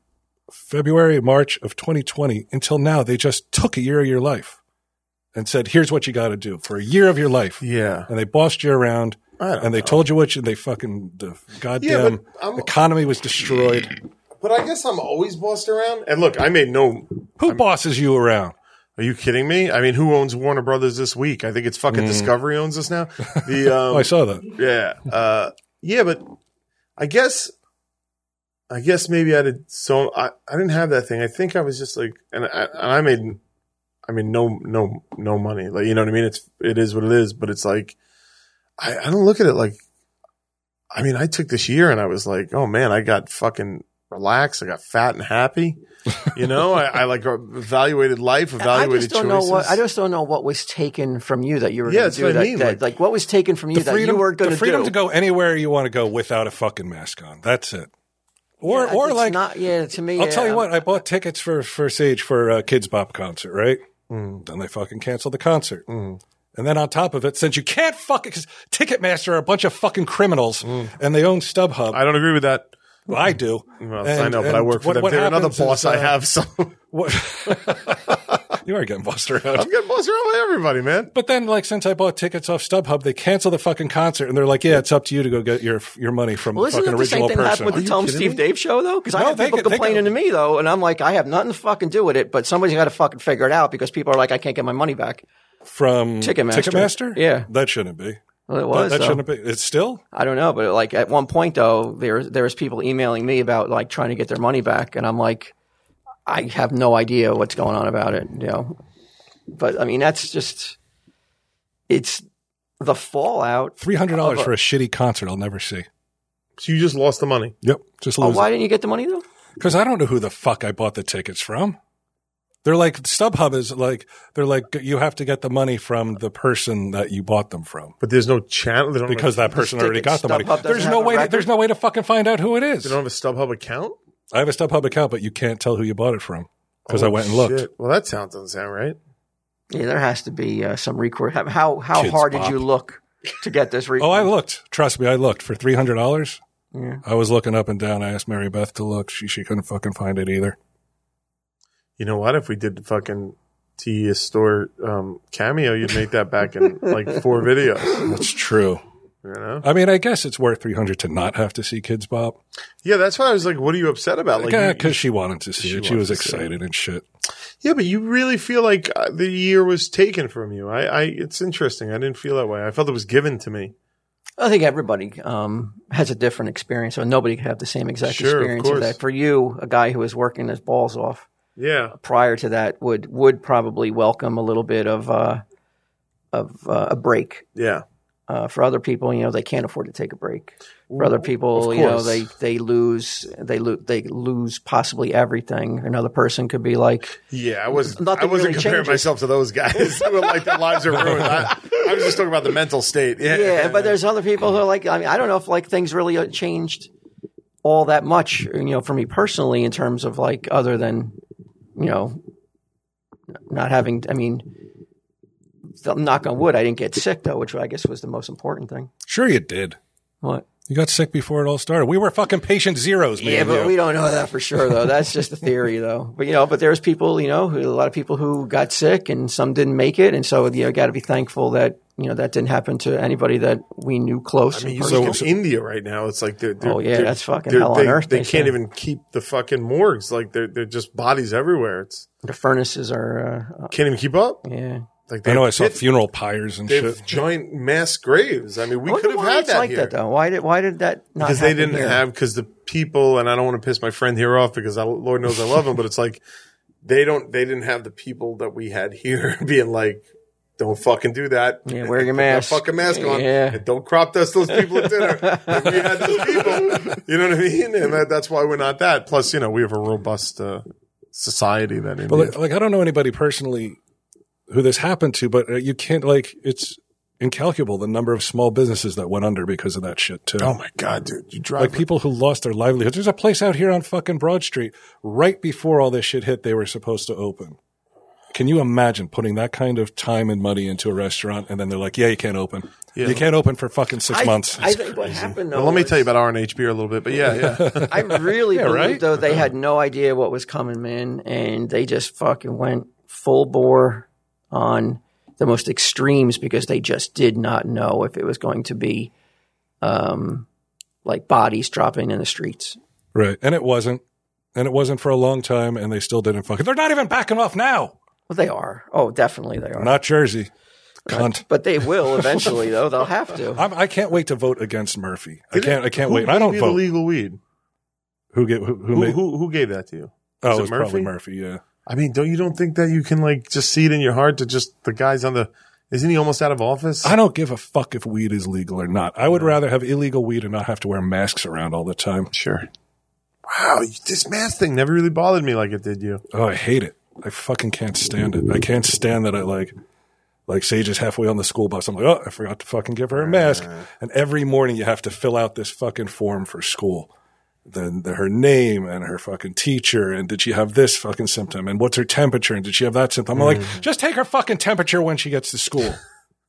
[SPEAKER 1] February, March of 2020 until now, they just took a year of your life and said, here's what you got to do for a year of your life,
[SPEAKER 4] yeah.
[SPEAKER 1] and they bossed you around.
[SPEAKER 4] I don't
[SPEAKER 1] And they told you what you, they fucking, the goddamn
[SPEAKER 4] I'm-
[SPEAKER 1] economy was destroyed.
[SPEAKER 4] But I guess I'm always bossed around. And look, I made no.
[SPEAKER 1] Who bosses you around?
[SPEAKER 4] Are you kidding me? I mean, who owns Warner Brothers this week? I think it's fucking Discovery owns us now. The
[SPEAKER 1] Mm.
[SPEAKER 4] um,
[SPEAKER 1] Oh, I saw that.
[SPEAKER 4] Yeah. Uh, yeah, but I guess, I guess maybe I did. So I, I didn't have that thing. I think I was just like, and I, and I made, I mean, no, no, no money. Like, you know what I mean? It's, it is what it is, but it's like, I, I don't look at it like, I mean, I took this year and I was like, oh man, I got fucking relaxed. I got fat and happy. You know, I, I like uh, evaluated life,
[SPEAKER 2] I
[SPEAKER 4] evaluated
[SPEAKER 2] just don't know
[SPEAKER 4] choices.
[SPEAKER 2] what I just don't know what was taken from you that you were
[SPEAKER 4] Yeah,
[SPEAKER 2] going
[SPEAKER 4] that's
[SPEAKER 2] to do
[SPEAKER 4] what I
[SPEAKER 2] that,
[SPEAKER 4] mean,
[SPEAKER 2] that-
[SPEAKER 4] like-
[SPEAKER 2] like, what was taken from you that you were going
[SPEAKER 1] the freedom
[SPEAKER 2] do.
[SPEAKER 1] to go anywhere you want to go without a fucking mask on. That's it. Or,
[SPEAKER 2] Yeah,
[SPEAKER 1] or
[SPEAKER 2] it's
[SPEAKER 1] like,
[SPEAKER 2] not yeah to me.
[SPEAKER 1] I'll tell you
[SPEAKER 2] um,
[SPEAKER 1] what, I bought tickets for, for Sage for a Kids Bop concert, right? Then they fucking canceled the concert. And then on top of it, since you can't fucking, because Ticketmaster are a bunch of fucking criminals and they own StubHub.
[SPEAKER 4] I don't agree with that.
[SPEAKER 1] Well, I do.
[SPEAKER 4] Well, I
[SPEAKER 1] And-
[SPEAKER 4] know, but
[SPEAKER 1] and
[SPEAKER 4] I work for
[SPEAKER 1] what-
[SPEAKER 4] them.
[SPEAKER 1] what
[SPEAKER 4] They're another
[SPEAKER 1] happens is,
[SPEAKER 4] boss I
[SPEAKER 1] uh,
[SPEAKER 4] have. So
[SPEAKER 1] what- you are getting bossed around.
[SPEAKER 4] I'm getting bossed around by everybody, man.
[SPEAKER 1] But then, like, since I bought tickets off StubHub, they cancel the fucking concert, and they're like, "Yeah, it's up to you to go get your your money from
[SPEAKER 2] Well,
[SPEAKER 1] the
[SPEAKER 2] isn't
[SPEAKER 1] fucking
[SPEAKER 2] it the same
[SPEAKER 1] original
[SPEAKER 2] thing that
[SPEAKER 1] person."
[SPEAKER 2] happened with the Tom Steve Dave show though? Because
[SPEAKER 1] No,
[SPEAKER 2] I have
[SPEAKER 1] they
[SPEAKER 2] people
[SPEAKER 1] get- they
[SPEAKER 2] complaining
[SPEAKER 1] get-
[SPEAKER 2] to me though, and I'm like, I have nothing to fucking do with it, but somebody's got to fucking figure it out because people are like, I can't get my money back.
[SPEAKER 1] from
[SPEAKER 2] Ticketmaster.
[SPEAKER 1] Ticketmaster?
[SPEAKER 2] Yeah.
[SPEAKER 1] that shouldn't be.
[SPEAKER 2] Well, it
[SPEAKER 1] That,
[SPEAKER 2] was.
[SPEAKER 1] that
[SPEAKER 2] though.
[SPEAKER 1] shouldn't be. It's still.
[SPEAKER 2] I don't know, but like at one point though, there there was people emailing me about like trying to get their money back, and I'm like, I have no idea what's going on about it, you know. But I mean, that's just it's the fallout.
[SPEAKER 1] Three hundred
[SPEAKER 2] Oh,
[SPEAKER 1] dollars for a shitty concert I'll never see.
[SPEAKER 4] So you just lost the money.
[SPEAKER 1] Yep, just
[SPEAKER 2] Oh,
[SPEAKER 1] lose
[SPEAKER 2] why didn't you get the money though?
[SPEAKER 1] because I don't know who the fuck I bought the tickets from. They're like StubHub is like they're like you have to get the money from the person that you bought them from
[SPEAKER 4] But there's no channel. They don't
[SPEAKER 1] because
[SPEAKER 4] have
[SPEAKER 1] that person
[SPEAKER 2] ticket
[SPEAKER 1] already got the money.
[SPEAKER 2] StubHub doesn't
[SPEAKER 1] There's
[SPEAKER 2] have
[SPEAKER 1] no
[SPEAKER 2] a
[SPEAKER 1] way. To,
[SPEAKER 2] record?
[SPEAKER 1] there's no way to fucking find out who it is.
[SPEAKER 4] a, they don't have a StubHub account.
[SPEAKER 1] I have a StubHub account, but you can't tell who you bought it from because I
[SPEAKER 4] Oh,
[SPEAKER 1] went and looked.
[SPEAKER 4] shit. Well, that sounds doesn't sound right.
[SPEAKER 2] Yeah, there has to be uh, some recourse. How how, how
[SPEAKER 1] Kids
[SPEAKER 2] hard
[SPEAKER 1] Bop.
[SPEAKER 2] did you look to get this refund.
[SPEAKER 1] Oh, I looked. Trust me, I looked for three hundred dollars. I was looking up and down. I asked Mary Beth to look. She she couldn't fucking find it either.
[SPEAKER 4] You know what? If we did the fucking TES store um, cameo, you'd make that back in like four videos.
[SPEAKER 1] That's true.
[SPEAKER 4] You know?
[SPEAKER 1] I mean, I guess it's worth three hundred to not have to see Kids Bop.
[SPEAKER 4] Yeah, that's why I was like, "What are you upset about?" Like,
[SPEAKER 1] Yeah,
[SPEAKER 4] you-
[SPEAKER 1] because she wanted to see
[SPEAKER 4] She
[SPEAKER 1] it. She
[SPEAKER 4] wanted
[SPEAKER 1] was
[SPEAKER 4] to see it.
[SPEAKER 1] excited and shit.
[SPEAKER 4] yeah, but you really feel like uh, the year was taken from you. I, I, it's interesting. I didn't feel that way. I felt it was given to me.
[SPEAKER 2] I think everybody um, has a different experience, so nobody could have the same exact
[SPEAKER 4] Sure, of
[SPEAKER 2] experience of
[SPEAKER 4] course.
[SPEAKER 2] that. For you, a guy who was working his balls off
[SPEAKER 4] Yeah,
[SPEAKER 2] prior to that would would probably welcome a little bit of uh, of uh, a break.
[SPEAKER 4] yeah.
[SPEAKER 2] Uh, for other people, you know, they can't afford to take a break. For other people,
[SPEAKER 4] of
[SPEAKER 2] you know,
[SPEAKER 4] course.
[SPEAKER 2] they they lose they lose they lose possibly everything. Another person could be like,
[SPEAKER 4] Yeah, I wasn't.
[SPEAKER 2] Nothing
[SPEAKER 4] I wasn't
[SPEAKER 2] really
[SPEAKER 4] comparing
[SPEAKER 2] changes.
[SPEAKER 4] myself to those guys who are like their lives are ruined. I, I was just talking about the mental state. Yeah,
[SPEAKER 2] yeah, but there's other people who are like, I mean, I don't know if like things really uh, changed all that much, you know, for me personally in terms of like other than, you know, n- not having. I mean, th- knock on wood, I didn't get sick though, which I guess was the most important thing.
[SPEAKER 1] Sure, you did.
[SPEAKER 2] What?
[SPEAKER 1] You got sick before it all started. We were fucking patient zeros, man.
[SPEAKER 2] Yeah, but we don't know that for sure though. That's just a theory though. But you know, but there's people, you know, who, a lot of people who got sick and some didn't make it, and so you know, got to be thankful that you know that didn't happen to anybody that we knew close.
[SPEAKER 4] I mean,
[SPEAKER 2] in
[SPEAKER 4] you
[SPEAKER 2] person.
[SPEAKER 4] look at India right now. It's like they're, they're
[SPEAKER 2] Oh, yeah,
[SPEAKER 4] they're-
[SPEAKER 2] that's fucking
[SPEAKER 4] they're-
[SPEAKER 2] hell on
[SPEAKER 4] they,
[SPEAKER 2] earth,
[SPEAKER 4] They,
[SPEAKER 2] they
[SPEAKER 4] can't
[SPEAKER 2] say.
[SPEAKER 4] even keep the fucking morgues. Like they're they're just bodies everywhere. It's
[SPEAKER 2] the furnaces are, uh, uh,
[SPEAKER 4] can't even keep up.
[SPEAKER 2] yeah.
[SPEAKER 4] Like
[SPEAKER 1] I know I saw
[SPEAKER 4] pits-
[SPEAKER 1] funeral pyres and
[SPEAKER 4] They
[SPEAKER 1] shit.
[SPEAKER 4] have giant mass graves. I mean, we
[SPEAKER 2] I wonder
[SPEAKER 4] could have
[SPEAKER 2] why
[SPEAKER 4] had
[SPEAKER 2] it's
[SPEAKER 4] that
[SPEAKER 2] like
[SPEAKER 4] here
[SPEAKER 2] that though. Why did why did that not?
[SPEAKER 4] because they
[SPEAKER 2] happen
[SPEAKER 4] didn't
[SPEAKER 2] here?
[SPEAKER 4] have because the people and I don't want to piss my friend here off because I, Lord knows I love him, but it's like they don't they didn't have the people that we had here being like, don't fucking do that.
[SPEAKER 2] Yeah, wear your
[SPEAKER 4] Put that
[SPEAKER 2] mask.
[SPEAKER 4] fucking mask on.
[SPEAKER 2] Yeah.
[SPEAKER 4] And don't crop dust those people at dinner. And we had those people. You know what I mean? And that, that's why we're not that. Plus, you know, we have a robust uh, society that.
[SPEAKER 1] But
[SPEAKER 4] India.
[SPEAKER 1] like, like, I don't know anybody personally who this happened to, but uh, you can't like it's incalculable the number of small businesses that went under because of that shit too.
[SPEAKER 4] oh my god, dude, you drive
[SPEAKER 1] like people who lost their livelihoods. There's a place out here on fucking Broad Street right before all this shit hit. They were supposed to open. Can you imagine putting that kind of time and money into a restaurant and then they're like, "Yeah, you can't open. You can't open for fucking six
[SPEAKER 2] I,
[SPEAKER 1] months."
[SPEAKER 2] I think what happened. Though,
[SPEAKER 4] Well, let me
[SPEAKER 2] was-
[SPEAKER 4] tell you about RNH beer a little bit, but yeah, yeah.
[SPEAKER 2] I really believe
[SPEAKER 1] right?
[SPEAKER 2] though they had no idea what was coming, man, and they just fucking went full bore on the most extremes because they just did not know if it was going to be, um, like bodies dropping in the streets.
[SPEAKER 1] right, and it wasn't, and it wasn't for a long time, and they still didn't fucking. They're not even backing off now.
[SPEAKER 2] Well, they are. Oh, definitely they are.
[SPEAKER 1] Not Jersey, cunt.
[SPEAKER 2] but they will eventually, though. They'll have to.
[SPEAKER 1] I'm, I can't wait to vote against Murphy. I
[SPEAKER 4] Did it-
[SPEAKER 1] can't. I can't
[SPEAKER 4] who
[SPEAKER 1] wait. I
[SPEAKER 4] gave
[SPEAKER 1] don't
[SPEAKER 4] you the
[SPEAKER 1] vote.
[SPEAKER 4] legal weed.
[SPEAKER 1] Who get who? Who,
[SPEAKER 4] Who,
[SPEAKER 1] made,
[SPEAKER 4] who who gave that to you?
[SPEAKER 1] oh,
[SPEAKER 4] is
[SPEAKER 1] it
[SPEAKER 4] it
[SPEAKER 1] was probably Murphy.
[SPEAKER 4] Murphy?
[SPEAKER 1] Yeah.
[SPEAKER 4] I mean, don't you don't think that you can like just see it in your heart to just the guys on the isn't he almost out of office?
[SPEAKER 1] I don't give a fuck if weed is legal or not. I would rather have illegal weed and not have to wear masks around all the time.
[SPEAKER 4] sure. Wow, you- this mask thing never really bothered me like it did you.
[SPEAKER 1] Oh, I hate it. I fucking can't stand it. I can't stand that I like. Like Sage is halfway on the school bus. I'm like, oh, I forgot to fucking give her a mask.
[SPEAKER 4] Uh.
[SPEAKER 1] And every morning you have to fill out this fucking form for school. Then the, her name and her fucking teacher. And did she have this fucking symptom? And what's her temperature? And did she have that symptom? I'm
[SPEAKER 4] Mm.
[SPEAKER 1] like, just take her fucking temperature when she gets to school.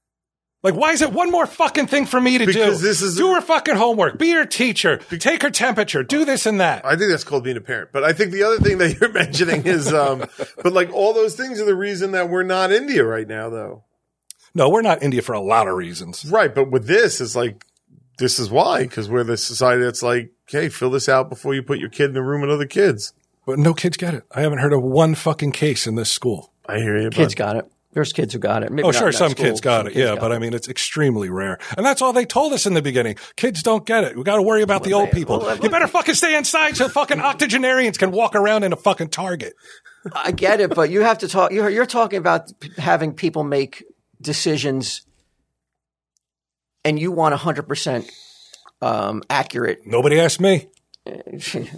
[SPEAKER 1] like, why is it one more fucking thing for me to
[SPEAKER 4] Because
[SPEAKER 1] do?
[SPEAKER 4] this is-
[SPEAKER 1] do her fucking homework. Be her teacher. take her temperature. Do this and that.
[SPEAKER 4] I think that's called being a parent. But I think the other thing that you're mentioning is um but like all those things are the reason that we're not India right now though.
[SPEAKER 1] no, we're not India for a lot of reasons.
[SPEAKER 4] Right, but with this it's like this is why because we're the society that's like, "Hey, fill this out before you put your kid in a room with other kids."
[SPEAKER 1] But no kids get it. I haven't heard of one fucking case in this school.
[SPEAKER 4] I hear you.
[SPEAKER 2] Kids
[SPEAKER 4] bud.
[SPEAKER 2] got it. There's kids who got it. Maybe
[SPEAKER 1] Oh,
[SPEAKER 2] not
[SPEAKER 1] sure,
[SPEAKER 2] in that
[SPEAKER 1] some
[SPEAKER 2] school.
[SPEAKER 1] kids got
[SPEAKER 2] Some
[SPEAKER 1] it. Yeah, but
[SPEAKER 2] got
[SPEAKER 1] I mean, it's extremely rare. And that's all they told us in the beginning. Kids don't get it. We got to worry about the old people. you better fucking stay inside so fucking octogenarians can walk around in a fucking Target.
[SPEAKER 2] I get it, but you have to talk. You're, you're talking about p- having people make decisions, and you want 100 percent um, accurate.
[SPEAKER 1] Nobody asked me.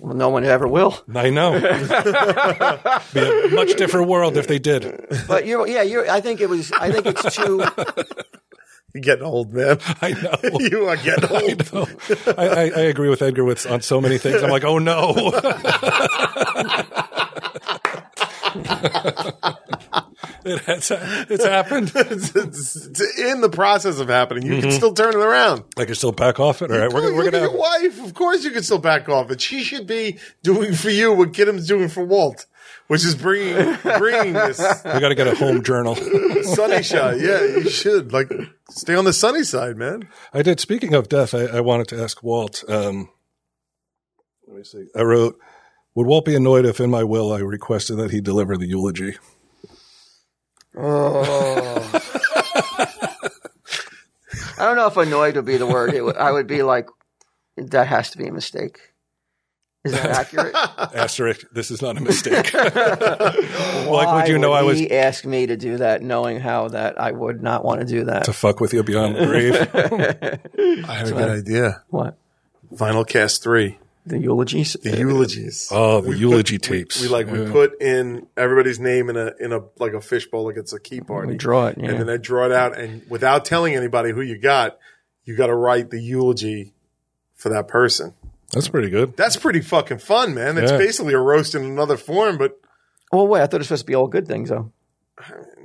[SPEAKER 2] Well, no one ever will.
[SPEAKER 1] I know. Be a much different world if they did.
[SPEAKER 2] But you, yeah, you. I think it was. I think it's too.
[SPEAKER 4] You're getting old, man.
[SPEAKER 1] I know.
[SPEAKER 4] you are getting
[SPEAKER 1] I
[SPEAKER 4] old.
[SPEAKER 1] know. I, I, I agree with Edgar with on so many things. I'm like, oh no. It has, it's happened.
[SPEAKER 4] it's, it's- it's in the process of happening. You can still turn it around.
[SPEAKER 1] I can still back off it. All right, we're gonna,
[SPEAKER 4] Mm-hmm. Oh, Look
[SPEAKER 1] we're
[SPEAKER 4] at
[SPEAKER 1] gonna
[SPEAKER 4] your
[SPEAKER 1] have,
[SPEAKER 4] wife. Of course, you can still back off, and she should be doing for you what Kidham's doing for Walt, which is bringing bringing this
[SPEAKER 1] we got to get a home journal.
[SPEAKER 4] sunny shot. Yeah, you should like stay on the sunny side, man.
[SPEAKER 1] I did. Speaking of death, I, I wanted to ask Walt. Um, let me see. I wrote, "Would Walt be annoyed if, in my will, I requested that he deliver the eulogy?"
[SPEAKER 2] I don't know if annoyed would be the word. It would, I would be like, that has to be a mistake. Is that accurate?
[SPEAKER 1] Asterisk. This is not a mistake. like, would you know I was
[SPEAKER 2] He asked me to do that, knowing how that I would not want to do that.
[SPEAKER 1] to fuck with you beyond the grave?
[SPEAKER 4] I have a good idea.
[SPEAKER 2] What
[SPEAKER 4] Final cast three,
[SPEAKER 2] the eulogies?
[SPEAKER 4] the eulogies.
[SPEAKER 1] Oh, the eulogy tapes.
[SPEAKER 4] we like we put in everybody's name in a in a like a fishbowl like it's a key party.
[SPEAKER 2] We draw it. Yeah.
[SPEAKER 4] and then I draw it out and without telling anybody who you got, you got to write the eulogy for that person.
[SPEAKER 1] That's pretty good.
[SPEAKER 4] That's pretty fucking fun, man. It's
[SPEAKER 1] Yeah.
[SPEAKER 4] basically a roast in another form, but
[SPEAKER 2] well, wait. I thought it was supposed to be all good things, though.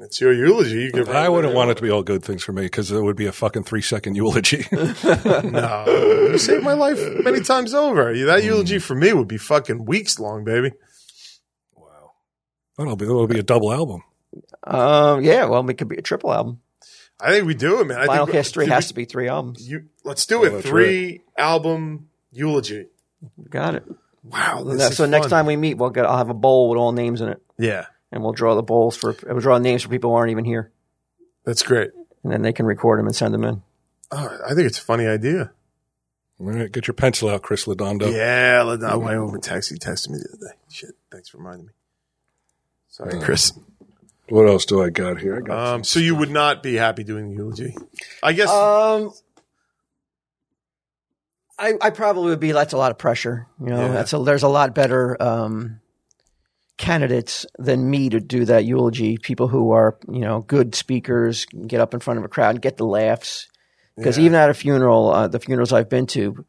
[SPEAKER 4] it's your eulogy. You can
[SPEAKER 1] I wouldn't want it to be all good things for me because it would be a fucking three second eulogy.
[SPEAKER 4] No, you saved my life many times over. Yeah, That eulogy for me would be fucking weeks long, baby.
[SPEAKER 1] That'll be that'll be a double album.
[SPEAKER 2] Um, yeah. Well, it could be a triple album.
[SPEAKER 4] I think we do it, man. I
[SPEAKER 2] Final
[SPEAKER 4] think
[SPEAKER 2] Cast Three has to be three albums.
[SPEAKER 4] You, let's do it.
[SPEAKER 1] that's
[SPEAKER 4] Three album eulogy.
[SPEAKER 2] Got it.
[SPEAKER 4] Wow. this
[SPEAKER 2] Now,
[SPEAKER 4] is
[SPEAKER 2] so next
[SPEAKER 4] fun.
[SPEAKER 2] time we meet, we'll get. I'll have a bowl with all names in it,
[SPEAKER 4] yeah,
[SPEAKER 2] and we'll draw the bowls for. We'll draw names for people who aren't even here,
[SPEAKER 4] that's great.
[SPEAKER 2] and then they can record them and send them in.
[SPEAKER 4] Oh, I think it's a funny idea.
[SPEAKER 1] All right, get your pencil out, Chris Ladondo.
[SPEAKER 4] Yeah, let no, my over text. He texted me the other day. Shit, thanks for reminding me. Sorry, Chris.
[SPEAKER 1] What else do I got here? I got
[SPEAKER 4] Um, so you would not be happy doing the eulogy, I guess.
[SPEAKER 2] Um, I I probably would be. That's a lot of pressure. You know,
[SPEAKER 4] Yeah.
[SPEAKER 2] that's a, there's a lot better um, candidates than me to do that eulogy. People who are you know good speakers, get up in front of a crowd and get the laughs. Because even at a funeral, uh, the funerals I've been to,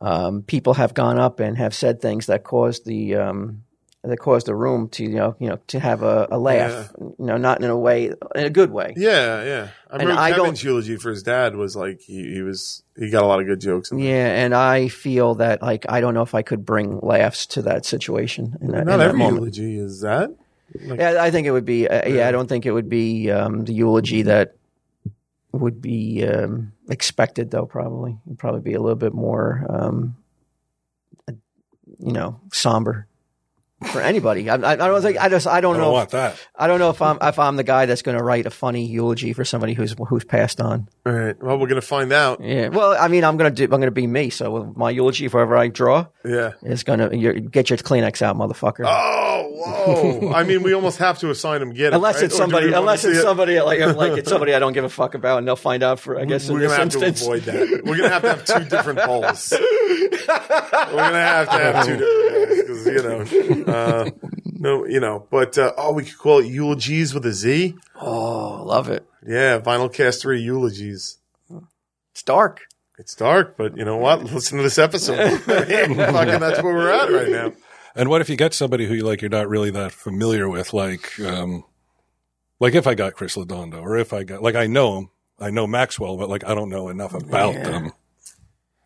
[SPEAKER 2] um, people have gone up and have said things that caused the um, that caused the room to you know you know to have a, a laugh. You know, not in a way, in a good way.
[SPEAKER 4] yeah, yeah. I remember
[SPEAKER 2] I
[SPEAKER 4] Kevin's eulogy for his dad was like he, he was he got a lot of good jokes. In there.
[SPEAKER 2] Yeah, and I feel that like I don't know if I could bring laughs to that situation in that, in
[SPEAKER 4] Not
[SPEAKER 2] that
[SPEAKER 4] every
[SPEAKER 2] moment.
[SPEAKER 4] eulogy is that.
[SPEAKER 2] Yeah, I think it would be. Uh, yeah, I don't think it would be um, the eulogy that would be um, expected, though. Probably, It'd probably be a little bit more, um, uh, you know, somber for anybody. I, I I don't think I just I don't
[SPEAKER 1] I
[SPEAKER 2] know.
[SPEAKER 1] don't
[SPEAKER 2] if-
[SPEAKER 1] want that.
[SPEAKER 2] I don't know if I'm if I'm the guy that's going to write a funny eulogy for somebody who's who's passed on.
[SPEAKER 4] All right. Well, we're gonna find out.
[SPEAKER 2] Yeah. Well, I mean, I'm gonna do. I'm gonna be me. So with my eulogy, wherever I draw,
[SPEAKER 4] Yeah.
[SPEAKER 2] is gonna you're, get your Kleenex out, motherfucker.
[SPEAKER 4] Oh, whoa! I mean, we almost have to assign him. Get him,
[SPEAKER 2] unless
[SPEAKER 4] right?
[SPEAKER 2] it's
[SPEAKER 1] Oh,
[SPEAKER 4] Or do we
[SPEAKER 2] somebody,
[SPEAKER 4] wanna
[SPEAKER 2] unless
[SPEAKER 4] see
[SPEAKER 2] it's
[SPEAKER 4] it?
[SPEAKER 2] somebody like like it's somebody I don't give a fuck about, and they'll find out for I guess
[SPEAKER 4] We're
[SPEAKER 2] in
[SPEAKER 4] gonna
[SPEAKER 2] this
[SPEAKER 4] have
[SPEAKER 2] instance.
[SPEAKER 4] to avoid that. We're gonna have to have two different polls. We're gonna have to have two different polls because you know, uh, no, you know. But uh, oh, we could call it eulogies with a Z.
[SPEAKER 2] Oh, love it.
[SPEAKER 4] Yeah, vinyl cast three eulogies.
[SPEAKER 2] It's dark.
[SPEAKER 4] It's dark, but you know what? Listen to this episode. Fucking, that's where we're at right now.
[SPEAKER 1] And what if you get somebody who you like you're not really that familiar with, like um, like if I got Chris Ladondo or if I got like I know him, I know Maxwell, but like I don't know enough about them.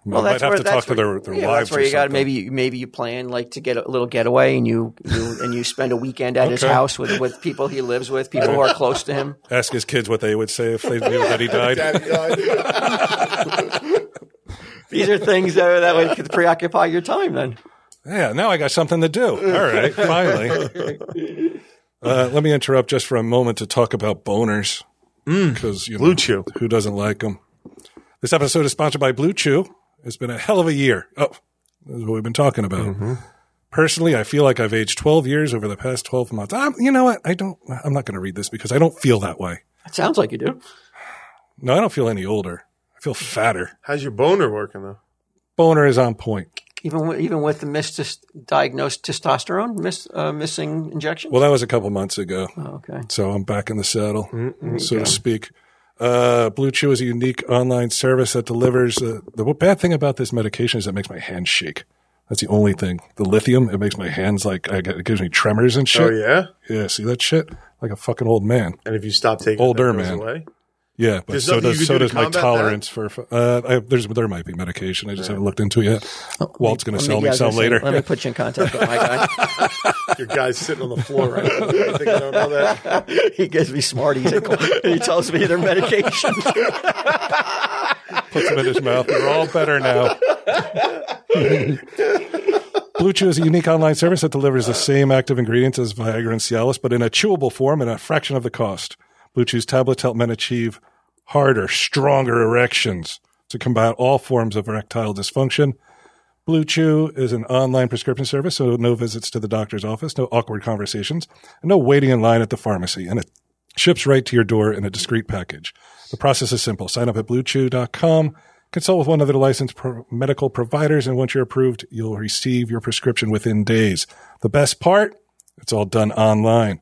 [SPEAKER 1] Well, I might have to talk to their, their
[SPEAKER 2] yeah,
[SPEAKER 1] wives.
[SPEAKER 2] That's where you
[SPEAKER 1] or
[SPEAKER 2] got
[SPEAKER 1] something.
[SPEAKER 2] maybe you- maybe you plan like to get a little getaway, and you, you and you spend a weekend at his
[SPEAKER 1] Okay.
[SPEAKER 2] house with with people he lives with, people who are close to him.
[SPEAKER 1] ask his kids what they would say if they knew that he died.
[SPEAKER 2] These are things that that would could preoccupy your time. Then
[SPEAKER 1] yeah, now I got something to do. All right, finally. Uh, let me interrupt just for a moment to talk about boners because you know,
[SPEAKER 4] Mm. Blue Chew.
[SPEAKER 1] who doesn't like them? This episode is sponsored by Blue Chew. It's been a hell of a year. Oh, this is what we've been talking about.
[SPEAKER 4] Mm-hmm.
[SPEAKER 1] Personally, I feel like I've aged 12 years over the past 12 months. I'm, you know what? I don't, I'm not going to read this because I don't feel that way.
[SPEAKER 2] it sounds like you do.
[SPEAKER 1] No, I don't feel any older. I feel fatter.
[SPEAKER 4] How's your boner working though?
[SPEAKER 1] Boner is on point.
[SPEAKER 2] Even with, even with the misdiagnosed testosterone, miss, uh, missing injection.
[SPEAKER 1] Well, that was a couple months ago.
[SPEAKER 2] oh, okay.
[SPEAKER 1] So I'm back in the saddle, so to speak. Uh, Blue Chew is a unique online service that delivers uh, the bad thing about this medication is it makes my hands shake. That's the only thing. The lithium, it makes my hands like I get, it gives me tremors and shit.
[SPEAKER 4] Oh yeah,
[SPEAKER 1] yeah. See that shit? Like a fucking old man.
[SPEAKER 4] And if you stop taking
[SPEAKER 1] Older
[SPEAKER 4] it, that goes
[SPEAKER 1] man.
[SPEAKER 4] away.
[SPEAKER 1] Yeah, but
[SPEAKER 4] There's
[SPEAKER 1] so
[SPEAKER 4] nothing you
[SPEAKER 1] does
[SPEAKER 4] can
[SPEAKER 1] so
[SPEAKER 4] do to
[SPEAKER 1] does my
[SPEAKER 4] combat that?
[SPEAKER 1] tolerance for. Uh, I, there's there might be medication. I just haven't looked into it yet.
[SPEAKER 4] Oh,
[SPEAKER 1] Walt's going to
[SPEAKER 2] Let
[SPEAKER 1] sell
[SPEAKER 2] yeah, I
[SPEAKER 1] me
[SPEAKER 2] was
[SPEAKER 1] some
[SPEAKER 2] gonna say,
[SPEAKER 1] later.
[SPEAKER 2] Let me put you in contact with my guy.
[SPEAKER 4] Your guy's sitting on the floor right now. I think I don't know that.
[SPEAKER 2] he gives me smarties and, and he tells me their medication.
[SPEAKER 1] puts them in his mouth. They're all better now. Blue Chew is a unique online service that delivers the same active ingredients as Viagra and Cialis, but in a chewable form and a fraction of the cost. Blue Chew's tablets help men achieve harder, stronger erections to combat all forms of erectile dysfunction. Blue Chew is an online prescription service, so no visits to the doctor's office, no awkward conversations, and no waiting in line at the pharmacy. And it ships right to your door in a discreet package. The process is simple. Sign up at bluechew.com, consult with one of their licensed pro- medical providers, and once you're approved, you'll receive your prescription within days. The best part? It's all done online.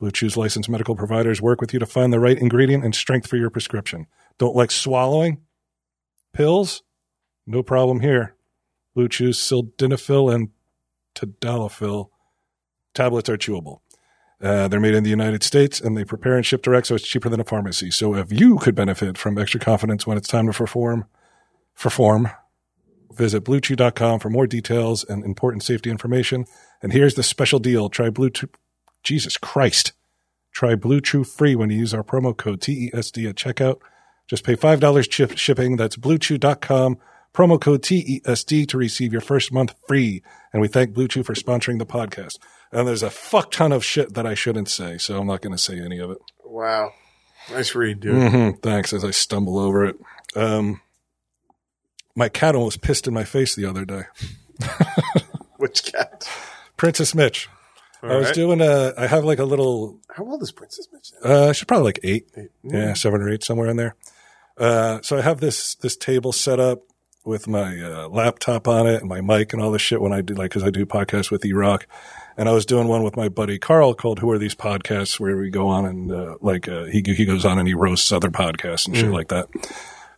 [SPEAKER 1] Blue Chew's licensed medical providers work with you to find the right ingredient and strength for your prescription. Don't like swallowing? Pills? No problem here. Blue Chew, sildenafil, and tadalafil tablets are chewable. Uh, they're made in the United States and they prepare and ship direct, so it's cheaper than a pharmacy. So if you could benefit from extra confidence when it's time to perform, perform, visit bluechew.com for more details and important safety information. And here's the special deal: try Blue Chew. Jesus Christ! Try Blue Chew free when you use our promo code TESD at checkout. Just pay five dollars chip shipping. That's bluechew.com. Promo code TESD to receive your first month free. And we thank Blue Chew for sponsoring the podcast. And there's a fuck ton of shit that I shouldn't say, so I'm not going to say any of it.
[SPEAKER 4] Wow, nice read, dude.
[SPEAKER 1] hmm Thanks as I stumble over it. Um, my cat almost pissed in my face the other day.
[SPEAKER 4] Which cat?
[SPEAKER 1] Princess Mitch.
[SPEAKER 4] All
[SPEAKER 1] I was
[SPEAKER 4] right.
[SPEAKER 1] doing a, I have like a little
[SPEAKER 4] How old is Princess Mitch? now?
[SPEAKER 1] Uh, she's probably like eight.
[SPEAKER 4] Eight.
[SPEAKER 1] Yeah, seven or eight, somewhere in there. Uh, so I have this this table set up with my uh, laptop on it and my mic and all this shit when I do like because I do podcasts with E Rock, and I was doing one with my buddy Carl called "Who Are These Podcasts?" where we go on and uh, like uh, he he goes on and he roasts other podcasts and shit like that.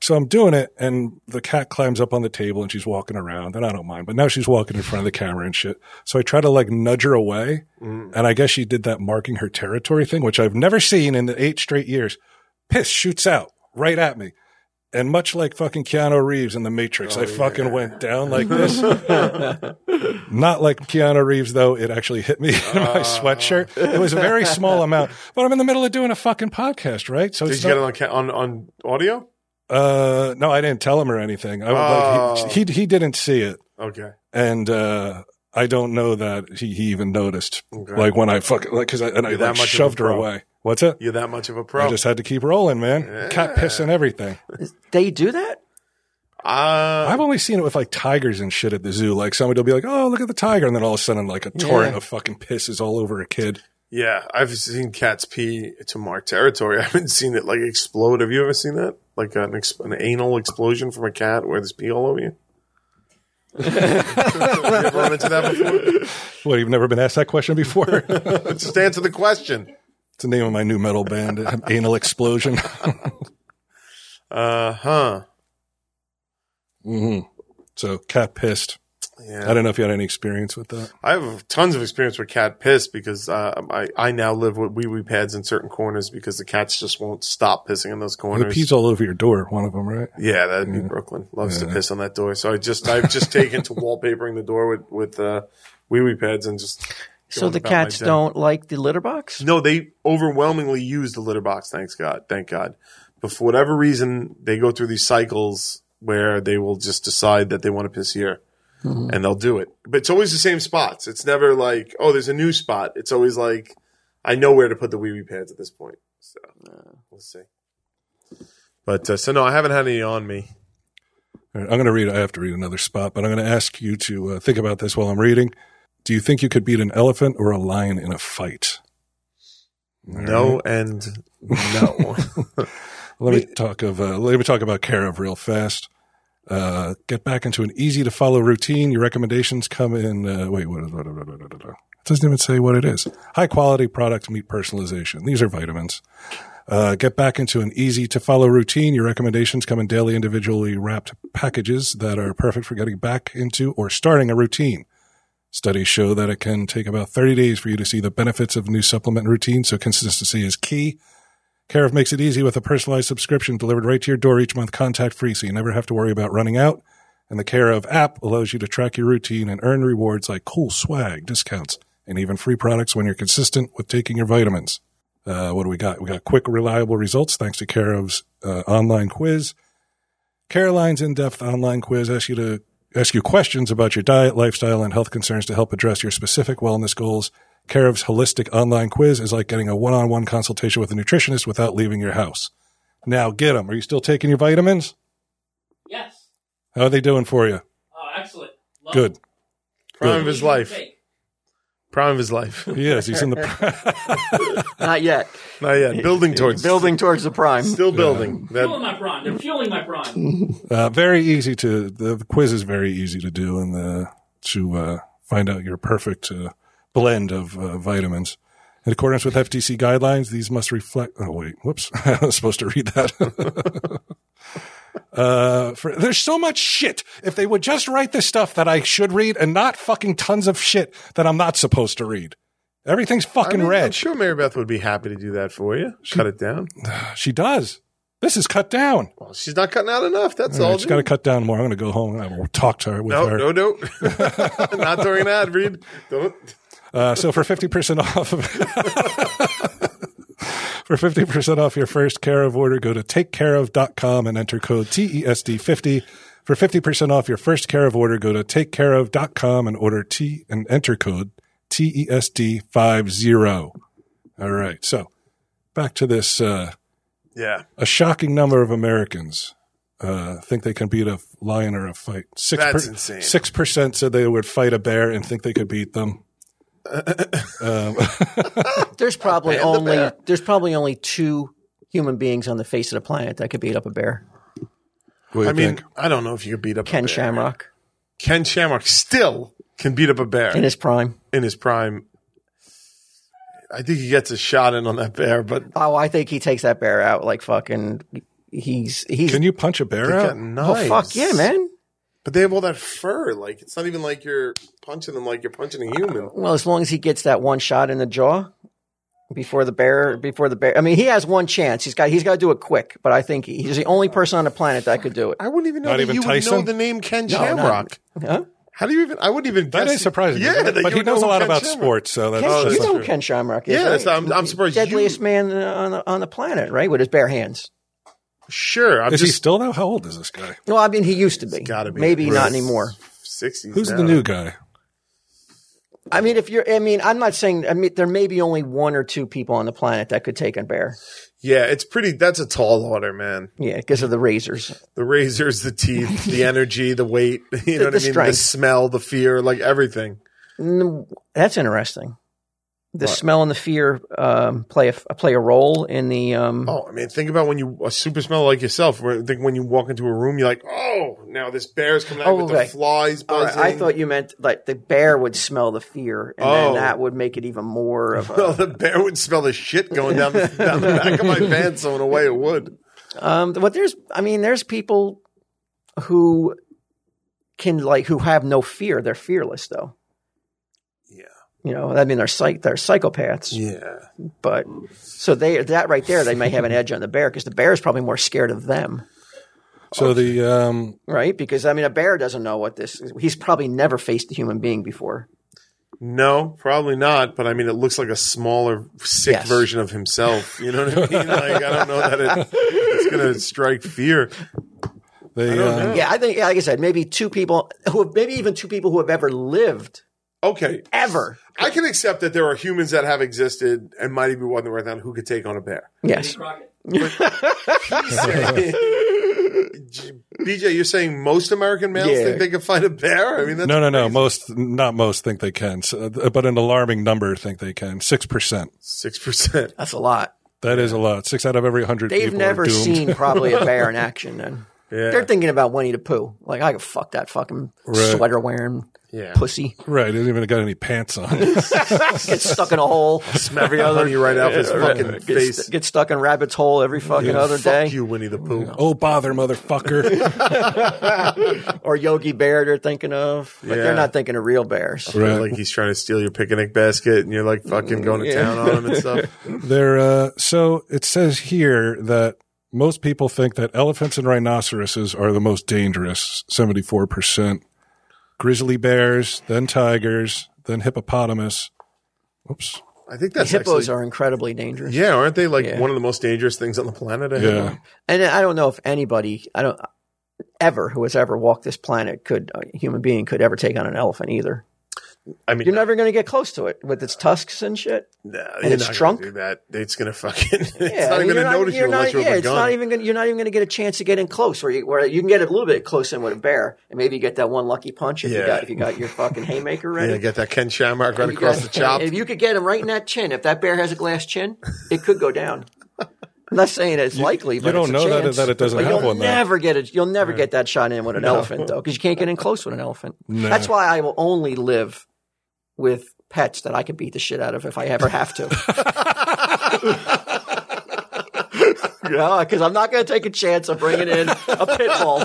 [SPEAKER 1] So I'm doing it, and the cat climbs up on the table and she's walking around, and I don't mind. But now she's walking in front of the camera and shit. So I try to like nudge her away,
[SPEAKER 4] Mm.
[SPEAKER 1] and I guess she did that marking her territory thing, which I've never seen in the eight straight years. Piss shoots out right at me. And much like fucking Keanu Reeves in The Matrix,
[SPEAKER 4] Oh,
[SPEAKER 1] I fucking went down like this. Not like Keanu Reeves, though. It actually hit me in
[SPEAKER 4] Ah.
[SPEAKER 1] my sweatshirt. It was a very small amount, but I'm in the middle of doing a fucking podcast, right? So
[SPEAKER 4] Did
[SPEAKER 1] it's
[SPEAKER 4] you
[SPEAKER 1] not-
[SPEAKER 4] get it on ca- on on audio?
[SPEAKER 1] uh, no, I didn't tell him or anything. I,
[SPEAKER 4] Oh.
[SPEAKER 1] like, he, he he didn't see it,
[SPEAKER 4] Okay.
[SPEAKER 1] and uh, I don't know that he, he even noticed.
[SPEAKER 4] Okay.
[SPEAKER 1] Like when I fucking like because I and I
[SPEAKER 4] You're that
[SPEAKER 1] like,
[SPEAKER 4] much of a
[SPEAKER 1] shoved her
[SPEAKER 4] pro. Oh.
[SPEAKER 1] away. What's it?
[SPEAKER 4] You're that much of a
[SPEAKER 1] I
[SPEAKER 4] pro.
[SPEAKER 1] just had to keep rolling, man. Cat piss and everything.
[SPEAKER 2] they do that?
[SPEAKER 4] uh,
[SPEAKER 1] I've only seen it with like tigers and shit at the zoo. Like somebody will be like, "Oh, look at the tiger," and then all of a sudden, like a torrent
[SPEAKER 2] Yeah.
[SPEAKER 1] of fucking piss is all over a kid.
[SPEAKER 4] yeah, I've seen cats pee to mark territory. I haven't seen it like explode. Have you ever seen that? Like an, ex- an anal explosion from a cat where there's pee all over you? you ever run into that before?
[SPEAKER 1] What? You've never been asked that question before. it's
[SPEAKER 4] Just answer the question.
[SPEAKER 1] the name of my new metal band, Anal Explosion.
[SPEAKER 4] Uh huh.
[SPEAKER 1] hmm So cat pissed.
[SPEAKER 4] Yeah.
[SPEAKER 1] I don't know if you had any experience with that.
[SPEAKER 4] I have tons of experience with cat piss because uh, I I now live with wee wee pads in certain corners because the cats just won't stop pissing in those
[SPEAKER 1] The
[SPEAKER 4] corners.
[SPEAKER 1] pee's all over your door, one of them, right?
[SPEAKER 4] yeah, that'd be Brooklyn. Loves to piss on that door. So I just I've just taken to wallpapering the door with with uh, wee wee pads and just.
[SPEAKER 2] So
[SPEAKER 4] going
[SPEAKER 2] the
[SPEAKER 4] about my
[SPEAKER 2] cats
[SPEAKER 4] day.
[SPEAKER 2] don't like the litter box?
[SPEAKER 4] No, they overwhelmingly use the litter box. Thanks God. Thank God. But for whatever reason, they go through these cycles where they will just decide that they want to piss here,
[SPEAKER 2] Mm-hmm.
[SPEAKER 4] and they'll do it. But it's always the same spots. It's never like, oh, there's a new spot. It's always like, I know where to put the wee wee pads at this point. So we'll see. But uh, so no, I haven't had any on me.
[SPEAKER 1] All right, I'm going to read. I have to read another spot, but I'm going to ask you to uh, think about this while I'm reading. Do you think you could beat an elephant or a lion in a fight?
[SPEAKER 4] No and no.
[SPEAKER 1] Let me talk of. Uh, let me talk about care of real fast. Uh, get back into an easy to follow routine. Your recommendations come in. Uh, wait, what? what- what- what- what- what- It doesn't even say what it is. High quality products meet personalization. These are vitamins. Uh, get back into an easy to follow routine. Your recommendations come in daily individually wrapped packages that are perfect for getting back into or starting a routine. Studies show that it can take about 30 days for you to see the benefits of new supplement routine, so consistency is key. Care of makes it easy with a personalized subscription delivered right to your door each month, contact free, so you never have to worry about running out. And the Care of app allows you to track your routine and earn rewards like cool swag, discounts, and even free products when you're consistent with taking your vitamins. Uh, what do we got? We got quick, reliable results thanks to Care of's uh, online quiz. Caroline's in-depth online quiz asks you to ask you questions about your diet, lifestyle, and health concerns to help address your specific wellness goals. Care of's holistic online quiz is like getting a one-on-one consultation with a nutritionist without leaving your house. Now get them. Are you still taking your vitamins?
[SPEAKER 6] Yes.
[SPEAKER 1] How are they doing for you?
[SPEAKER 6] Oh, excellent. Love
[SPEAKER 1] Good.
[SPEAKER 4] Prime of
[SPEAKER 6] it.
[SPEAKER 4] his life.
[SPEAKER 6] Fake.
[SPEAKER 4] Prime of his life.
[SPEAKER 1] He is. He's in the.
[SPEAKER 2] Not yet.
[SPEAKER 4] Not yet. Building towards.
[SPEAKER 2] Building towards the prime.
[SPEAKER 4] Still building.
[SPEAKER 6] Fueling
[SPEAKER 4] That,
[SPEAKER 6] my prime. They're fueling my prime.
[SPEAKER 1] Uh, very easy to the quiz is very easy to do and the to uh, find out your perfect uh, blend of uh, vitamins. In accordance with FTC guidelines, these must reflect. Oh wait, whoops! I was supposed to read that. uh, for, there's so much shit. If they would just write the stuff that I should read and not fucking tons of shit that I'm not supposed to read. Everything's
[SPEAKER 4] I
[SPEAKER 1] fucking
[SPEAKER 4] mean, I'm
[SPEAKER 1] red.
[SPEAKER 4] sure Mary Beth would be happy to do that for you. Cut it down.
[SPEAKER 1] She does. This is cut down.
[SPEAKER 4] Well, she's not cutting out enough. That's
[SPEAKER 1] I
[SPEAKER 4] all.
[SPEAKER 1] just got to
[SPEAKER 4] dude.
[SPEAKER 1] cut down more. I'm going to go home and I will talk to her with
[SPEAKER 4] No,
[SPEAKER 1] her.
[SPEAKER 4] no, no. not during an ad read. Don't.
[SPEAKER 1] Uh, so for 50% off of- for 50% off your first care of order go to takecareof.com and enter code E TESD50 for 50% off your first care of order go to takecareof.com and order T and enter code E TESD50 all right so back to this uh,
[SPEAKER 4] Yeah.
[SPEAKER 1] a shocking number of Americans uh, think they can beat a lion or a fight. Six
[SPEAKER 4] That's insane.
[SPEAKER 1] Six percent said they would fight a bear and think they could beat them.
[SPEAKER 2] There's probably
[SPEAKER 4] Band the
[SPEAKER 2] only
[SPEAKER 4] bear.
[SPEAKER 2] there's probably only two human beings on the face of the planet that could beat up a bear.
[SPEAKER 1] What do
[SPEAKER 4] I
[SPEAKER 1] you
[SPEAKER 4] mean,
[SPEAKER 1] think?
[SPEAKER 4] I don't know if you could beat up a
[SPEAKER 2] Ken
[SPEAKER 4] bear.
[SPEAKER 2] Shamrock
[SPEAKER 4] Ken Shamrock still can beat up a bear
[SPEAKER 2] in his prime.
[SPEAKER 4] prime. I think he gets a shot in on that bear, but
[SPEAKER 2] Oh, I think he takes that bear out like fucking. He's he's.
[SPEAKER 1] Can you punch a bear
[SPEAKER 4] they
[SPEAKER 1] out?
[SPEAKER 4] got
[SPEAKER 2] oh
[SPEAKER 4] knives.
[SPEAKER 2] fuck yeah, man.
[SPEAKER 4] But they have all that fur. Like it's not even like you're punching them like you're punching a human.
[SPEAKER 2] Well, as long as he gets that one shot in the jaw before the bear, before the bear. I mean, he has one chance. He's got he's got to do it quick. But I think he's the only person on the planet that could do it.
[SPEAKER 4] I wouldn't even know
[SPEAKER 1] Not
[SPEAKER 4] that
[SPEAKER 1] even
[SPEAKER 4] you
[SPEAKER 1] Tyson?
[SPEAKER 4] would know the name Ken
[SPEAKER 2] not-
[SPEAKER 4] Shamrock.
[SPEAKER 2] Huh?
[SPEAKER 4] How do you even? I wouldn't even.
[SPEAKER 1] That
[SPEAKER 4] guess
[SPEAKER 1] is surprising.
[SPEAKER 4] Yeah, that
[SPEAKER 1] but
[SPEAKER 4] you
[SPEAKER 1] he
[SPEAKER 4] would know
[SPEAKER 1] knows a
[SPEAKER 4] who
[SPEAKER 1] lot
[SPEAKER 4] Ken
[SPEAKER 1] about
[SPEAKER 4] Shamrock-
[SPEAKER 1] sports, so that's,
[SPEAKER 2] Ken,
[SPEAKER 4] Oh,
[SPEAKER 1] that's
[SPEAKER 2] you
[SPEAKER 4] that's
[SPEAKER 2] know
[SPEAKER 4] true.
[SPEAKER 2] who Ken Shamrock is.
[SPEAKER 4] Yeah,
[SPEAKER 2] right?
[SPEAKER 4] that's- I'm- I'm surprised you-
[SPEAKER 2] Deadliest man on the, on the planet, right? With his bare hands.
[SPEAKER 4] Sure, I'm
[SPEAKER 1] Is he
[SPEAKER 4] just
[SPEAKER 1] still now? How old is this guy?
[SPEAKER 2] Well, I mean, he used to be.
[SPEAKER 4] gotta be.
[SPEAKER 2] Maybe
[SPEAKER 4] Right.
[SPEAKER 2] not anymore.
[SPEAKER 4] sixties.
[SPEAKER 1] Who's the new guy?
[SPEAKER 2] I mean, if you're, I mean, I'm not saying. I mean, there may be only one or two people on the planet that could take a bear.
[SPEAKER 4] Yeah, it's pretty. That's a tall order, man.
[SPEAKER 2] Yeah, because of the razors.
[SPEAKER 4] The razors, the teeth, the energy, the weight. You know
[SPEAKER 2] the
[SPEAKER 4] what I mean? The
[SPEAKER 2] strength.
[SPEAKER 4] smell, the fear, like everything.
[SPEAKER 2] Mm, That's interesting. The smell and the fear um, play a, play a role in the. Um,
[SPEAKER 4] Oh, I mean, think about when you a super smell like yourself. where- Think when you walk into a room, you're like, oh, now this bear's coming out
[SPEAKER 2] Oh,
[SPEAKER 4] with
[SPEAKER 2] okay.
[SPEAKER 4] the flies
[SPEAKER 2] All right,
[SPEAKER 4] buzzing.
[SPEAKER 2] I thought you meant like the bear would smell the fear, and
[SPEAKER 4] Oh.
[SPEAKER 2] then that would make it even more of a.
[SPEAKER 4] Well, the bear would smell the shit going down the, down the back of my pants. So in a way, it would.
[SPEAKER 2] Um, but there's, I mean, there's people who can like who have no fear. They're fearless, though.
[SPEAKER 4] Yeah.
[SPEAKER 2] You know, I mean, they're psych, they're psychopaths.
[SPEAKER 4] Yeah.
[SPEAKER 2] But so they that right there, they may have an edge on the bear because the bear is probably more scared of them,
[SPEAKER 1] So the um,
[SPEAKER 2] right? Because I mean, a bear doesn't know what this. He's probably never faced a human being before.
[SPEAKER 4] No, probably not. But I mean, it looks like a smaller, sick
[SPEAKER 2] Yes.
[SPEAKER 4] version of himself. You know what I mean? Like, I don't know that it, it's going to strike fear.
[SPEAKER 1] they um,
[SPEAKER 2] Yeah, I think, yeah, like I said, maybe two people who have, maybe even two people who have ever lived
[SPEAKER 4] Okay.
[SPEAKER 2] ever.
[SPEAKER 4] I can accept that there are humans that have existed and might even be wandering around who could take on a bear.
[SPEAKER 2] Yes,
[SPEAKER 6] Crockett.
[SPEAKER 4] BJ, you're saying most American males
[SPEAKER 2] Yeah.
[SPEAKER 4] think they can fight a bear? I mean, that's
[SPEAKER 1] no, no, no. Most, not most, think they can, so, but an alarming number think they can. Six percent.
[SPEAKER 4] six percent.
[SPEAKER 2] that's a lot.
[SPEAKER 1] That is a lot. Six out of every hundred.
[SPEAKER 2] They've
[SPEAKER 1] people are
[SPEAKER 2] never
[SPEAKER 1] doomed.
[SPEAKER 2] seen probably a bear in action. Then
[SPEAKER 4] Yeah.
[SPEAKER 2] They're thinking about Winnie the Pooh. Like I could fuck that fucking
[SPEAKER 1] Right.
[SPEAKER 2] sweater wearing
[SPEAKER 4] Yeah.
[SPEAKER 2] pussy.
[SPEAKER 1] Right. He hasn't even got any pants on.
[SPEAKER 2] Get stuck in a hole.
[SPEAKER 4] Every other you right out his fucking
[SPEAKER 2] Get,
[SPEAKER 4] face.
[SPEAKER 2] st- get stuck in rabbit's hole every fucking other
[SPEAKER 4] Fuck
[SPEAKER 2] day.
[SPEAKER 4] you, Winnie the Pooh.
[SPEAKER 1] oh, bother, motherfucker.
[SPEAKER 2] Or Yogi Bear they're thinking of. Like
[SPEAKER 4] Yeah.
[SPEAKER 2] they're not thinking of real bears.
[SPEAKER 1] right.
[SPEAKER 4] Like he's trying to steal your picnic basket, and you're like fucking going to town on him and stuff.
[SPEAKER 1] They're, uh, so it says here that most people think that elephants and rhinoceroses are the most dangerous, 74%. Grizzly bears, then tigers, then hippopotamus. Oops.
[SPEAKER 4] I think that's
[SPEAKER 2] Hippos
[SPEAKER 4] actually,
[SPEAKER 2] are incredibly dangerous.
[SPEAKER 4] Yeah, aren't they like
[SPEAKER 2] Yeah.
[SPEAKER 4] one of the most dangerous things on the planet? I
[SPEAKER 1] Yeah.
[SPEAKER 2] And I don't know if anybody, I don't ever who has ever walked this planet could a human being could ever take on an elephant either.
[SPEAKER 4] I mean,
[SPEAKER 2] You're never going to get close to it with its tusks and shit.
[SPEAKER 4] nah,
[SPEAKER 2] and
[SPEAKER 4] you're
[SPEAKER 2] it's
[SPEAKER 4] not
[SPEAKER 2] trunk?
[SPEAKER 4] Gonna do that it's gonna fucking. It's
[SPEAKER 2] Yeah,
[SPEAKER 4] not even
[SPEAKER 2] you're
[SPEAKER 4] gonna notice
[SPEAKER 2] you're
[SPEAKER 4] you unless you're
[SPEAKER 2] yeah,
[SPEAKER 4] with a
[SPEAKER 2] it's not
[SPEAKER 4] gun.
[SPEAKER 2] even gonna, you're not even going to get a chance to get in close, where you, where you can get a little bit close in with a bear, and maybe you get that one lucky punch if
[SPEAKER 4] Yeah.
[SPEAKER 2] you got if you got your fucking haymaker ready.
[SPEAKER 4] yeah, get that Ken Shamrock right across the chop.
[SPEAKER 2] If you could get him right in that chin, if that bear has a glass chin, it could go down. I'm not saying it's likely, but
[SPEAKER 1] don't
[SPEAKER 2] it's a
[SPEAKER 1] know that-
[SPEAKER 2] chance.
[SPEAKER 1] that it doesn't
[SPEAKER 2] But
[SPEAKER 1] have
[SPEAKER 2] you'll
[SPEAKER 1] one, though.
[SPEAKER 2] Never get it. You'll never get that shot in with an elephant though, because you can't get in close with an elephant.
[SPEAKER 1] No.
[SPEAKER 2] That's why I will only live with pets that I can beat the shit out of if I ever have to. yeah, because I'm not going to take a chance of bringing in a pit bull.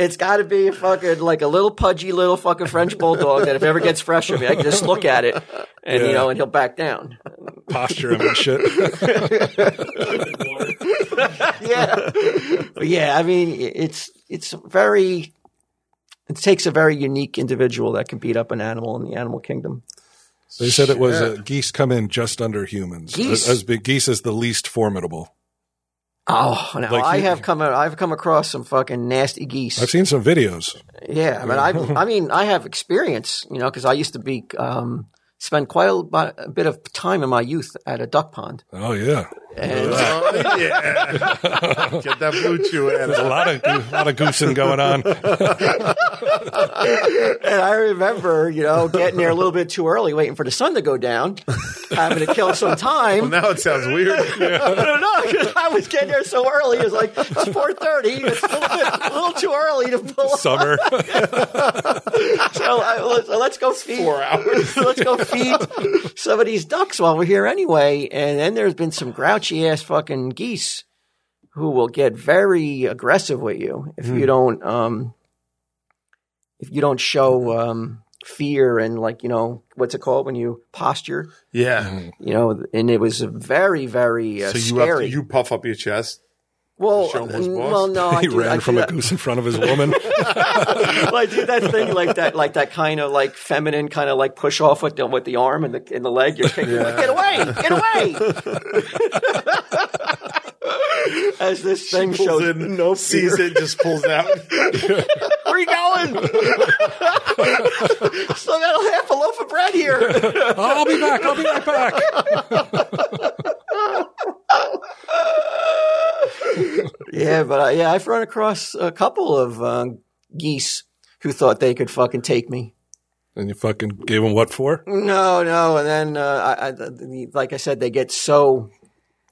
[SPEAKER 2] It's got to be fucking like a little pudgy little fucking French bulldog that if ever gets fresh of me, I can just look at it and you know, and he'll back down.
[SPEAKER 1] Posture him and shit.
[SPEAKER 2] Yeah, But yeah. I mean, i- it's it's very. It takes a very unique individual that can beat up an animal in the animal kingdom.
[SPEAKER 1] They said it was uh, geese come in just under humans.
[SPEAKER 2] Geese?
[SPEAKER 1] As, as big- geese is the least formidable.
[SPEAKER 2] Oh, now
[SPEAKER 1] Like
[SPEAKER 2] I
[SPEAKER 1] you-
[SPEAKER 2] have come I've come across some fucking nasty geese.
[SPEAKER 1] I've seen some videos.
[SPEAKER 2] Yeah, I mean, I've, I mean, I have experience, you know, because I used to be um, spend quite a, bu- a bit of time in my youth at a duck pond,
[SPEAKER 1] Oh yeah,
[SPEAKER 2] and
[SPEAKER 4] Oh, yeah, get that blue chew
[SPEAKER 1] a
[SPEAKER 4] animal.
[SPEAKER 1] lot of a lot of goosing going on.
[SPEAKER 2] and I remember, you know, getting there a little bit too early, waiting for the sun to go down, having to kill some time.
[SPEAKER 4] Now it sounds weird.
[SPEAKER 2] I don't know because I was getting there so early. It was like it's four thirty. It's a little, bit, a little too early to pull up.
[SPEAKER 1] Summer.
[SPEAKER 2] So I, let's, let's go feed. Four hours. let's go feed some of these ducks while we're here anyway. And then there's been some grouchy ass fucking geese who will get very aggressive with you if
[SPEAKER 4] Hmm.
[SPEAKER 2] you don't um if you don't show um fear and like you know what's it called when you posture
[SPEAKER 4] Yeah,
[SPEAKER 2] you know and it was very very uh,
[SPEAKER 4] so you have
[SPEAKER 2] Mm. scary
[SPEAKER 4] to, you puff up your chest.
[SPEAKER 2] well,
[SPEAKER 4] show his
[SPEAKER 2] n-
[SPEAKER 4] boss?
[SPEAKER 2] well, no, I
[SPEAKER 1] he
[SPEAKER 2] do, I
[SPEAKER 1] ran
[SPEAKER 2] do
[SPEAKER 1] from a
[SPEAKER 2] that-
[SPEAKER 1] goose in front of his woman.
[SPEAKER 2] well, I do that thing like that, like that kind of like feminine kind of like push off with the, with the arm and the and the leg. You're kicking, like, get away, get away. As this thing
[SPEAKER 4] Pulls
[SPEAKER 2] shows
[SPEAKER 4] in,
[SPEAKER 2] no fear.
[SPEAKER 4] sees it, just pulls out.
[SPEAKER 2] Where are you going? Still got a half a loaf of bread here.
[SPEAKER 1] I'll be back. I'll be right back.
[SPEAKER 2] yeah, but I, yeah, I've run across a couple of um, geese who thought they could fucking take me.
[SPEAKER 1] And you fucking gave him what for?
[SPEAKER 2] No, no, and then uh, I, I, the, like I said, they get so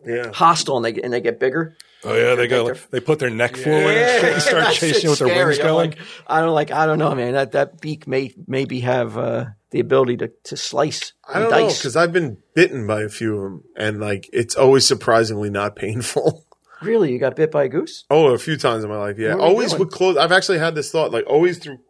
[SPEAKER 4] Yeah,
[SPEAKER 2] hostile and they get- and they get bigger.
[SPEAKER 1] Oh yeah, they go. They put their neck forward and shit and start
[SPEAKER 2] That shit's
[SPEAKER 1] chasing you with their
[SPEAKER 2] scary.
[SPEAKER 1] wings
[SPEAKER 2] I'm
[SPEAKER 1] going.
[SPEAKER 2] like- I don't like. I don't know, man. That that beak may maybe have uh, the ability to, to slice.
[SPEAKER 4] I
[SPEAKER 2] and
[SPEAKER 4] don't know
[SPEAKER 2] dice.
[SPEAKER 4] because I've been bitten by a few of them, and like it's always surprisingly not painful.
[SPEAKER 2] really, you got bit by a goose.
[SPEAKER 4] Oh, a few times in my life,
[SPEAKER 2] What
[SPEAKER 4] yeah.
[SPEAKER 2] are you
[SPEAKER 4] Always
[SPEAKER 2] doing?
[SPEAKER 4] with clothes. I've actually had this thought, like always through,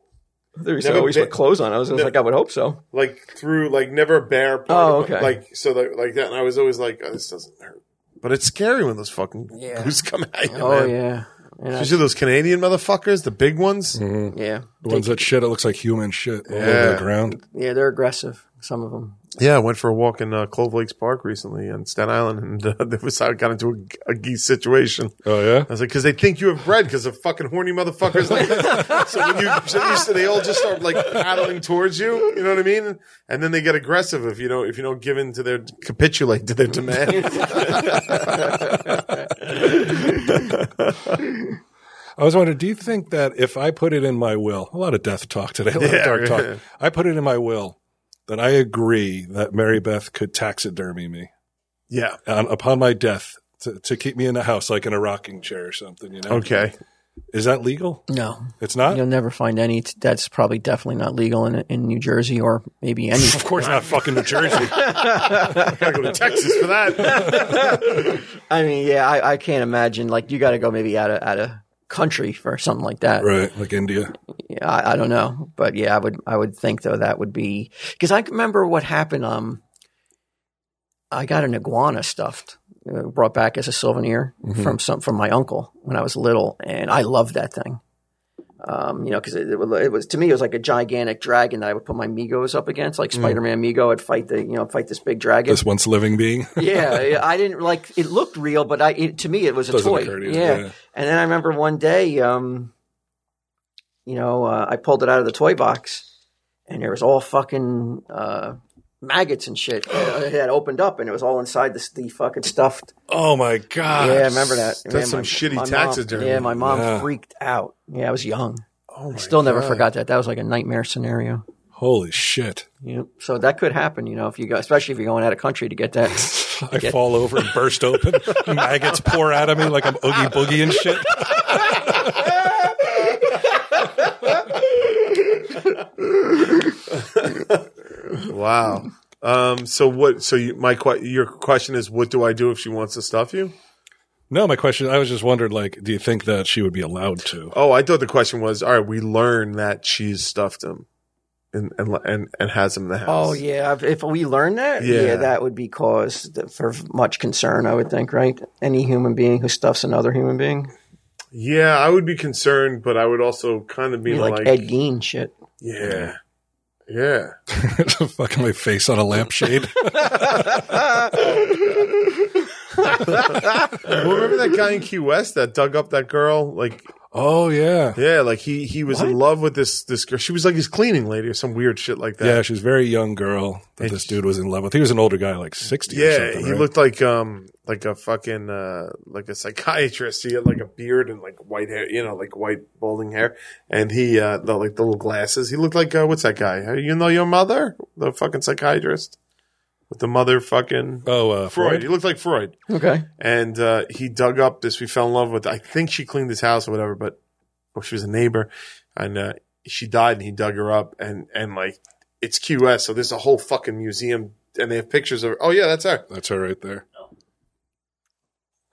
[SPEAKER 2] There's
[SPEAKER 4] Never
[SPEAKER 2] always
[SPEAKER 4] bit-
[SPEAKER 2] with clothes on. I was, I was like, I would hope so.
[SPEAKER 4] like through, like never a bare. part
[SPEAKER 2] Oh,
[SPEAKER 4] of my-
[SPEAKER 2] okay.
[SPEAKER 4] Like so, like, like that, and I was always like, oh, this doesn't hurt, but it's scary when those fucking
[SPEAKER 2] Yeah.
[SPEAKER 4] goose come at you.
[SPEAKER 2] Oh
[SPEAKER 4] man.
[SPEAKER 2] yeah, And I-
[SPEAKER 4] Especially those Canadian motherfuckers, the big ones.
[SPEAKER 2] yeah,
[SPEAKER 1] The ones that shit, it looks like human shit all over
[SPEAKER 4] Yeah.
[SPEAKER 1] the ground.
[SPEAKER 2] yeah. They're aggressive. Some of them.
[SPEAKER 4] Yeah, I went for a walk in uh, Clove Lakes Park recently on Staten Island, and uh, there was I got into a, a geese situation.
[SPEAKER 1] Oh yeah.
[SPEAKER 4] I was like, because they think you have bread because of fucking horny motherfuckers like that. so when you, so you- so they all just start like paddling towards you. You know what I mean? And then they get aggressive if you don't, if you don't give in to their, capitulate to their demand.
[SPEAKER 1] I was wondering, do you think that if I put it in my will, a lot of death talk today, a lot
[SPEAKER 4] Yeah,
[SPEAKER 1] of dark
[SPEAKER 4] yeah.
[SPEAKER 1] talk, I put it in my will that I agree that Mary Beth could taxidermy me
[SPEAKER 4] yeah.
[SPEAKER 1] on, upon my death to, to keep me in the house, like in a rocking chair or something, you know?
[SPEAKER 4] Okay.
[SPEAKER 1] Is that legal?
[SPEAKER 2] No,
[SPEAKER 1] It's not.
[SPEAKER 2] you'll never find any. t- That's probably definitely not legal in in New Jersey or maybe any.
[SPEAKER 1] Of course not. Fucking New Jersey.
[SPEAKER 4] Gotta go to Texas for that.
[SPEAKER 2] I mean, yeah, I, I can't imagine. Like you got to go maybe out of out of country for something like that.
[SPEAKER 1] right, like India.
[SPEAKER 2] Yeah, I, I don't know, but yeah, I would I would think though that would be because I remember what happened. Um, I got an iguana stuffed, uh, brought back as a souvenir from some from my uncle when I was little, and I loved that thing. Um, you know, because it, it was- it was to me it was like a gigantic dragon that I would put my Migos up against, like Spider Man Migo. I'd fight the you know fight this big dragon.
[SPEAKER 1] This once living being.
[SPEAKER 2] yeah, yeah, I didn't like it looked real, but I it, to me it was a
[SPEAKER 1] Doesn't
[SPEAKER 2] toy.
[SPEAKER 1] occur to you,
[SPEAKER 2] yeah.
[SPEAKER 1] yeah.
[SPEAKER 2] and then I remember one day, um, you know, uh, I pulled it out of the toy box, and there was all fucking uh, maggots and shit. Uh, it had opened up, and it was all inside the, the fucking stuffed.
[SPEAKER 1] Oh my god.
[SPEAKER 2] Yeah, I remember that.
[SPEAKER 4] that's some shitty
[SPEAKER 2] mom-
[SPEAKER 4] taxidermy.
[SPEAKER 2] Yeah, my mom
[SPEAKER 1] Yeah.
[SPEAKER 2] freaked out. Yeah, I was young.
[SPEAKER 4] Oh my
[SPEAKER 2] Still never
[SPEAKER 4] God.
[SPEAKER 2] forgot that. That was like a nightmare scenario.
[SPEAKER 1] Holy shit.
[SPEAKER 2] Yep. So that could happen, you know, if you go, especially if you're going out of country to get that.
[SPEAKER 1] I fall over and burst open. Maggots pour out of me like I'm Oogie Boogie and shit.
[SPEAKER 4] Wow. Um, so what? So you, my que- your question is, what do I do if she wants to stuff you?
[SPEAKER 1] No, my question. I was just wondering, like, do you think that she would be allowed to?
[SPEAKER 4] Oh, I thought the question was, all right, we learn that she's stuffed him, and and and, and has him in the house.
[SPEAKER 2] Oh yeah, if, if we learn that,
[SPEAKER 4] Yeah.
[SPEAKER 2] yeah. that would be cause th- for much concern. I would think, right? Any human being who stuffs another human being,
[SPEAKER 4] yeah. I would be concerned, but I would also kind of be
[SPEAKER 2] Be
[SPEAKER 4] like,
[SPEAKER 2] like, Ed Gein shit.
[SPEAKER 4] yeah, yeah.
[SPEAKER 1] Fucking my face on a lampshade.
[SPEAKER 4] Well, remember that guy in Key West that dug up that girl? Like,
[SPEAKER 1] oh yeah.
[SPEAKER 4] yeah, like he he was in love with this this girl. She was like his cleaning lady or some weird shit like
[SPEAKER 1] Yeah,
[SPEAKER 4] that.
[SPEAKER 1] she was a very young girl that this dude was in love with. He was an older guy, like sixty. or
[SPEAKER 4] yeah.
[SPEAKER 1] something,
[SPEAKER 4] He
[SPEAKER 1] right?
[SPEAKER 4] looked like um like a fucking uh like a psychiatrist. He had like a beard and like white hair, you know, like white balding hair, and he uh the, like the little glasses. He looked like uh, what's that guy? Uh, You know your mother, the fucking psychiatrist with the mother fucking
[SPEAKER 1] Oh, uh,
[SPEAKER 4] Freud.
[SPEAKER 1] Freud.
[SPEAKER 4] He looked like Freud.
[SPEAKER 2] Okay,
[SPEAKER 4] and uh, he dug up this. We fell in love with. I think she cleaned his house or whatever, but or she was a neighbor, and uh, she died, and he dug her up, and and like it's QS, so there's a whole fucking museum, and they have pictures of. her. Oh yeah, that's her.
[SPEAKER 1] That's her right there.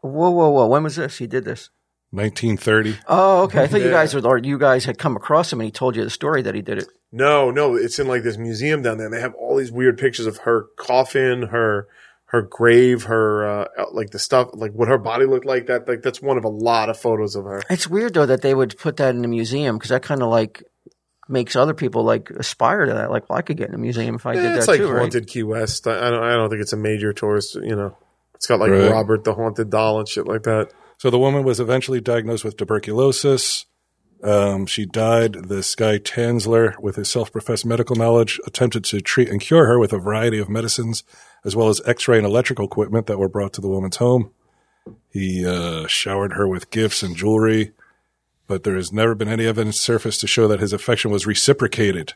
[SPEAKER 2] whoa, whoa, whoa! When was this? He did this.
[SPEAKER 1] Nineteen thirty.
[SPEAKER 2] Oh, okay. I thought
[SPEAKER 4] Yeah.
[SPEAKER 2] you guys were, or you guys had come across him and he told you the story that he did it.
[SPEAKER 4] No, no, it's in like this museum down there, and they have all these weird pictures of her coffin, her her grave, her uh, like the stuff, like what her body looked like. That like that's one of a lot of photos of her.
[SPEAKER 2] It's weird though that they would put that in a museum because that kind of like makes other people like aspire to that. Like, well, I could get in a museum if I
[SPEAKER 4] Yeah,
[SPEAKER 2] did
[SPEAKER 4] Eh, it's
[SPEAKER 2] that
[SPEAKER 4] like
[SPEAKER 2] too. Right?
[SPEAKER 4] haunted Key West. I I don't. I don't think it's a major tourist. You know, it's got like
[SPEAKER 1] Right.
[SPEAKER 4] Robert the Haunted Doll and shit like that.
[SPEAKER 1] So the woman was eventually diagnosed with tuberculosis. Um, she died. This guy Tansler, with his self-professed medical knowledge, attempted to treat and cure her with a variety of medicines, as well as X-ray and electrical equipment that were brought to the woman's home. He uh, showered her with gifts and jewelry, but there has never been any evidence surfaced to show that his affection was reciprocated.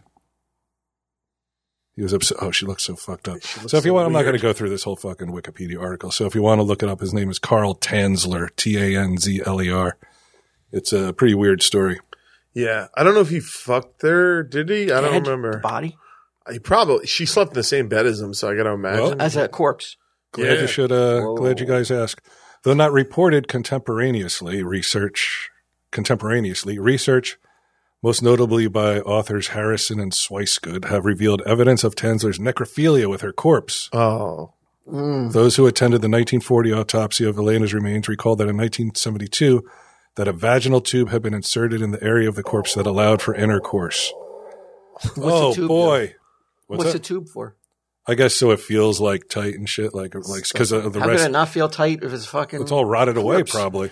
[SPEAKER 1] He was upset. Oh, she looks so fucked up. So if you want, I'm not going to go through this whole fucking Wikipedia article. So if you want to look it up, his name is Carl Tanzler, T A N Z L E R. It's a pretty weird story.
[SPEAKER 4] Yeah, I don't know if he fucked her. Did he? I don't
[SPEAKER 2] Dead
[SPEAKER 4] remember.
[SPEAKER 2] body
[SPEAKER 4] He probably she slept in the same bed as him, so I gotta imagine.
[SPEAKER 2] as a corpse.
[SPEAKER 1] Glad
[SPEAKER 4] Yeah.
[SPEAKER 1] you should. Uh, glad you guys asked. Though not reported contemporaneously, research contemporaneously research, most notably by authors Harrison and Swicegood, have revealed evidence of Tanzler's necrophilia with her corpse.
[SPEAKER 4] oh,
[SPEAKER 2] Hmm.
[SPEAKER 1] Those who attended the 1940 autopsy of Elena's remains recalled that in 1972 that a vaginal tube had been inserted in the area of the corpse that allowed for intercourse. oh
[SPEAKER 2] the tube
[SPEAKER 1] boy. What's,
[SPEAKER 2] What's
[SPEAKER 1] that?
[SPEAKER 2] a tube for?
[SPEAKER 1] I guess so it feels like tight and shit like like cuz of the
[SPEAKER 2] How could
[SPEAKER 1] rest
[SPEAKER 2] it not feel tight if it's fucking?
[SPEAKER 1] it's all rotted away probably.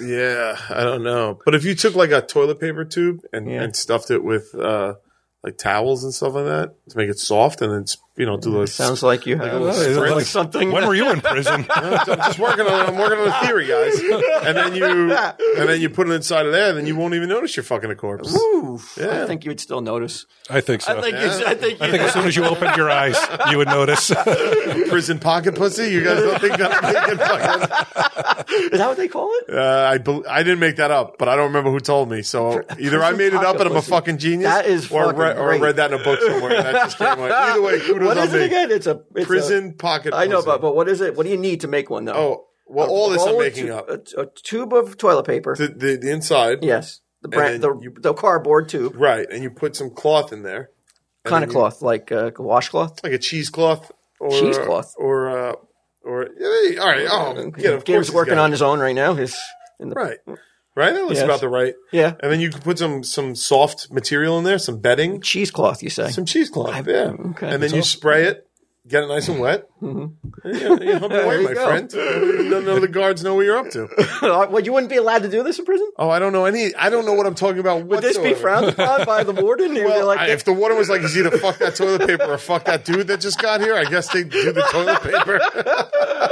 [SPEAKER 4] yeah, I don't know. But if you took like a toilet paper tube and,
[SPEAKER 2] Yeah.
[SPEAKER 4] and stuffed it with uh, like towels and stuff like that to make it soft, and then s- you know, do those.
[SPEAKER 2] Sounds like you have
[SPEAKER 4] Like,
[SPEAKER 1] It's like,
[SPEAKER 2] something.
[SPEAKER 1] When were you in prison?
[SPEAKER 4] I'm just working on. I'm working on a theory, guys. And then you, and then you put it inside of there, and then you won't even notice you're fucking a corpse.
[SPEAKER 2] Ooh,
[SPEAKER 4] Yeah.
[SPEAKER 2] I think you would still notice.
[SPEAKER 1] I think so.
[SPEAKER 2] I think. it's I think.
[SPEAKER 1] I think as soon as you opened your eyes, you would notice.
[SPEAKER 4] Prison pocket pussy. You guys don't think that I'm thinking fucking.
[SPEAKER 2] is that what they call it?
[SPEAKER 4] Uh, I bel I didn't make that up, but I don't remember who told me. So either I made it up and I'm a
[SPEAKER 2] Listen,
[SPEAKER 4] fucking genius,
[SPEAKER 2] that is
[SPEAKER 4] or
[SPEAKER 2] fucking
[SPEAKER 4] re- or I
[SPEAKER 2] great.
[SPEAKER 4] read that in a book somewhere. And that just came out. Either way, kudos
[SPEAKER 2] What
[SPEAKER 4] on
[SPEAKER 2] is it
[SPEAKER 4] me.
[SPEAKER 2] again? It's a it's a-
[SPEAKER 4] Prison pocket.
[SPEAKER 2] I know,
[SPEAKER 4] pussy.
[SPEAKER 2] but but what is it? What do you need to make one though?
[SPEAKER 4] oh, well, all this I'm
[SPEAKER 2] Roll a
[SPEAKER 4] making
[SPEAKER 2] tu-
[SPEAKER 4] up.
[SPEAKER 2] A, a tube of toilet paper.
[SPEAKER 4] The, the, the inside,
[SPEAKER 2] yes, the brand,
[SPEAKER 4] then
[SPEAKER 2] the, the cardboard tube,
[SPEAKER 4] right? And you put some cloth in there, and
[SPEAKER 2] kind
[SPEAKER 4] then
[SPEAKER 2] of
[SPEAKER 4] you-
[SPEAKER 2] cloth, like uh, a washcloth.
[SPEAKER 4] like a cheesecloth, or
[SPEAKER 2] Cheesecloth?
[SPEAKER 4] or uh, or yeah, all right. Oh, yeah, of course
[SPEAKER 2] Gabe's
[SPEAKER 4] he's
[SPEAKER 2] working
[SPEAKER 4] got
[SPEAKER 2] on
[SPEAKER 4] it.
[SPEAKER 2] his own right now. His in the
[SPEAKER 4] right, right. That looks
[SPEAKER 2] Yes.
[SPEAKER 4] about the right.
[SPEAKER 2] yeah
[SPEAKER 4] And then you could put some some soft material in there, some bedding,
[SPEAKER 2] cheesecloth. You say
[SPEAKER 4] some cheesecloth. yeah.
[SPEAKER 2] okay. Mm-hmm.
[SPEAKER 4] And then you spray it, get it nice and wet. And you, you hump away,
[SPEAKER 2] you
[SPEAKER 4] my
[SPEAKER 2] go.
[SPEAKER 4] friend. None of the guards know what you're up to.
[SPEAKER 2] well, you wouldn't be allowed to do this in prison.
[SPEAKER 4] Oh, I don't know any. I don't know what I'm talking about.
[SPEAKER 2] Would this be frowned upon by the warden? You'd be
[SPEAKER 4] Well,
[SPEAKER 2] like,
[SPEAKER 4] I- if the warden was like, "Is either fuck that toilet paper or fuck that dude that just got here?" I guess they do the toilet paper.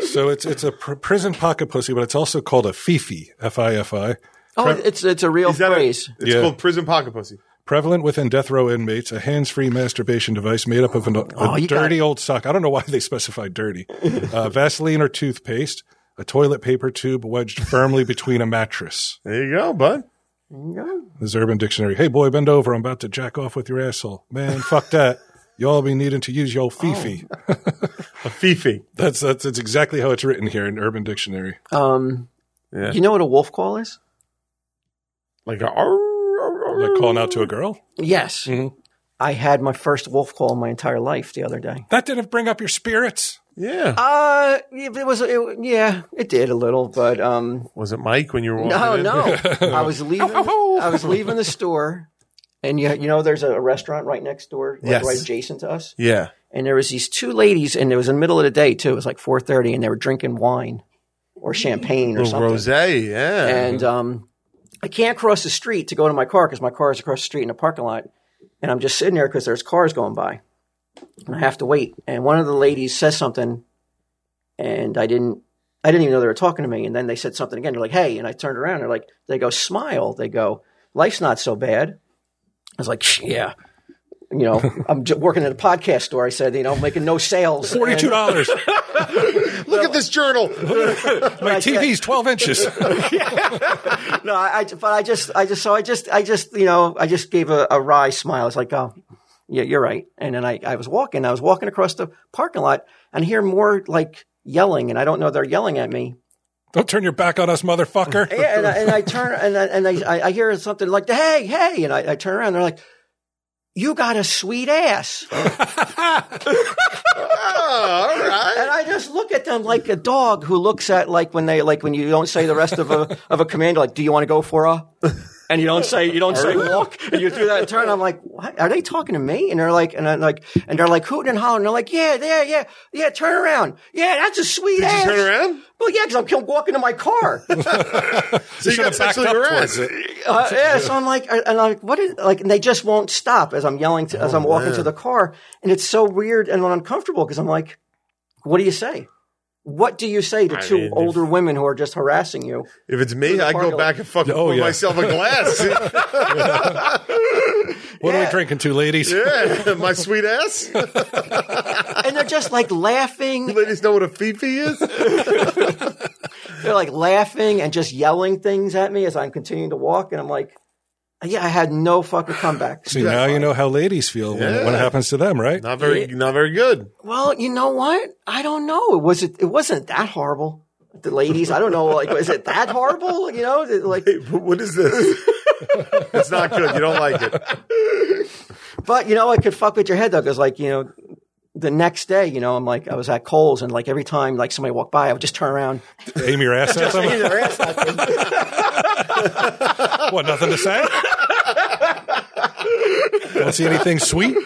[SPEAKER 1] so it's it's a pr- prison pocket pussy, but it's also called a fifi, f i f i.
[SPEAKER 2] oh, it's it's a real
[SPEAKER 4] Is that a-
[SPEAKER 2] phrase.
[SPEAKER 4] it's
[SPEAKER 1] Yeah.
[SPEAKER 4] called prison pocket pussy.
[SPEAKER 1] Prevalent within death row inmates, a hands-free masturbation device made up of an, a
[SPEAKER 2] Oh, you got-
[SPEAKER 1] dirty old sock. I don't know why they specify dirty. Uh, Vaseline or toothpaste, a toilet paper tube wedged firmly between a mattress.
[SPEAKER 4] There you go, bud.
[SPEAKER 1] This Urban Dictionary. Hey, boy, bend over. I'm about to jack off with your asshole. Man, fuck that. Y'all be needing to use your fifi.
[SPEAKER 2] Oh.
[SPEAKER 4] A fifi.
[SPEAKER 1] That's, that's that's exactly how it's written here in Urban Dictionary.
[SPEAKER 2] Um,
[SPEAKER 4] Yeah.
[SPEAKER 2] you know what a wolf call is?
[SPEAKER 4] Like a. Arr, arr, arr.
[SPEAKER 1] Like calling out to a girl.
[SPEAKER 2] Yes. I had my first wolf call in my entire life the other day.
[SPEAKER 1] That didn't bring up your spirits.
[SPEAKER 4] Yeah.
[SPEAKER 2] Uh, it was, it, yeah, it did a little, but, um,
[SPEAKER 4] Was it Mike when you were walking
[SPEAKER 2] no,
[SPEAKER 4] in?
[SPEAKER 2] Oh, no. I was leaving, I was leaving the store and you, you know, there's a restaurant right next door, like
[SPEAKER 4] Yes.
[SPEAKER 2] right adjacent to us.
[SPEAKER 4] Yeah.
[SPEAKER 2] And there was these two ladies and it was in the middle of the day too. It was like 4.30 and they were drinking wine or champagne or
[SPEAKER 4] Little
[SPEAKER 2] something.
[SPEAKER 4] rose, yeah.
[SPEAKER 2] and um, I can't cross the street to go to my car because my car is across the street in the parking lot, and I'm just sitting there because there's cars going by, and I have to wait. And one of the ladies says something, and I didn't, I didn't even know they were talking to me. And then they said something again. They're like, "Hey," and I turned around. They're like, they go, "Smile." They go, "Life's not so bad." I was like, "Yeah." You know, I'm j- working at a podcast store. I said, you know, making no sales.
[SPEAKER 1] Forty-two
[SPEAKER 2] And-
[SPEAKER 1] dollars.
[SPEAKER 4] Look at this journal.
[SPEAKER 1] My TV's twelve inches.
[SPEAKER 2] No, I, I- but I just, I just, so I just, I just, you know, I just gave a, a wry smile. It's like, oh, yeah, you're right. And then I, I was walking, I was walking across the parking lot and hear more like yelling, and I don't know they're yelling at me.
[SPEAKER 1] Don't turn your back on us, motherfucker.
[SPEAKER 2] Yeah, and I, and I turn and I, and I, I- I hear something like, hey, hey, and I, I turn around, and they're like, you got a sweet ass, and
[SPEAKER 4] Oh, all right.
[SPEAKER 2] I just look at them like a dog who looks at like when they like when you don't say the rest of a of a command, like, do you want to go for a? and you don't say you don't say walk and you do that turn i'm like what are they talking to me and they're like and i'm like and they're like hooting and hollering they're like yeah yeah yeah yeah turn around yeah that's a sweet
[SPEAKER 4] Did
[SPEAKER 2] ass
[SPEAKER 4] you turn around?
[SPEAKER 2] well yeah because i'm keep walking to my car
[SPEAKER 4] So you, got sexually harassed.
[SPEAKER 2] uh, yeah so i'm like and i'm like what is like and they just won't stop as i'm yelling to,
[SPEAKER 4] Oh,
[SPEAKER 2] as i'm walking to the car and it's so weird and uncomfortable because i'm like what do you say what do you say to two
[SPEAKER 4] mean, if-
[SPEAKER 2] older women who are just harassing you
[SPEAKER 4] If it's me,
[SPEAKER 2] the
[SPEAKER 4] I go
[SPEAKER 2] parking lot.
[SPEAKER 4] back and fucking
[SPEAKER 1] Oh,
[SPEAKER 4] pour
[SPEAKER 1] yeah.
[SPEAKER 4] myself a glass.
[SPEAKER 1] What are
[SPEAKER 2] Yeah.
[SPEAKER 1] we drinking to, ladies?
[SPEAKER 4] yeah, my sweet ass.
[SPEAKER 2] and they're just like laughing
[SPEAKER 4] Ladies know what a fifi is.
[SPEAKER 2] they're like laughing and just yelling things at me as I'm continuing to walk, and I'm like, yeah, I had no fucking comeback.
[SPEAKER 1] See, now you know how ladies feel when, when it happens to them, right?
[SPEAKER 4] Not very, not very good.
[SPEAKER 2] well, you know what? I don't know. It was it, it wasn't that horrible. The ladies, I don't know. Like, is it that horrible? You know, Is it like,
[SPEAKER 4] Hey, but what is this? it's not good. You don't like it.
[SPEAKER 2] but you know, it could fuck with your head though, because like you know. The next day, you know, I'm like, I was at Cole's, and like every time, like somebody walked by, I would just turn around.
[SPEAKER 1] Aim your ass at them.
[SPEAKER 2] Their ass at them.
[SPEAKER 1] What? Nothing to say? Don't see anything sweet.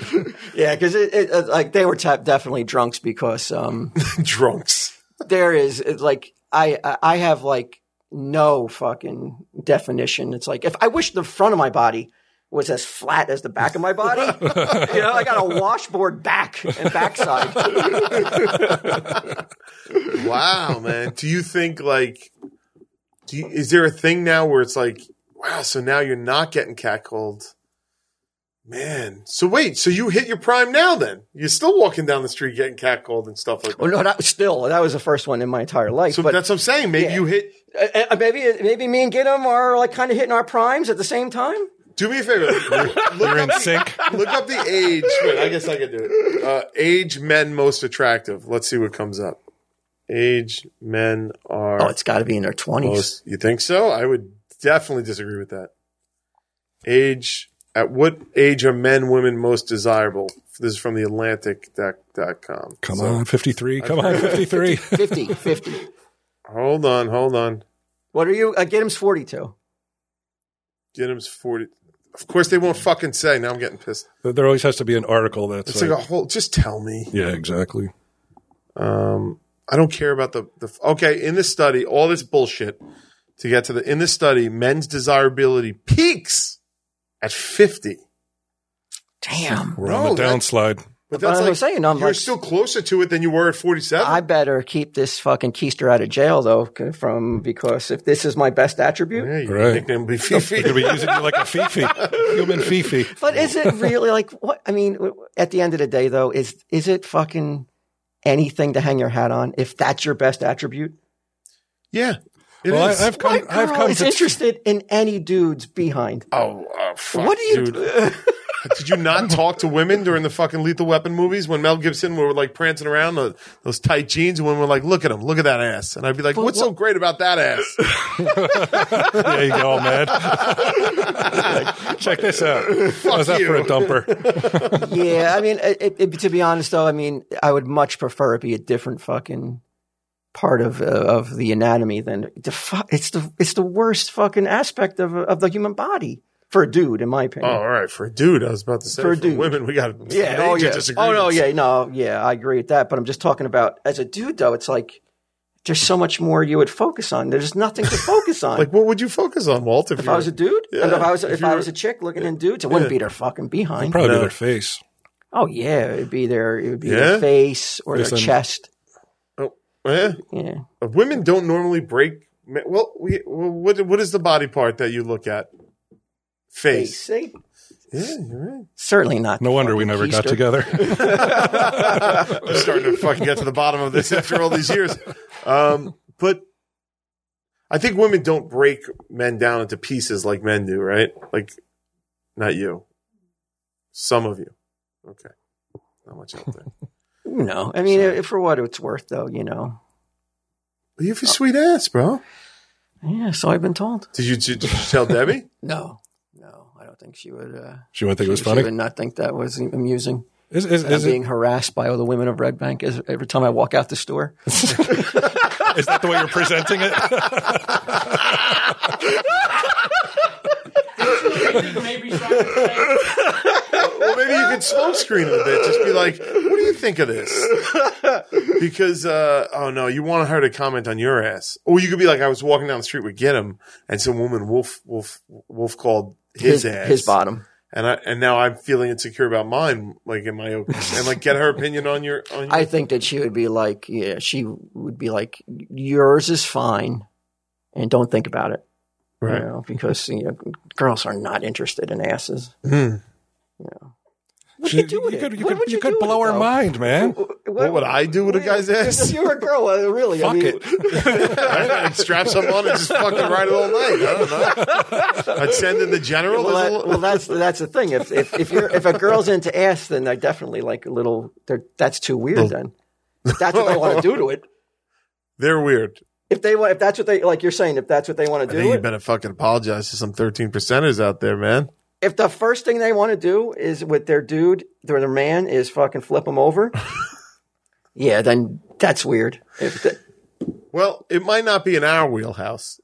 [SPEAKER 2] yeah, because it, it, it- like they were tap definitely drunks because um,
[SPEAKER 4] Drunks.
[SPEAKER 2] there is it, like I I- I have like no fucking definition. It's like if I wish the front of my body was as flat as the back of my body. you know, I got a washboard back and backside.
[SPEAKER 4] wow, man. Do you think like do you, is there a thing now where it's like, wow, so now you're not getting catcalled? Man, so wait, so you hit your prime now? Then you're still walking down the street getting catcalled and stuff like that.
[SPEAKER 2] Well, no, that was still that was the first one in my entire life.
[SPEAKER 4] so
[SPEAKER 2] but
[SPEAKER 4] that's what I'm saying. Maybe
[SPEAKER 2] Yeah.
[SPEAKER 4] you hit.
[SPEAKER 2] uh, uh, maybe maybe me and Ginnam are like kind of hitting our primes at the same time.
[SPEAKER 4] Do me a favor. look,
[SPEAKER 1] You're
[SPEAKER 4] up
[SPEAKER 1] in
[SPEAKER 4] the,
[SPEAKER 1] sync.
[SPEAKER 4] look up the age. Wait, I guess I could do it. Uh, age men most attractive. Let's see what comes up. Age men are.
[SPEAKER 2] Oh, it's got to be in their twenties.
[SPEAKER 4] Most, you think so? I would definitely disagree with that. Age at what age are men women most desirable? This is from the Atlantic.com.
[SPEAKER 1] Come on, 53. Come on, 53.
[SPEAKER 2] 50, 50.
[SPEAKER 4] Hold on, hold on.
[SPEAKER 2] What are you? Uh, Ginnam's forty-two.
[SPEAKER 4] Denim's forty. Of course they won't fucking say. Now I'm getting pissed.
[SPEAKER 1] there always has to be an article that's
[SPEAKER 4] It's
[SPEAKER 1] like,
[SPEAKER 4] like a whole. Just tell me.
[SPEAKER 1] yeah, exactly.
[SPEAKER 4] Um, I don't care about the the. Okay, in this study, all this bullshit to get to the. In this study, men's desirability peaks at fifty.
[SPEAKER 2] Damn.
[SPEAKER 1] We're
[SPEAKER 4] No,
[SPEAKER 1] on the
[SPEAKER 4] that's-
[SPEAKER 1] downslide.
[SPEAKER 4] But
[SPEAKER 2] That's
[SPEAKER 4] that's
[SPEAKER 2] what I'm
[SPEAKER 4] like
[SPEAKER 2] saying. I'm
[SPEAKER 4] you're
[SPEAKER 2] like,
[SPEAKER 4] still closer to it than you were at forty-seven.
[SPEAKER 2] I better keep this fucking keister out of jail though, c- from because if this is my best attribute.
[SPEAKER 4] Yeah, your
[SPEAKER 1] Right.
[SPEAKER 4] nickname would be Fifi.
[SPEAKER 1] Could be using you like a fifi, human fifi.
[SPEAKER 2] But is it really like what? I mean, w- w- at the end of the day though, is is it fucking anything to hang your hat on if that's your best attribute?
[SPEAKER 4] yeah. it
[SPEAKER 1] Well,
[SPEAKER 4] is.
[SPEAKER 1] I, I've come.
[SPEAKER 2] My girl
[SPEAKER 1] I've come
[SPEAKER 2] is
[SPEAKER 1] to
[SPEAKER 2] interested in any dude's behind.
[SPEAKER 4] oh, oh, fuck,
[SPEAKER 2] what do you?
[SPEAKER 4] dude. Did you not talk to women during the fucking Lethal Weapon movies when Mel Gibson were like prancing around in those tight jeans and women were like, "Look at him, look at that ass," and I'd be like, "What's so great about that ass?"
[SPEAKER 1] yeah, you go, man. Check this out. How's that
[SPEAKER 4] you.
[SPEAKER 1] for a dumper?
[SPEAKER 2] yeah, I mean, it, it, to be honest though, I mean, I would much prefer it be a different fucking part of uh, of the anatomy than the fu- it's the it's the worst fucking aspect of of the human body for a dude, in my
[SPEAKER 4] oh,
[SPEAKER 2] opinion.
[SPEAKER 4] all right, for a dude, I was about to say
[SPEAKER 2] For
[SPEAKER 4] for,
[SPEAKER 2] a dude.
[SPEAKER 4] women, we got
[SPEAKER 2] yeah, oh yeah, oh no, yeah, no, yeah, I agree with that. But I'm just talking about as a dude though, it's like there's so much more you would focus on. There's nothing to focus on.
[SPEAKER 4] Like, what would you focus on, Walt? If,
[SPEAKER 2] if
[SPEAKER 4] you
[SPEAKER 2] I was a dude, and if I was
[SPEAKER 4] if
[SPEAKER 2] if,
[SPEAKER 4] you
[SPEAKER 2] I
[SPEAKER 4] were-
[SPEAKER 2] was a chick looking in dudes, it wouldn't be their fucking behind.
[SPEAKER 1] Probably
[SPEAKER 4] No.
[SPEAKER 1] their face.
[SPEAKER 2] Oh yeah, it'd be their it would be their
[SPEAKER 4] Yeah?
[SPEAKER 2] face or their
[SPEAKER 1] Listen.
[SPEAKER 2] chest.
[SPEAKER 4] Oh, yeah.
[SPEAKER 2] Yeah.
[SPEAKER 4] Uh, women don't normally break. ma- Well, we, well, what what is the body part that you look at? Face.
[SPEAKER 2] See?
[SPEAKER 4] Yeah, you're right.
[SPEAKER 2] Certainly not.
[SPEAKER 1] No wonder we never got
[SPEAKER 2] Easter.
[SPEAKER 1] together.
[SPEAKER 4] I'm starting to fucking get to the bottom of this after all these years. Um, but I think women don't break men down into pieces like men do, right? Like, not you. Some of you. Okay. Not much out there.
[SPEAKER 2] No, I mean, if for what it's worth, though, you know.
[SPEAKER 4] But you have a
[SPEAKER 2] Uh,
[SPEAKER 4] sweet ass, bro.
[SPEAKER 2] Yeah, so I've been told.
[SPEAKER 4] Did you, did you tell Debbie?
[SPEAKER 2] No, no, I don't think she would. Uh,
[SPEAKER 1] She wouldn't think it was
[SPEAKER 2] she
[SPEAKER 1] funny.
[SPEAKER 2] would not think that was amusing.
[SPEAKER 1] Is, is,
[SPEAKER 2] I'm
[SPEAKER 1] is,
[SPEAKER 2] being
[SPEAKER 1] it,
[SPEAKER 2] harassed by all the women of Red Bank as, every time I walk out the store.
[SPEAKER 1] is that the way you're presenting it?
[SPEAKER 6] Maybe he's trying to say-
[SPEAKER 4] Well, maybe you could smoke screen it a bit. Just be like, what do you think of this? Because, uh, oh no, you want her to comment on your ass. Or you could be like, I was walking down the street with Get him, and some woman wolf, wolf, wolf called his, ass.
[SPEAKER 2] his bottom.
[SPEAKER 4] And I, and now I'm feeling insecure about mine, like in my, own- and like get her opinion on your, on your.
[SPEAKER 2] I think that she would be like, yeah, she would be like, yours is fine, and don't think about it.
[SPEAKER 4] Right.
[SPEAKER 2] You know, because you know, girls are not interested in asses. What do
[SPEAKER 1] She-
[SPEAKER 2] you do with it?
[SPEAKER 1] could, you
[SPEAKER 2] What
[SPEAKER 1] could,
[SPEAKER 2] would
[SPEAKER 1] you
[SPEAKER 2] you
[SPEAKER 1] could
[SPEAKER 2] do with
[SPEAKER 1] blow
[SPEAKER 2] it,
[SPEAKER 1] her
[SPEAKER 2] though?
[SPEAKER 1] mind, man.
[SPEAKER 4] what would I do with a guy's
[SPEAKER 2] If
[SPEAKER 4] ass?
[SPEAKER 2] you were a girl, uh, really, I
[SPEAKER 1] Fuck
[SPEAKER 2] mean,
[SPEAKER 1] it.
[SPEAKER 4] I'd strap some on and just fucking ride it all night. I don't know. I'd send in the general.
[SPEAKER 2] Well,
[SPEAKER 4] There's
[SPEAKER 2] that,
[SPEAKER 4] a lo-
[SPEAKER 2] well, that's that's the thing. If if if, you're, if a girl's into ass, then I definitely like a little. They're, that's too weird. Then if that's what they want to do to it.
[SPEAKER 4] They're weird.
[SPEAKER 2] If they want, if that's what they like, you're saying if that's what they want
[SPEAKER 4] I
[SPEAKER 2] to
[SPEAKER 4] think
[SPEAKER 2] do.
[SPEAKER 4] you
[SPEAKER 2] It,
[SPEAKER 4] better fucking apologize to some 13 percenters out there, man.
[SPEAKER 2] if the first thing they want to do is with their dude, their, their man, is fucking flip them over. yeah, then that's weird. If the,
[SPEAKER 4] Well, it might not be in our wheelhouse,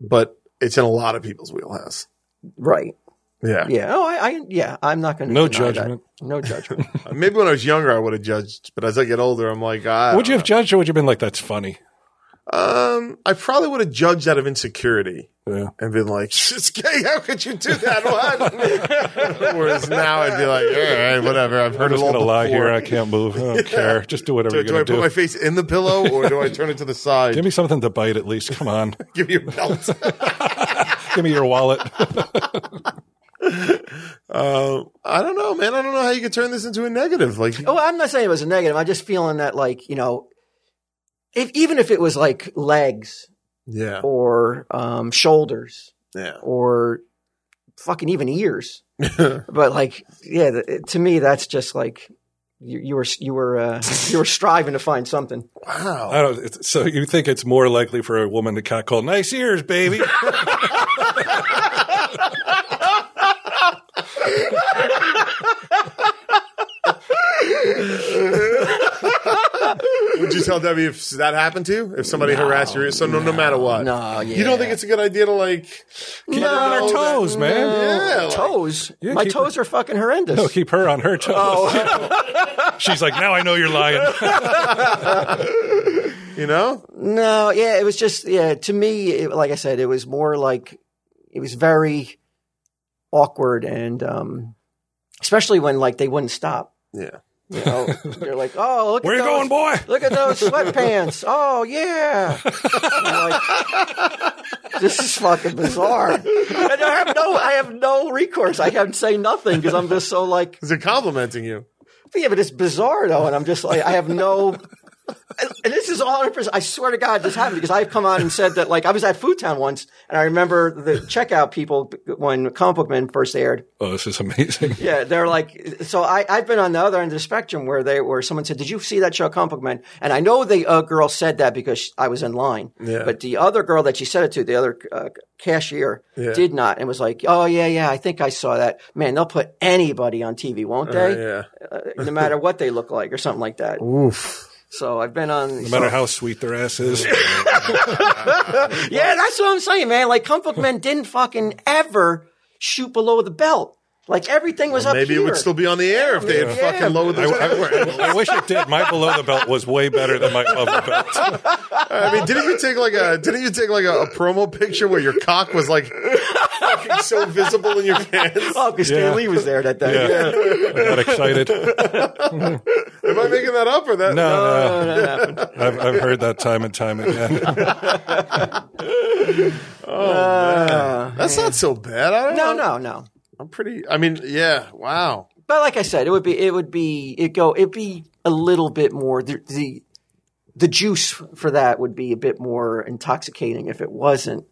[SPEAKER 4] but it's in a lot of people's wheelhouse.
[SPEAKER 2] right.
[SPEAKER 4] Yeah.
[SPEAKER 2] Yeah. Oh, I, I yeah. I'm not going to.
[SPEAKER 1] No judgment.
[SPEAKER 2] No judgment.
[SPEAKER 4] Maybe when I was younger, I would have judged, but as I get older, I'm like, "Ah, I
[SPEAKER 1] Would you have judged or would you have been like, that's funny?
[SPEAKER 4] Um, I probably would have judged out of insecurity
[SPEAKER 1] Yeah.
[SPEAKER 4] and been like, "It's gay. How could you do that?" What? Whereas now I'd be like, "All right, whatever. I've
[SPEAKER 1] I'm
[SPEAKER 4] heard it
[SPEAKER 1] just
[SPEAKER 4] all
[SPEAKER 1] gonna
[SPEAKER 4] before."
[SPEAKER 1] lie here. I can't move. I don't care. Just do whatever
[SPEAKER 4] do,
[SPEAKER 1] you're
[SPEAKER 4] do I
[SPEAKER 1] gonna
[SPEAKER 4] put
[SPEAKER 1] do.
[SPEAKER 4] my face in the pillow or do I turn it to the side?
[SPEAKER 1] Give me something to bite at least. Come on.
[SPEAKER 4] Give me your belt.
[SPEAKER 1] Give me your wallet.
[SPEAKER 4] uh, I don't know, man. I don't know how you could turn this into a negative. Like,
[SPEAKER 2] Oh, I'm not saying it was a negative. I'm just feeling that, like, you know, if even if it was like legs
[SPEAKER 4] yeah,
[SPEAKER 2] or um, shoulders
[SPEAKER 4] yeah.
[SPEAKER 2] or fucking even ears, but like, yeah, th- it- to me that's just like you, you were you were uh, you were striving to find something.
[SPEAKER 1] I
[SPEAKER 4] Wow.
[SPEAKER 1] don't. It's, so you think it's more likely for a woman to catcall nice ears, baby?
[SPEAKER 4] Would you tell Debbie if that happened to you? If somebody harassed you? So no, no matter
[SPEAKER 1] Uh,
[SPEAKER 4] what.
[SPEAKER 2] No, yeah.
[SPEAKER 4] You don't think it's a good idea to like
[SPEAKER 1] Keep her on her toes, man.
[SPEAKER 4] yeah, like-
[SPEAKER 2] toes?
[SPEAKER 1] Yeah,
[SPEAKER 2] My
[SPEAKER 1] keep
[SPEAKER 2] toes are fucking horrendous.
[SPEAKER 1] No, keep her on her toes. She's like, now I know you're lying.
[SPEAKER 4] you know?
[SPEAKER 2] No, yeah, it was just yeah. To me, it, like I said, it was more like it was very awkward, and um, especially when like they wouldn't stop.
[SPEAKER 4] Yeah.
[SPEAKER 2] You know, they're like, "Oh, look
[SPEAKER 1] Where
[SPEAKER 2] at
[SPEAKER 1] you going,
[SPEAKER 2] those,
[SPEAKER 1] boy?
[SPEAKER 2] Look at those sweatpants! Oh yeah!" I'm like, this is fucking bizarre. And I have no, I have no recourse. I can't say nothing because I'm just so like,
[SPEAKER 4] Is it complimenting you?
[SPEAKER 2] yeah, but it's bizarre though, and I'm just like, I have no. And and this is 100. percent I swear to God, this happened because I've come on and said that like I was at Food Town once, and I remember the checkout people when Comic Book Men first aired.
[SPEAKER 1] oh, this is amazing.
[SPEAKER 2] Yeah, they're like, so I, I've been on the other end of the spectrum where they, where someone said, "Did you see that show, Comic Book Man?" And I know the uh, girl said that because she- I was in line.
[SPEAKER 4] Yeah.
[SPEAKER 2] But the other girl that she said it to, the other uh, cashier,
[SPEAKER 4] Yeah.
[SPEAKER 2] did not, and was like, "Oh yeah, yeah, I think I saw that." Man, they'll put anybody on TV, won't they?
[SPEAKER 4] Uh,
[SPEAKER 2] Uh, no matter what they look like or something like that.
[SPEAKER 4] yeah. Oof.
[SPEAKER 2] So I've been on.
[SPEAKER 1] No matter how sweet their ass is.
[SPEAKER 2] Yeah, that's what I'm saying, man. Like Comic Book Men didn't fucking ever shoot below the belt. Like everything was up
[SPEAKER 4] Maybe
[SPEAKER 2] here.
[SPEAKER 4] it would still be on the air if they had
[SPEAKER 2] Yeah.
[SPEAKER 4] fucking lowered the.
[SPEAKER 1] I, I- I wish it did. My below the belt was way better than my above the belt.
[SPEAKER 4] I mean, didn't you take like a didn't you take like a, a promo picture where your cock was like fucking so visible in your pants?
[SPEAKER 2] Oh, because
[SPEAKER 1] Yeah.
[SPEAKER 2] Stan Lee was there that day.
[SPEAKER 1] Yeah. I got excited. No,
[SPEAKER 4] Am I making that up or that?
[SPEAKER 1] no. I've, I've heard that time and time again.
[SPEAKER 4] that's not so bad. I don't
[SPEAKER 2] Uh, No, no,
[SPEAKER 4] know.
[SPEAKER 2] no.
[SPEAKER 4] I'm pretty. I mean, yeah. Wow.
[SPEAKER 2] But like I said, it would be it would be it go it'd be a little bit more the the, the juice for that would be a bit more intoxicating if it wasn't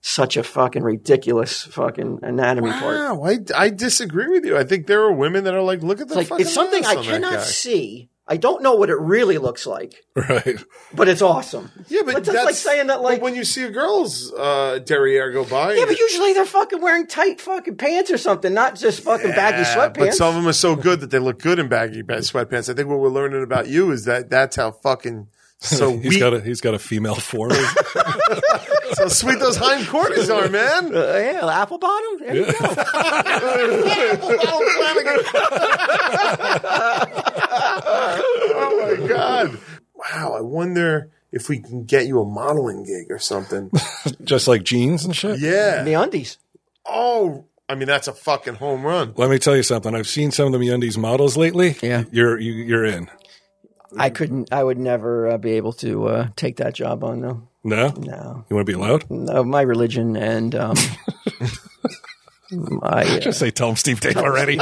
[SPEAKER 2] such a fucking ridiculous fucking anatomy part.
[SPEAKER 4] Wow. I, I disagree with you. I think there are women that are like, look at the
[SPEAKER 2] It's like
[SPEAKER 4] fucking
[SPEAKER 2] it's something
[SPEAKER 4] ass
[SPEAKER 2] I
[SPEAKER 4] on that
[SPEAKER 2] cannot
[SPEAKER 4] guy.
[SPEAKER 2] see. I don't know what it really looks like,
[SPEAKER 1] Right.
[SPEAKER 2] but it's awesome.
[SPEAKER 4] Yeah, but,
[SPEAKER 2] But that's
[SPEAKER 4] that's
[SPEAKER 2] like saying that,
[SPEAKER 4] but
[SPEAKER 2] like-
[SPEAKER 4] when you see a girl's uh, derriere go by.
[SPEAKER 2] Yeah, but usually they're fucking wearing tight fucking pants or something, not just fucking baggy
[SPEAKER 4] Yeah,
[SPEAKER 2] sweatpants.
[SPEAKER 4] Ah, But some of them are so good that they look good in baggy ba- sweatpants. I think what we're learning about you is that that's how fucking so
[SPEAKER 1] He's
[SPEAKER 4] weak,
[SPEAKER 1] got a he's got a female form.
[SPEAKER 4] how sweet those hind quarters are, man.
[SPEAKER 2] Uh, yeah, apple bottom. There you go.
[SPEAKER 4] oh my god! Wow, I wonder if we can get you a modeling gig or something.
[SPEAKER 1] Just like jeans and shit.
[SPEAKER 4] Yeah.
[SPEAKER 2] The undies.
[SPEAKER 4] Oh, I mean that's a fucking home run.
[SPEAKER 1] Let me tell you something. I've seen some of the MeUndies models lately.
[SPEAKER 2] Yeah.
[SPEAKER 1] You're you, you're in.
[SPEAKER 2] I couldn't. I would never uh, be able to uh, take that job on though.
[SPEAKER 1] No?
[SPEAKER 2] No,
[SPEAKER 1] You want to be allowed?
[SPEAKER 2] no my religion and um, uh, my. uh,
[SPEAKER 1] Just say, tell him Steve Dave already.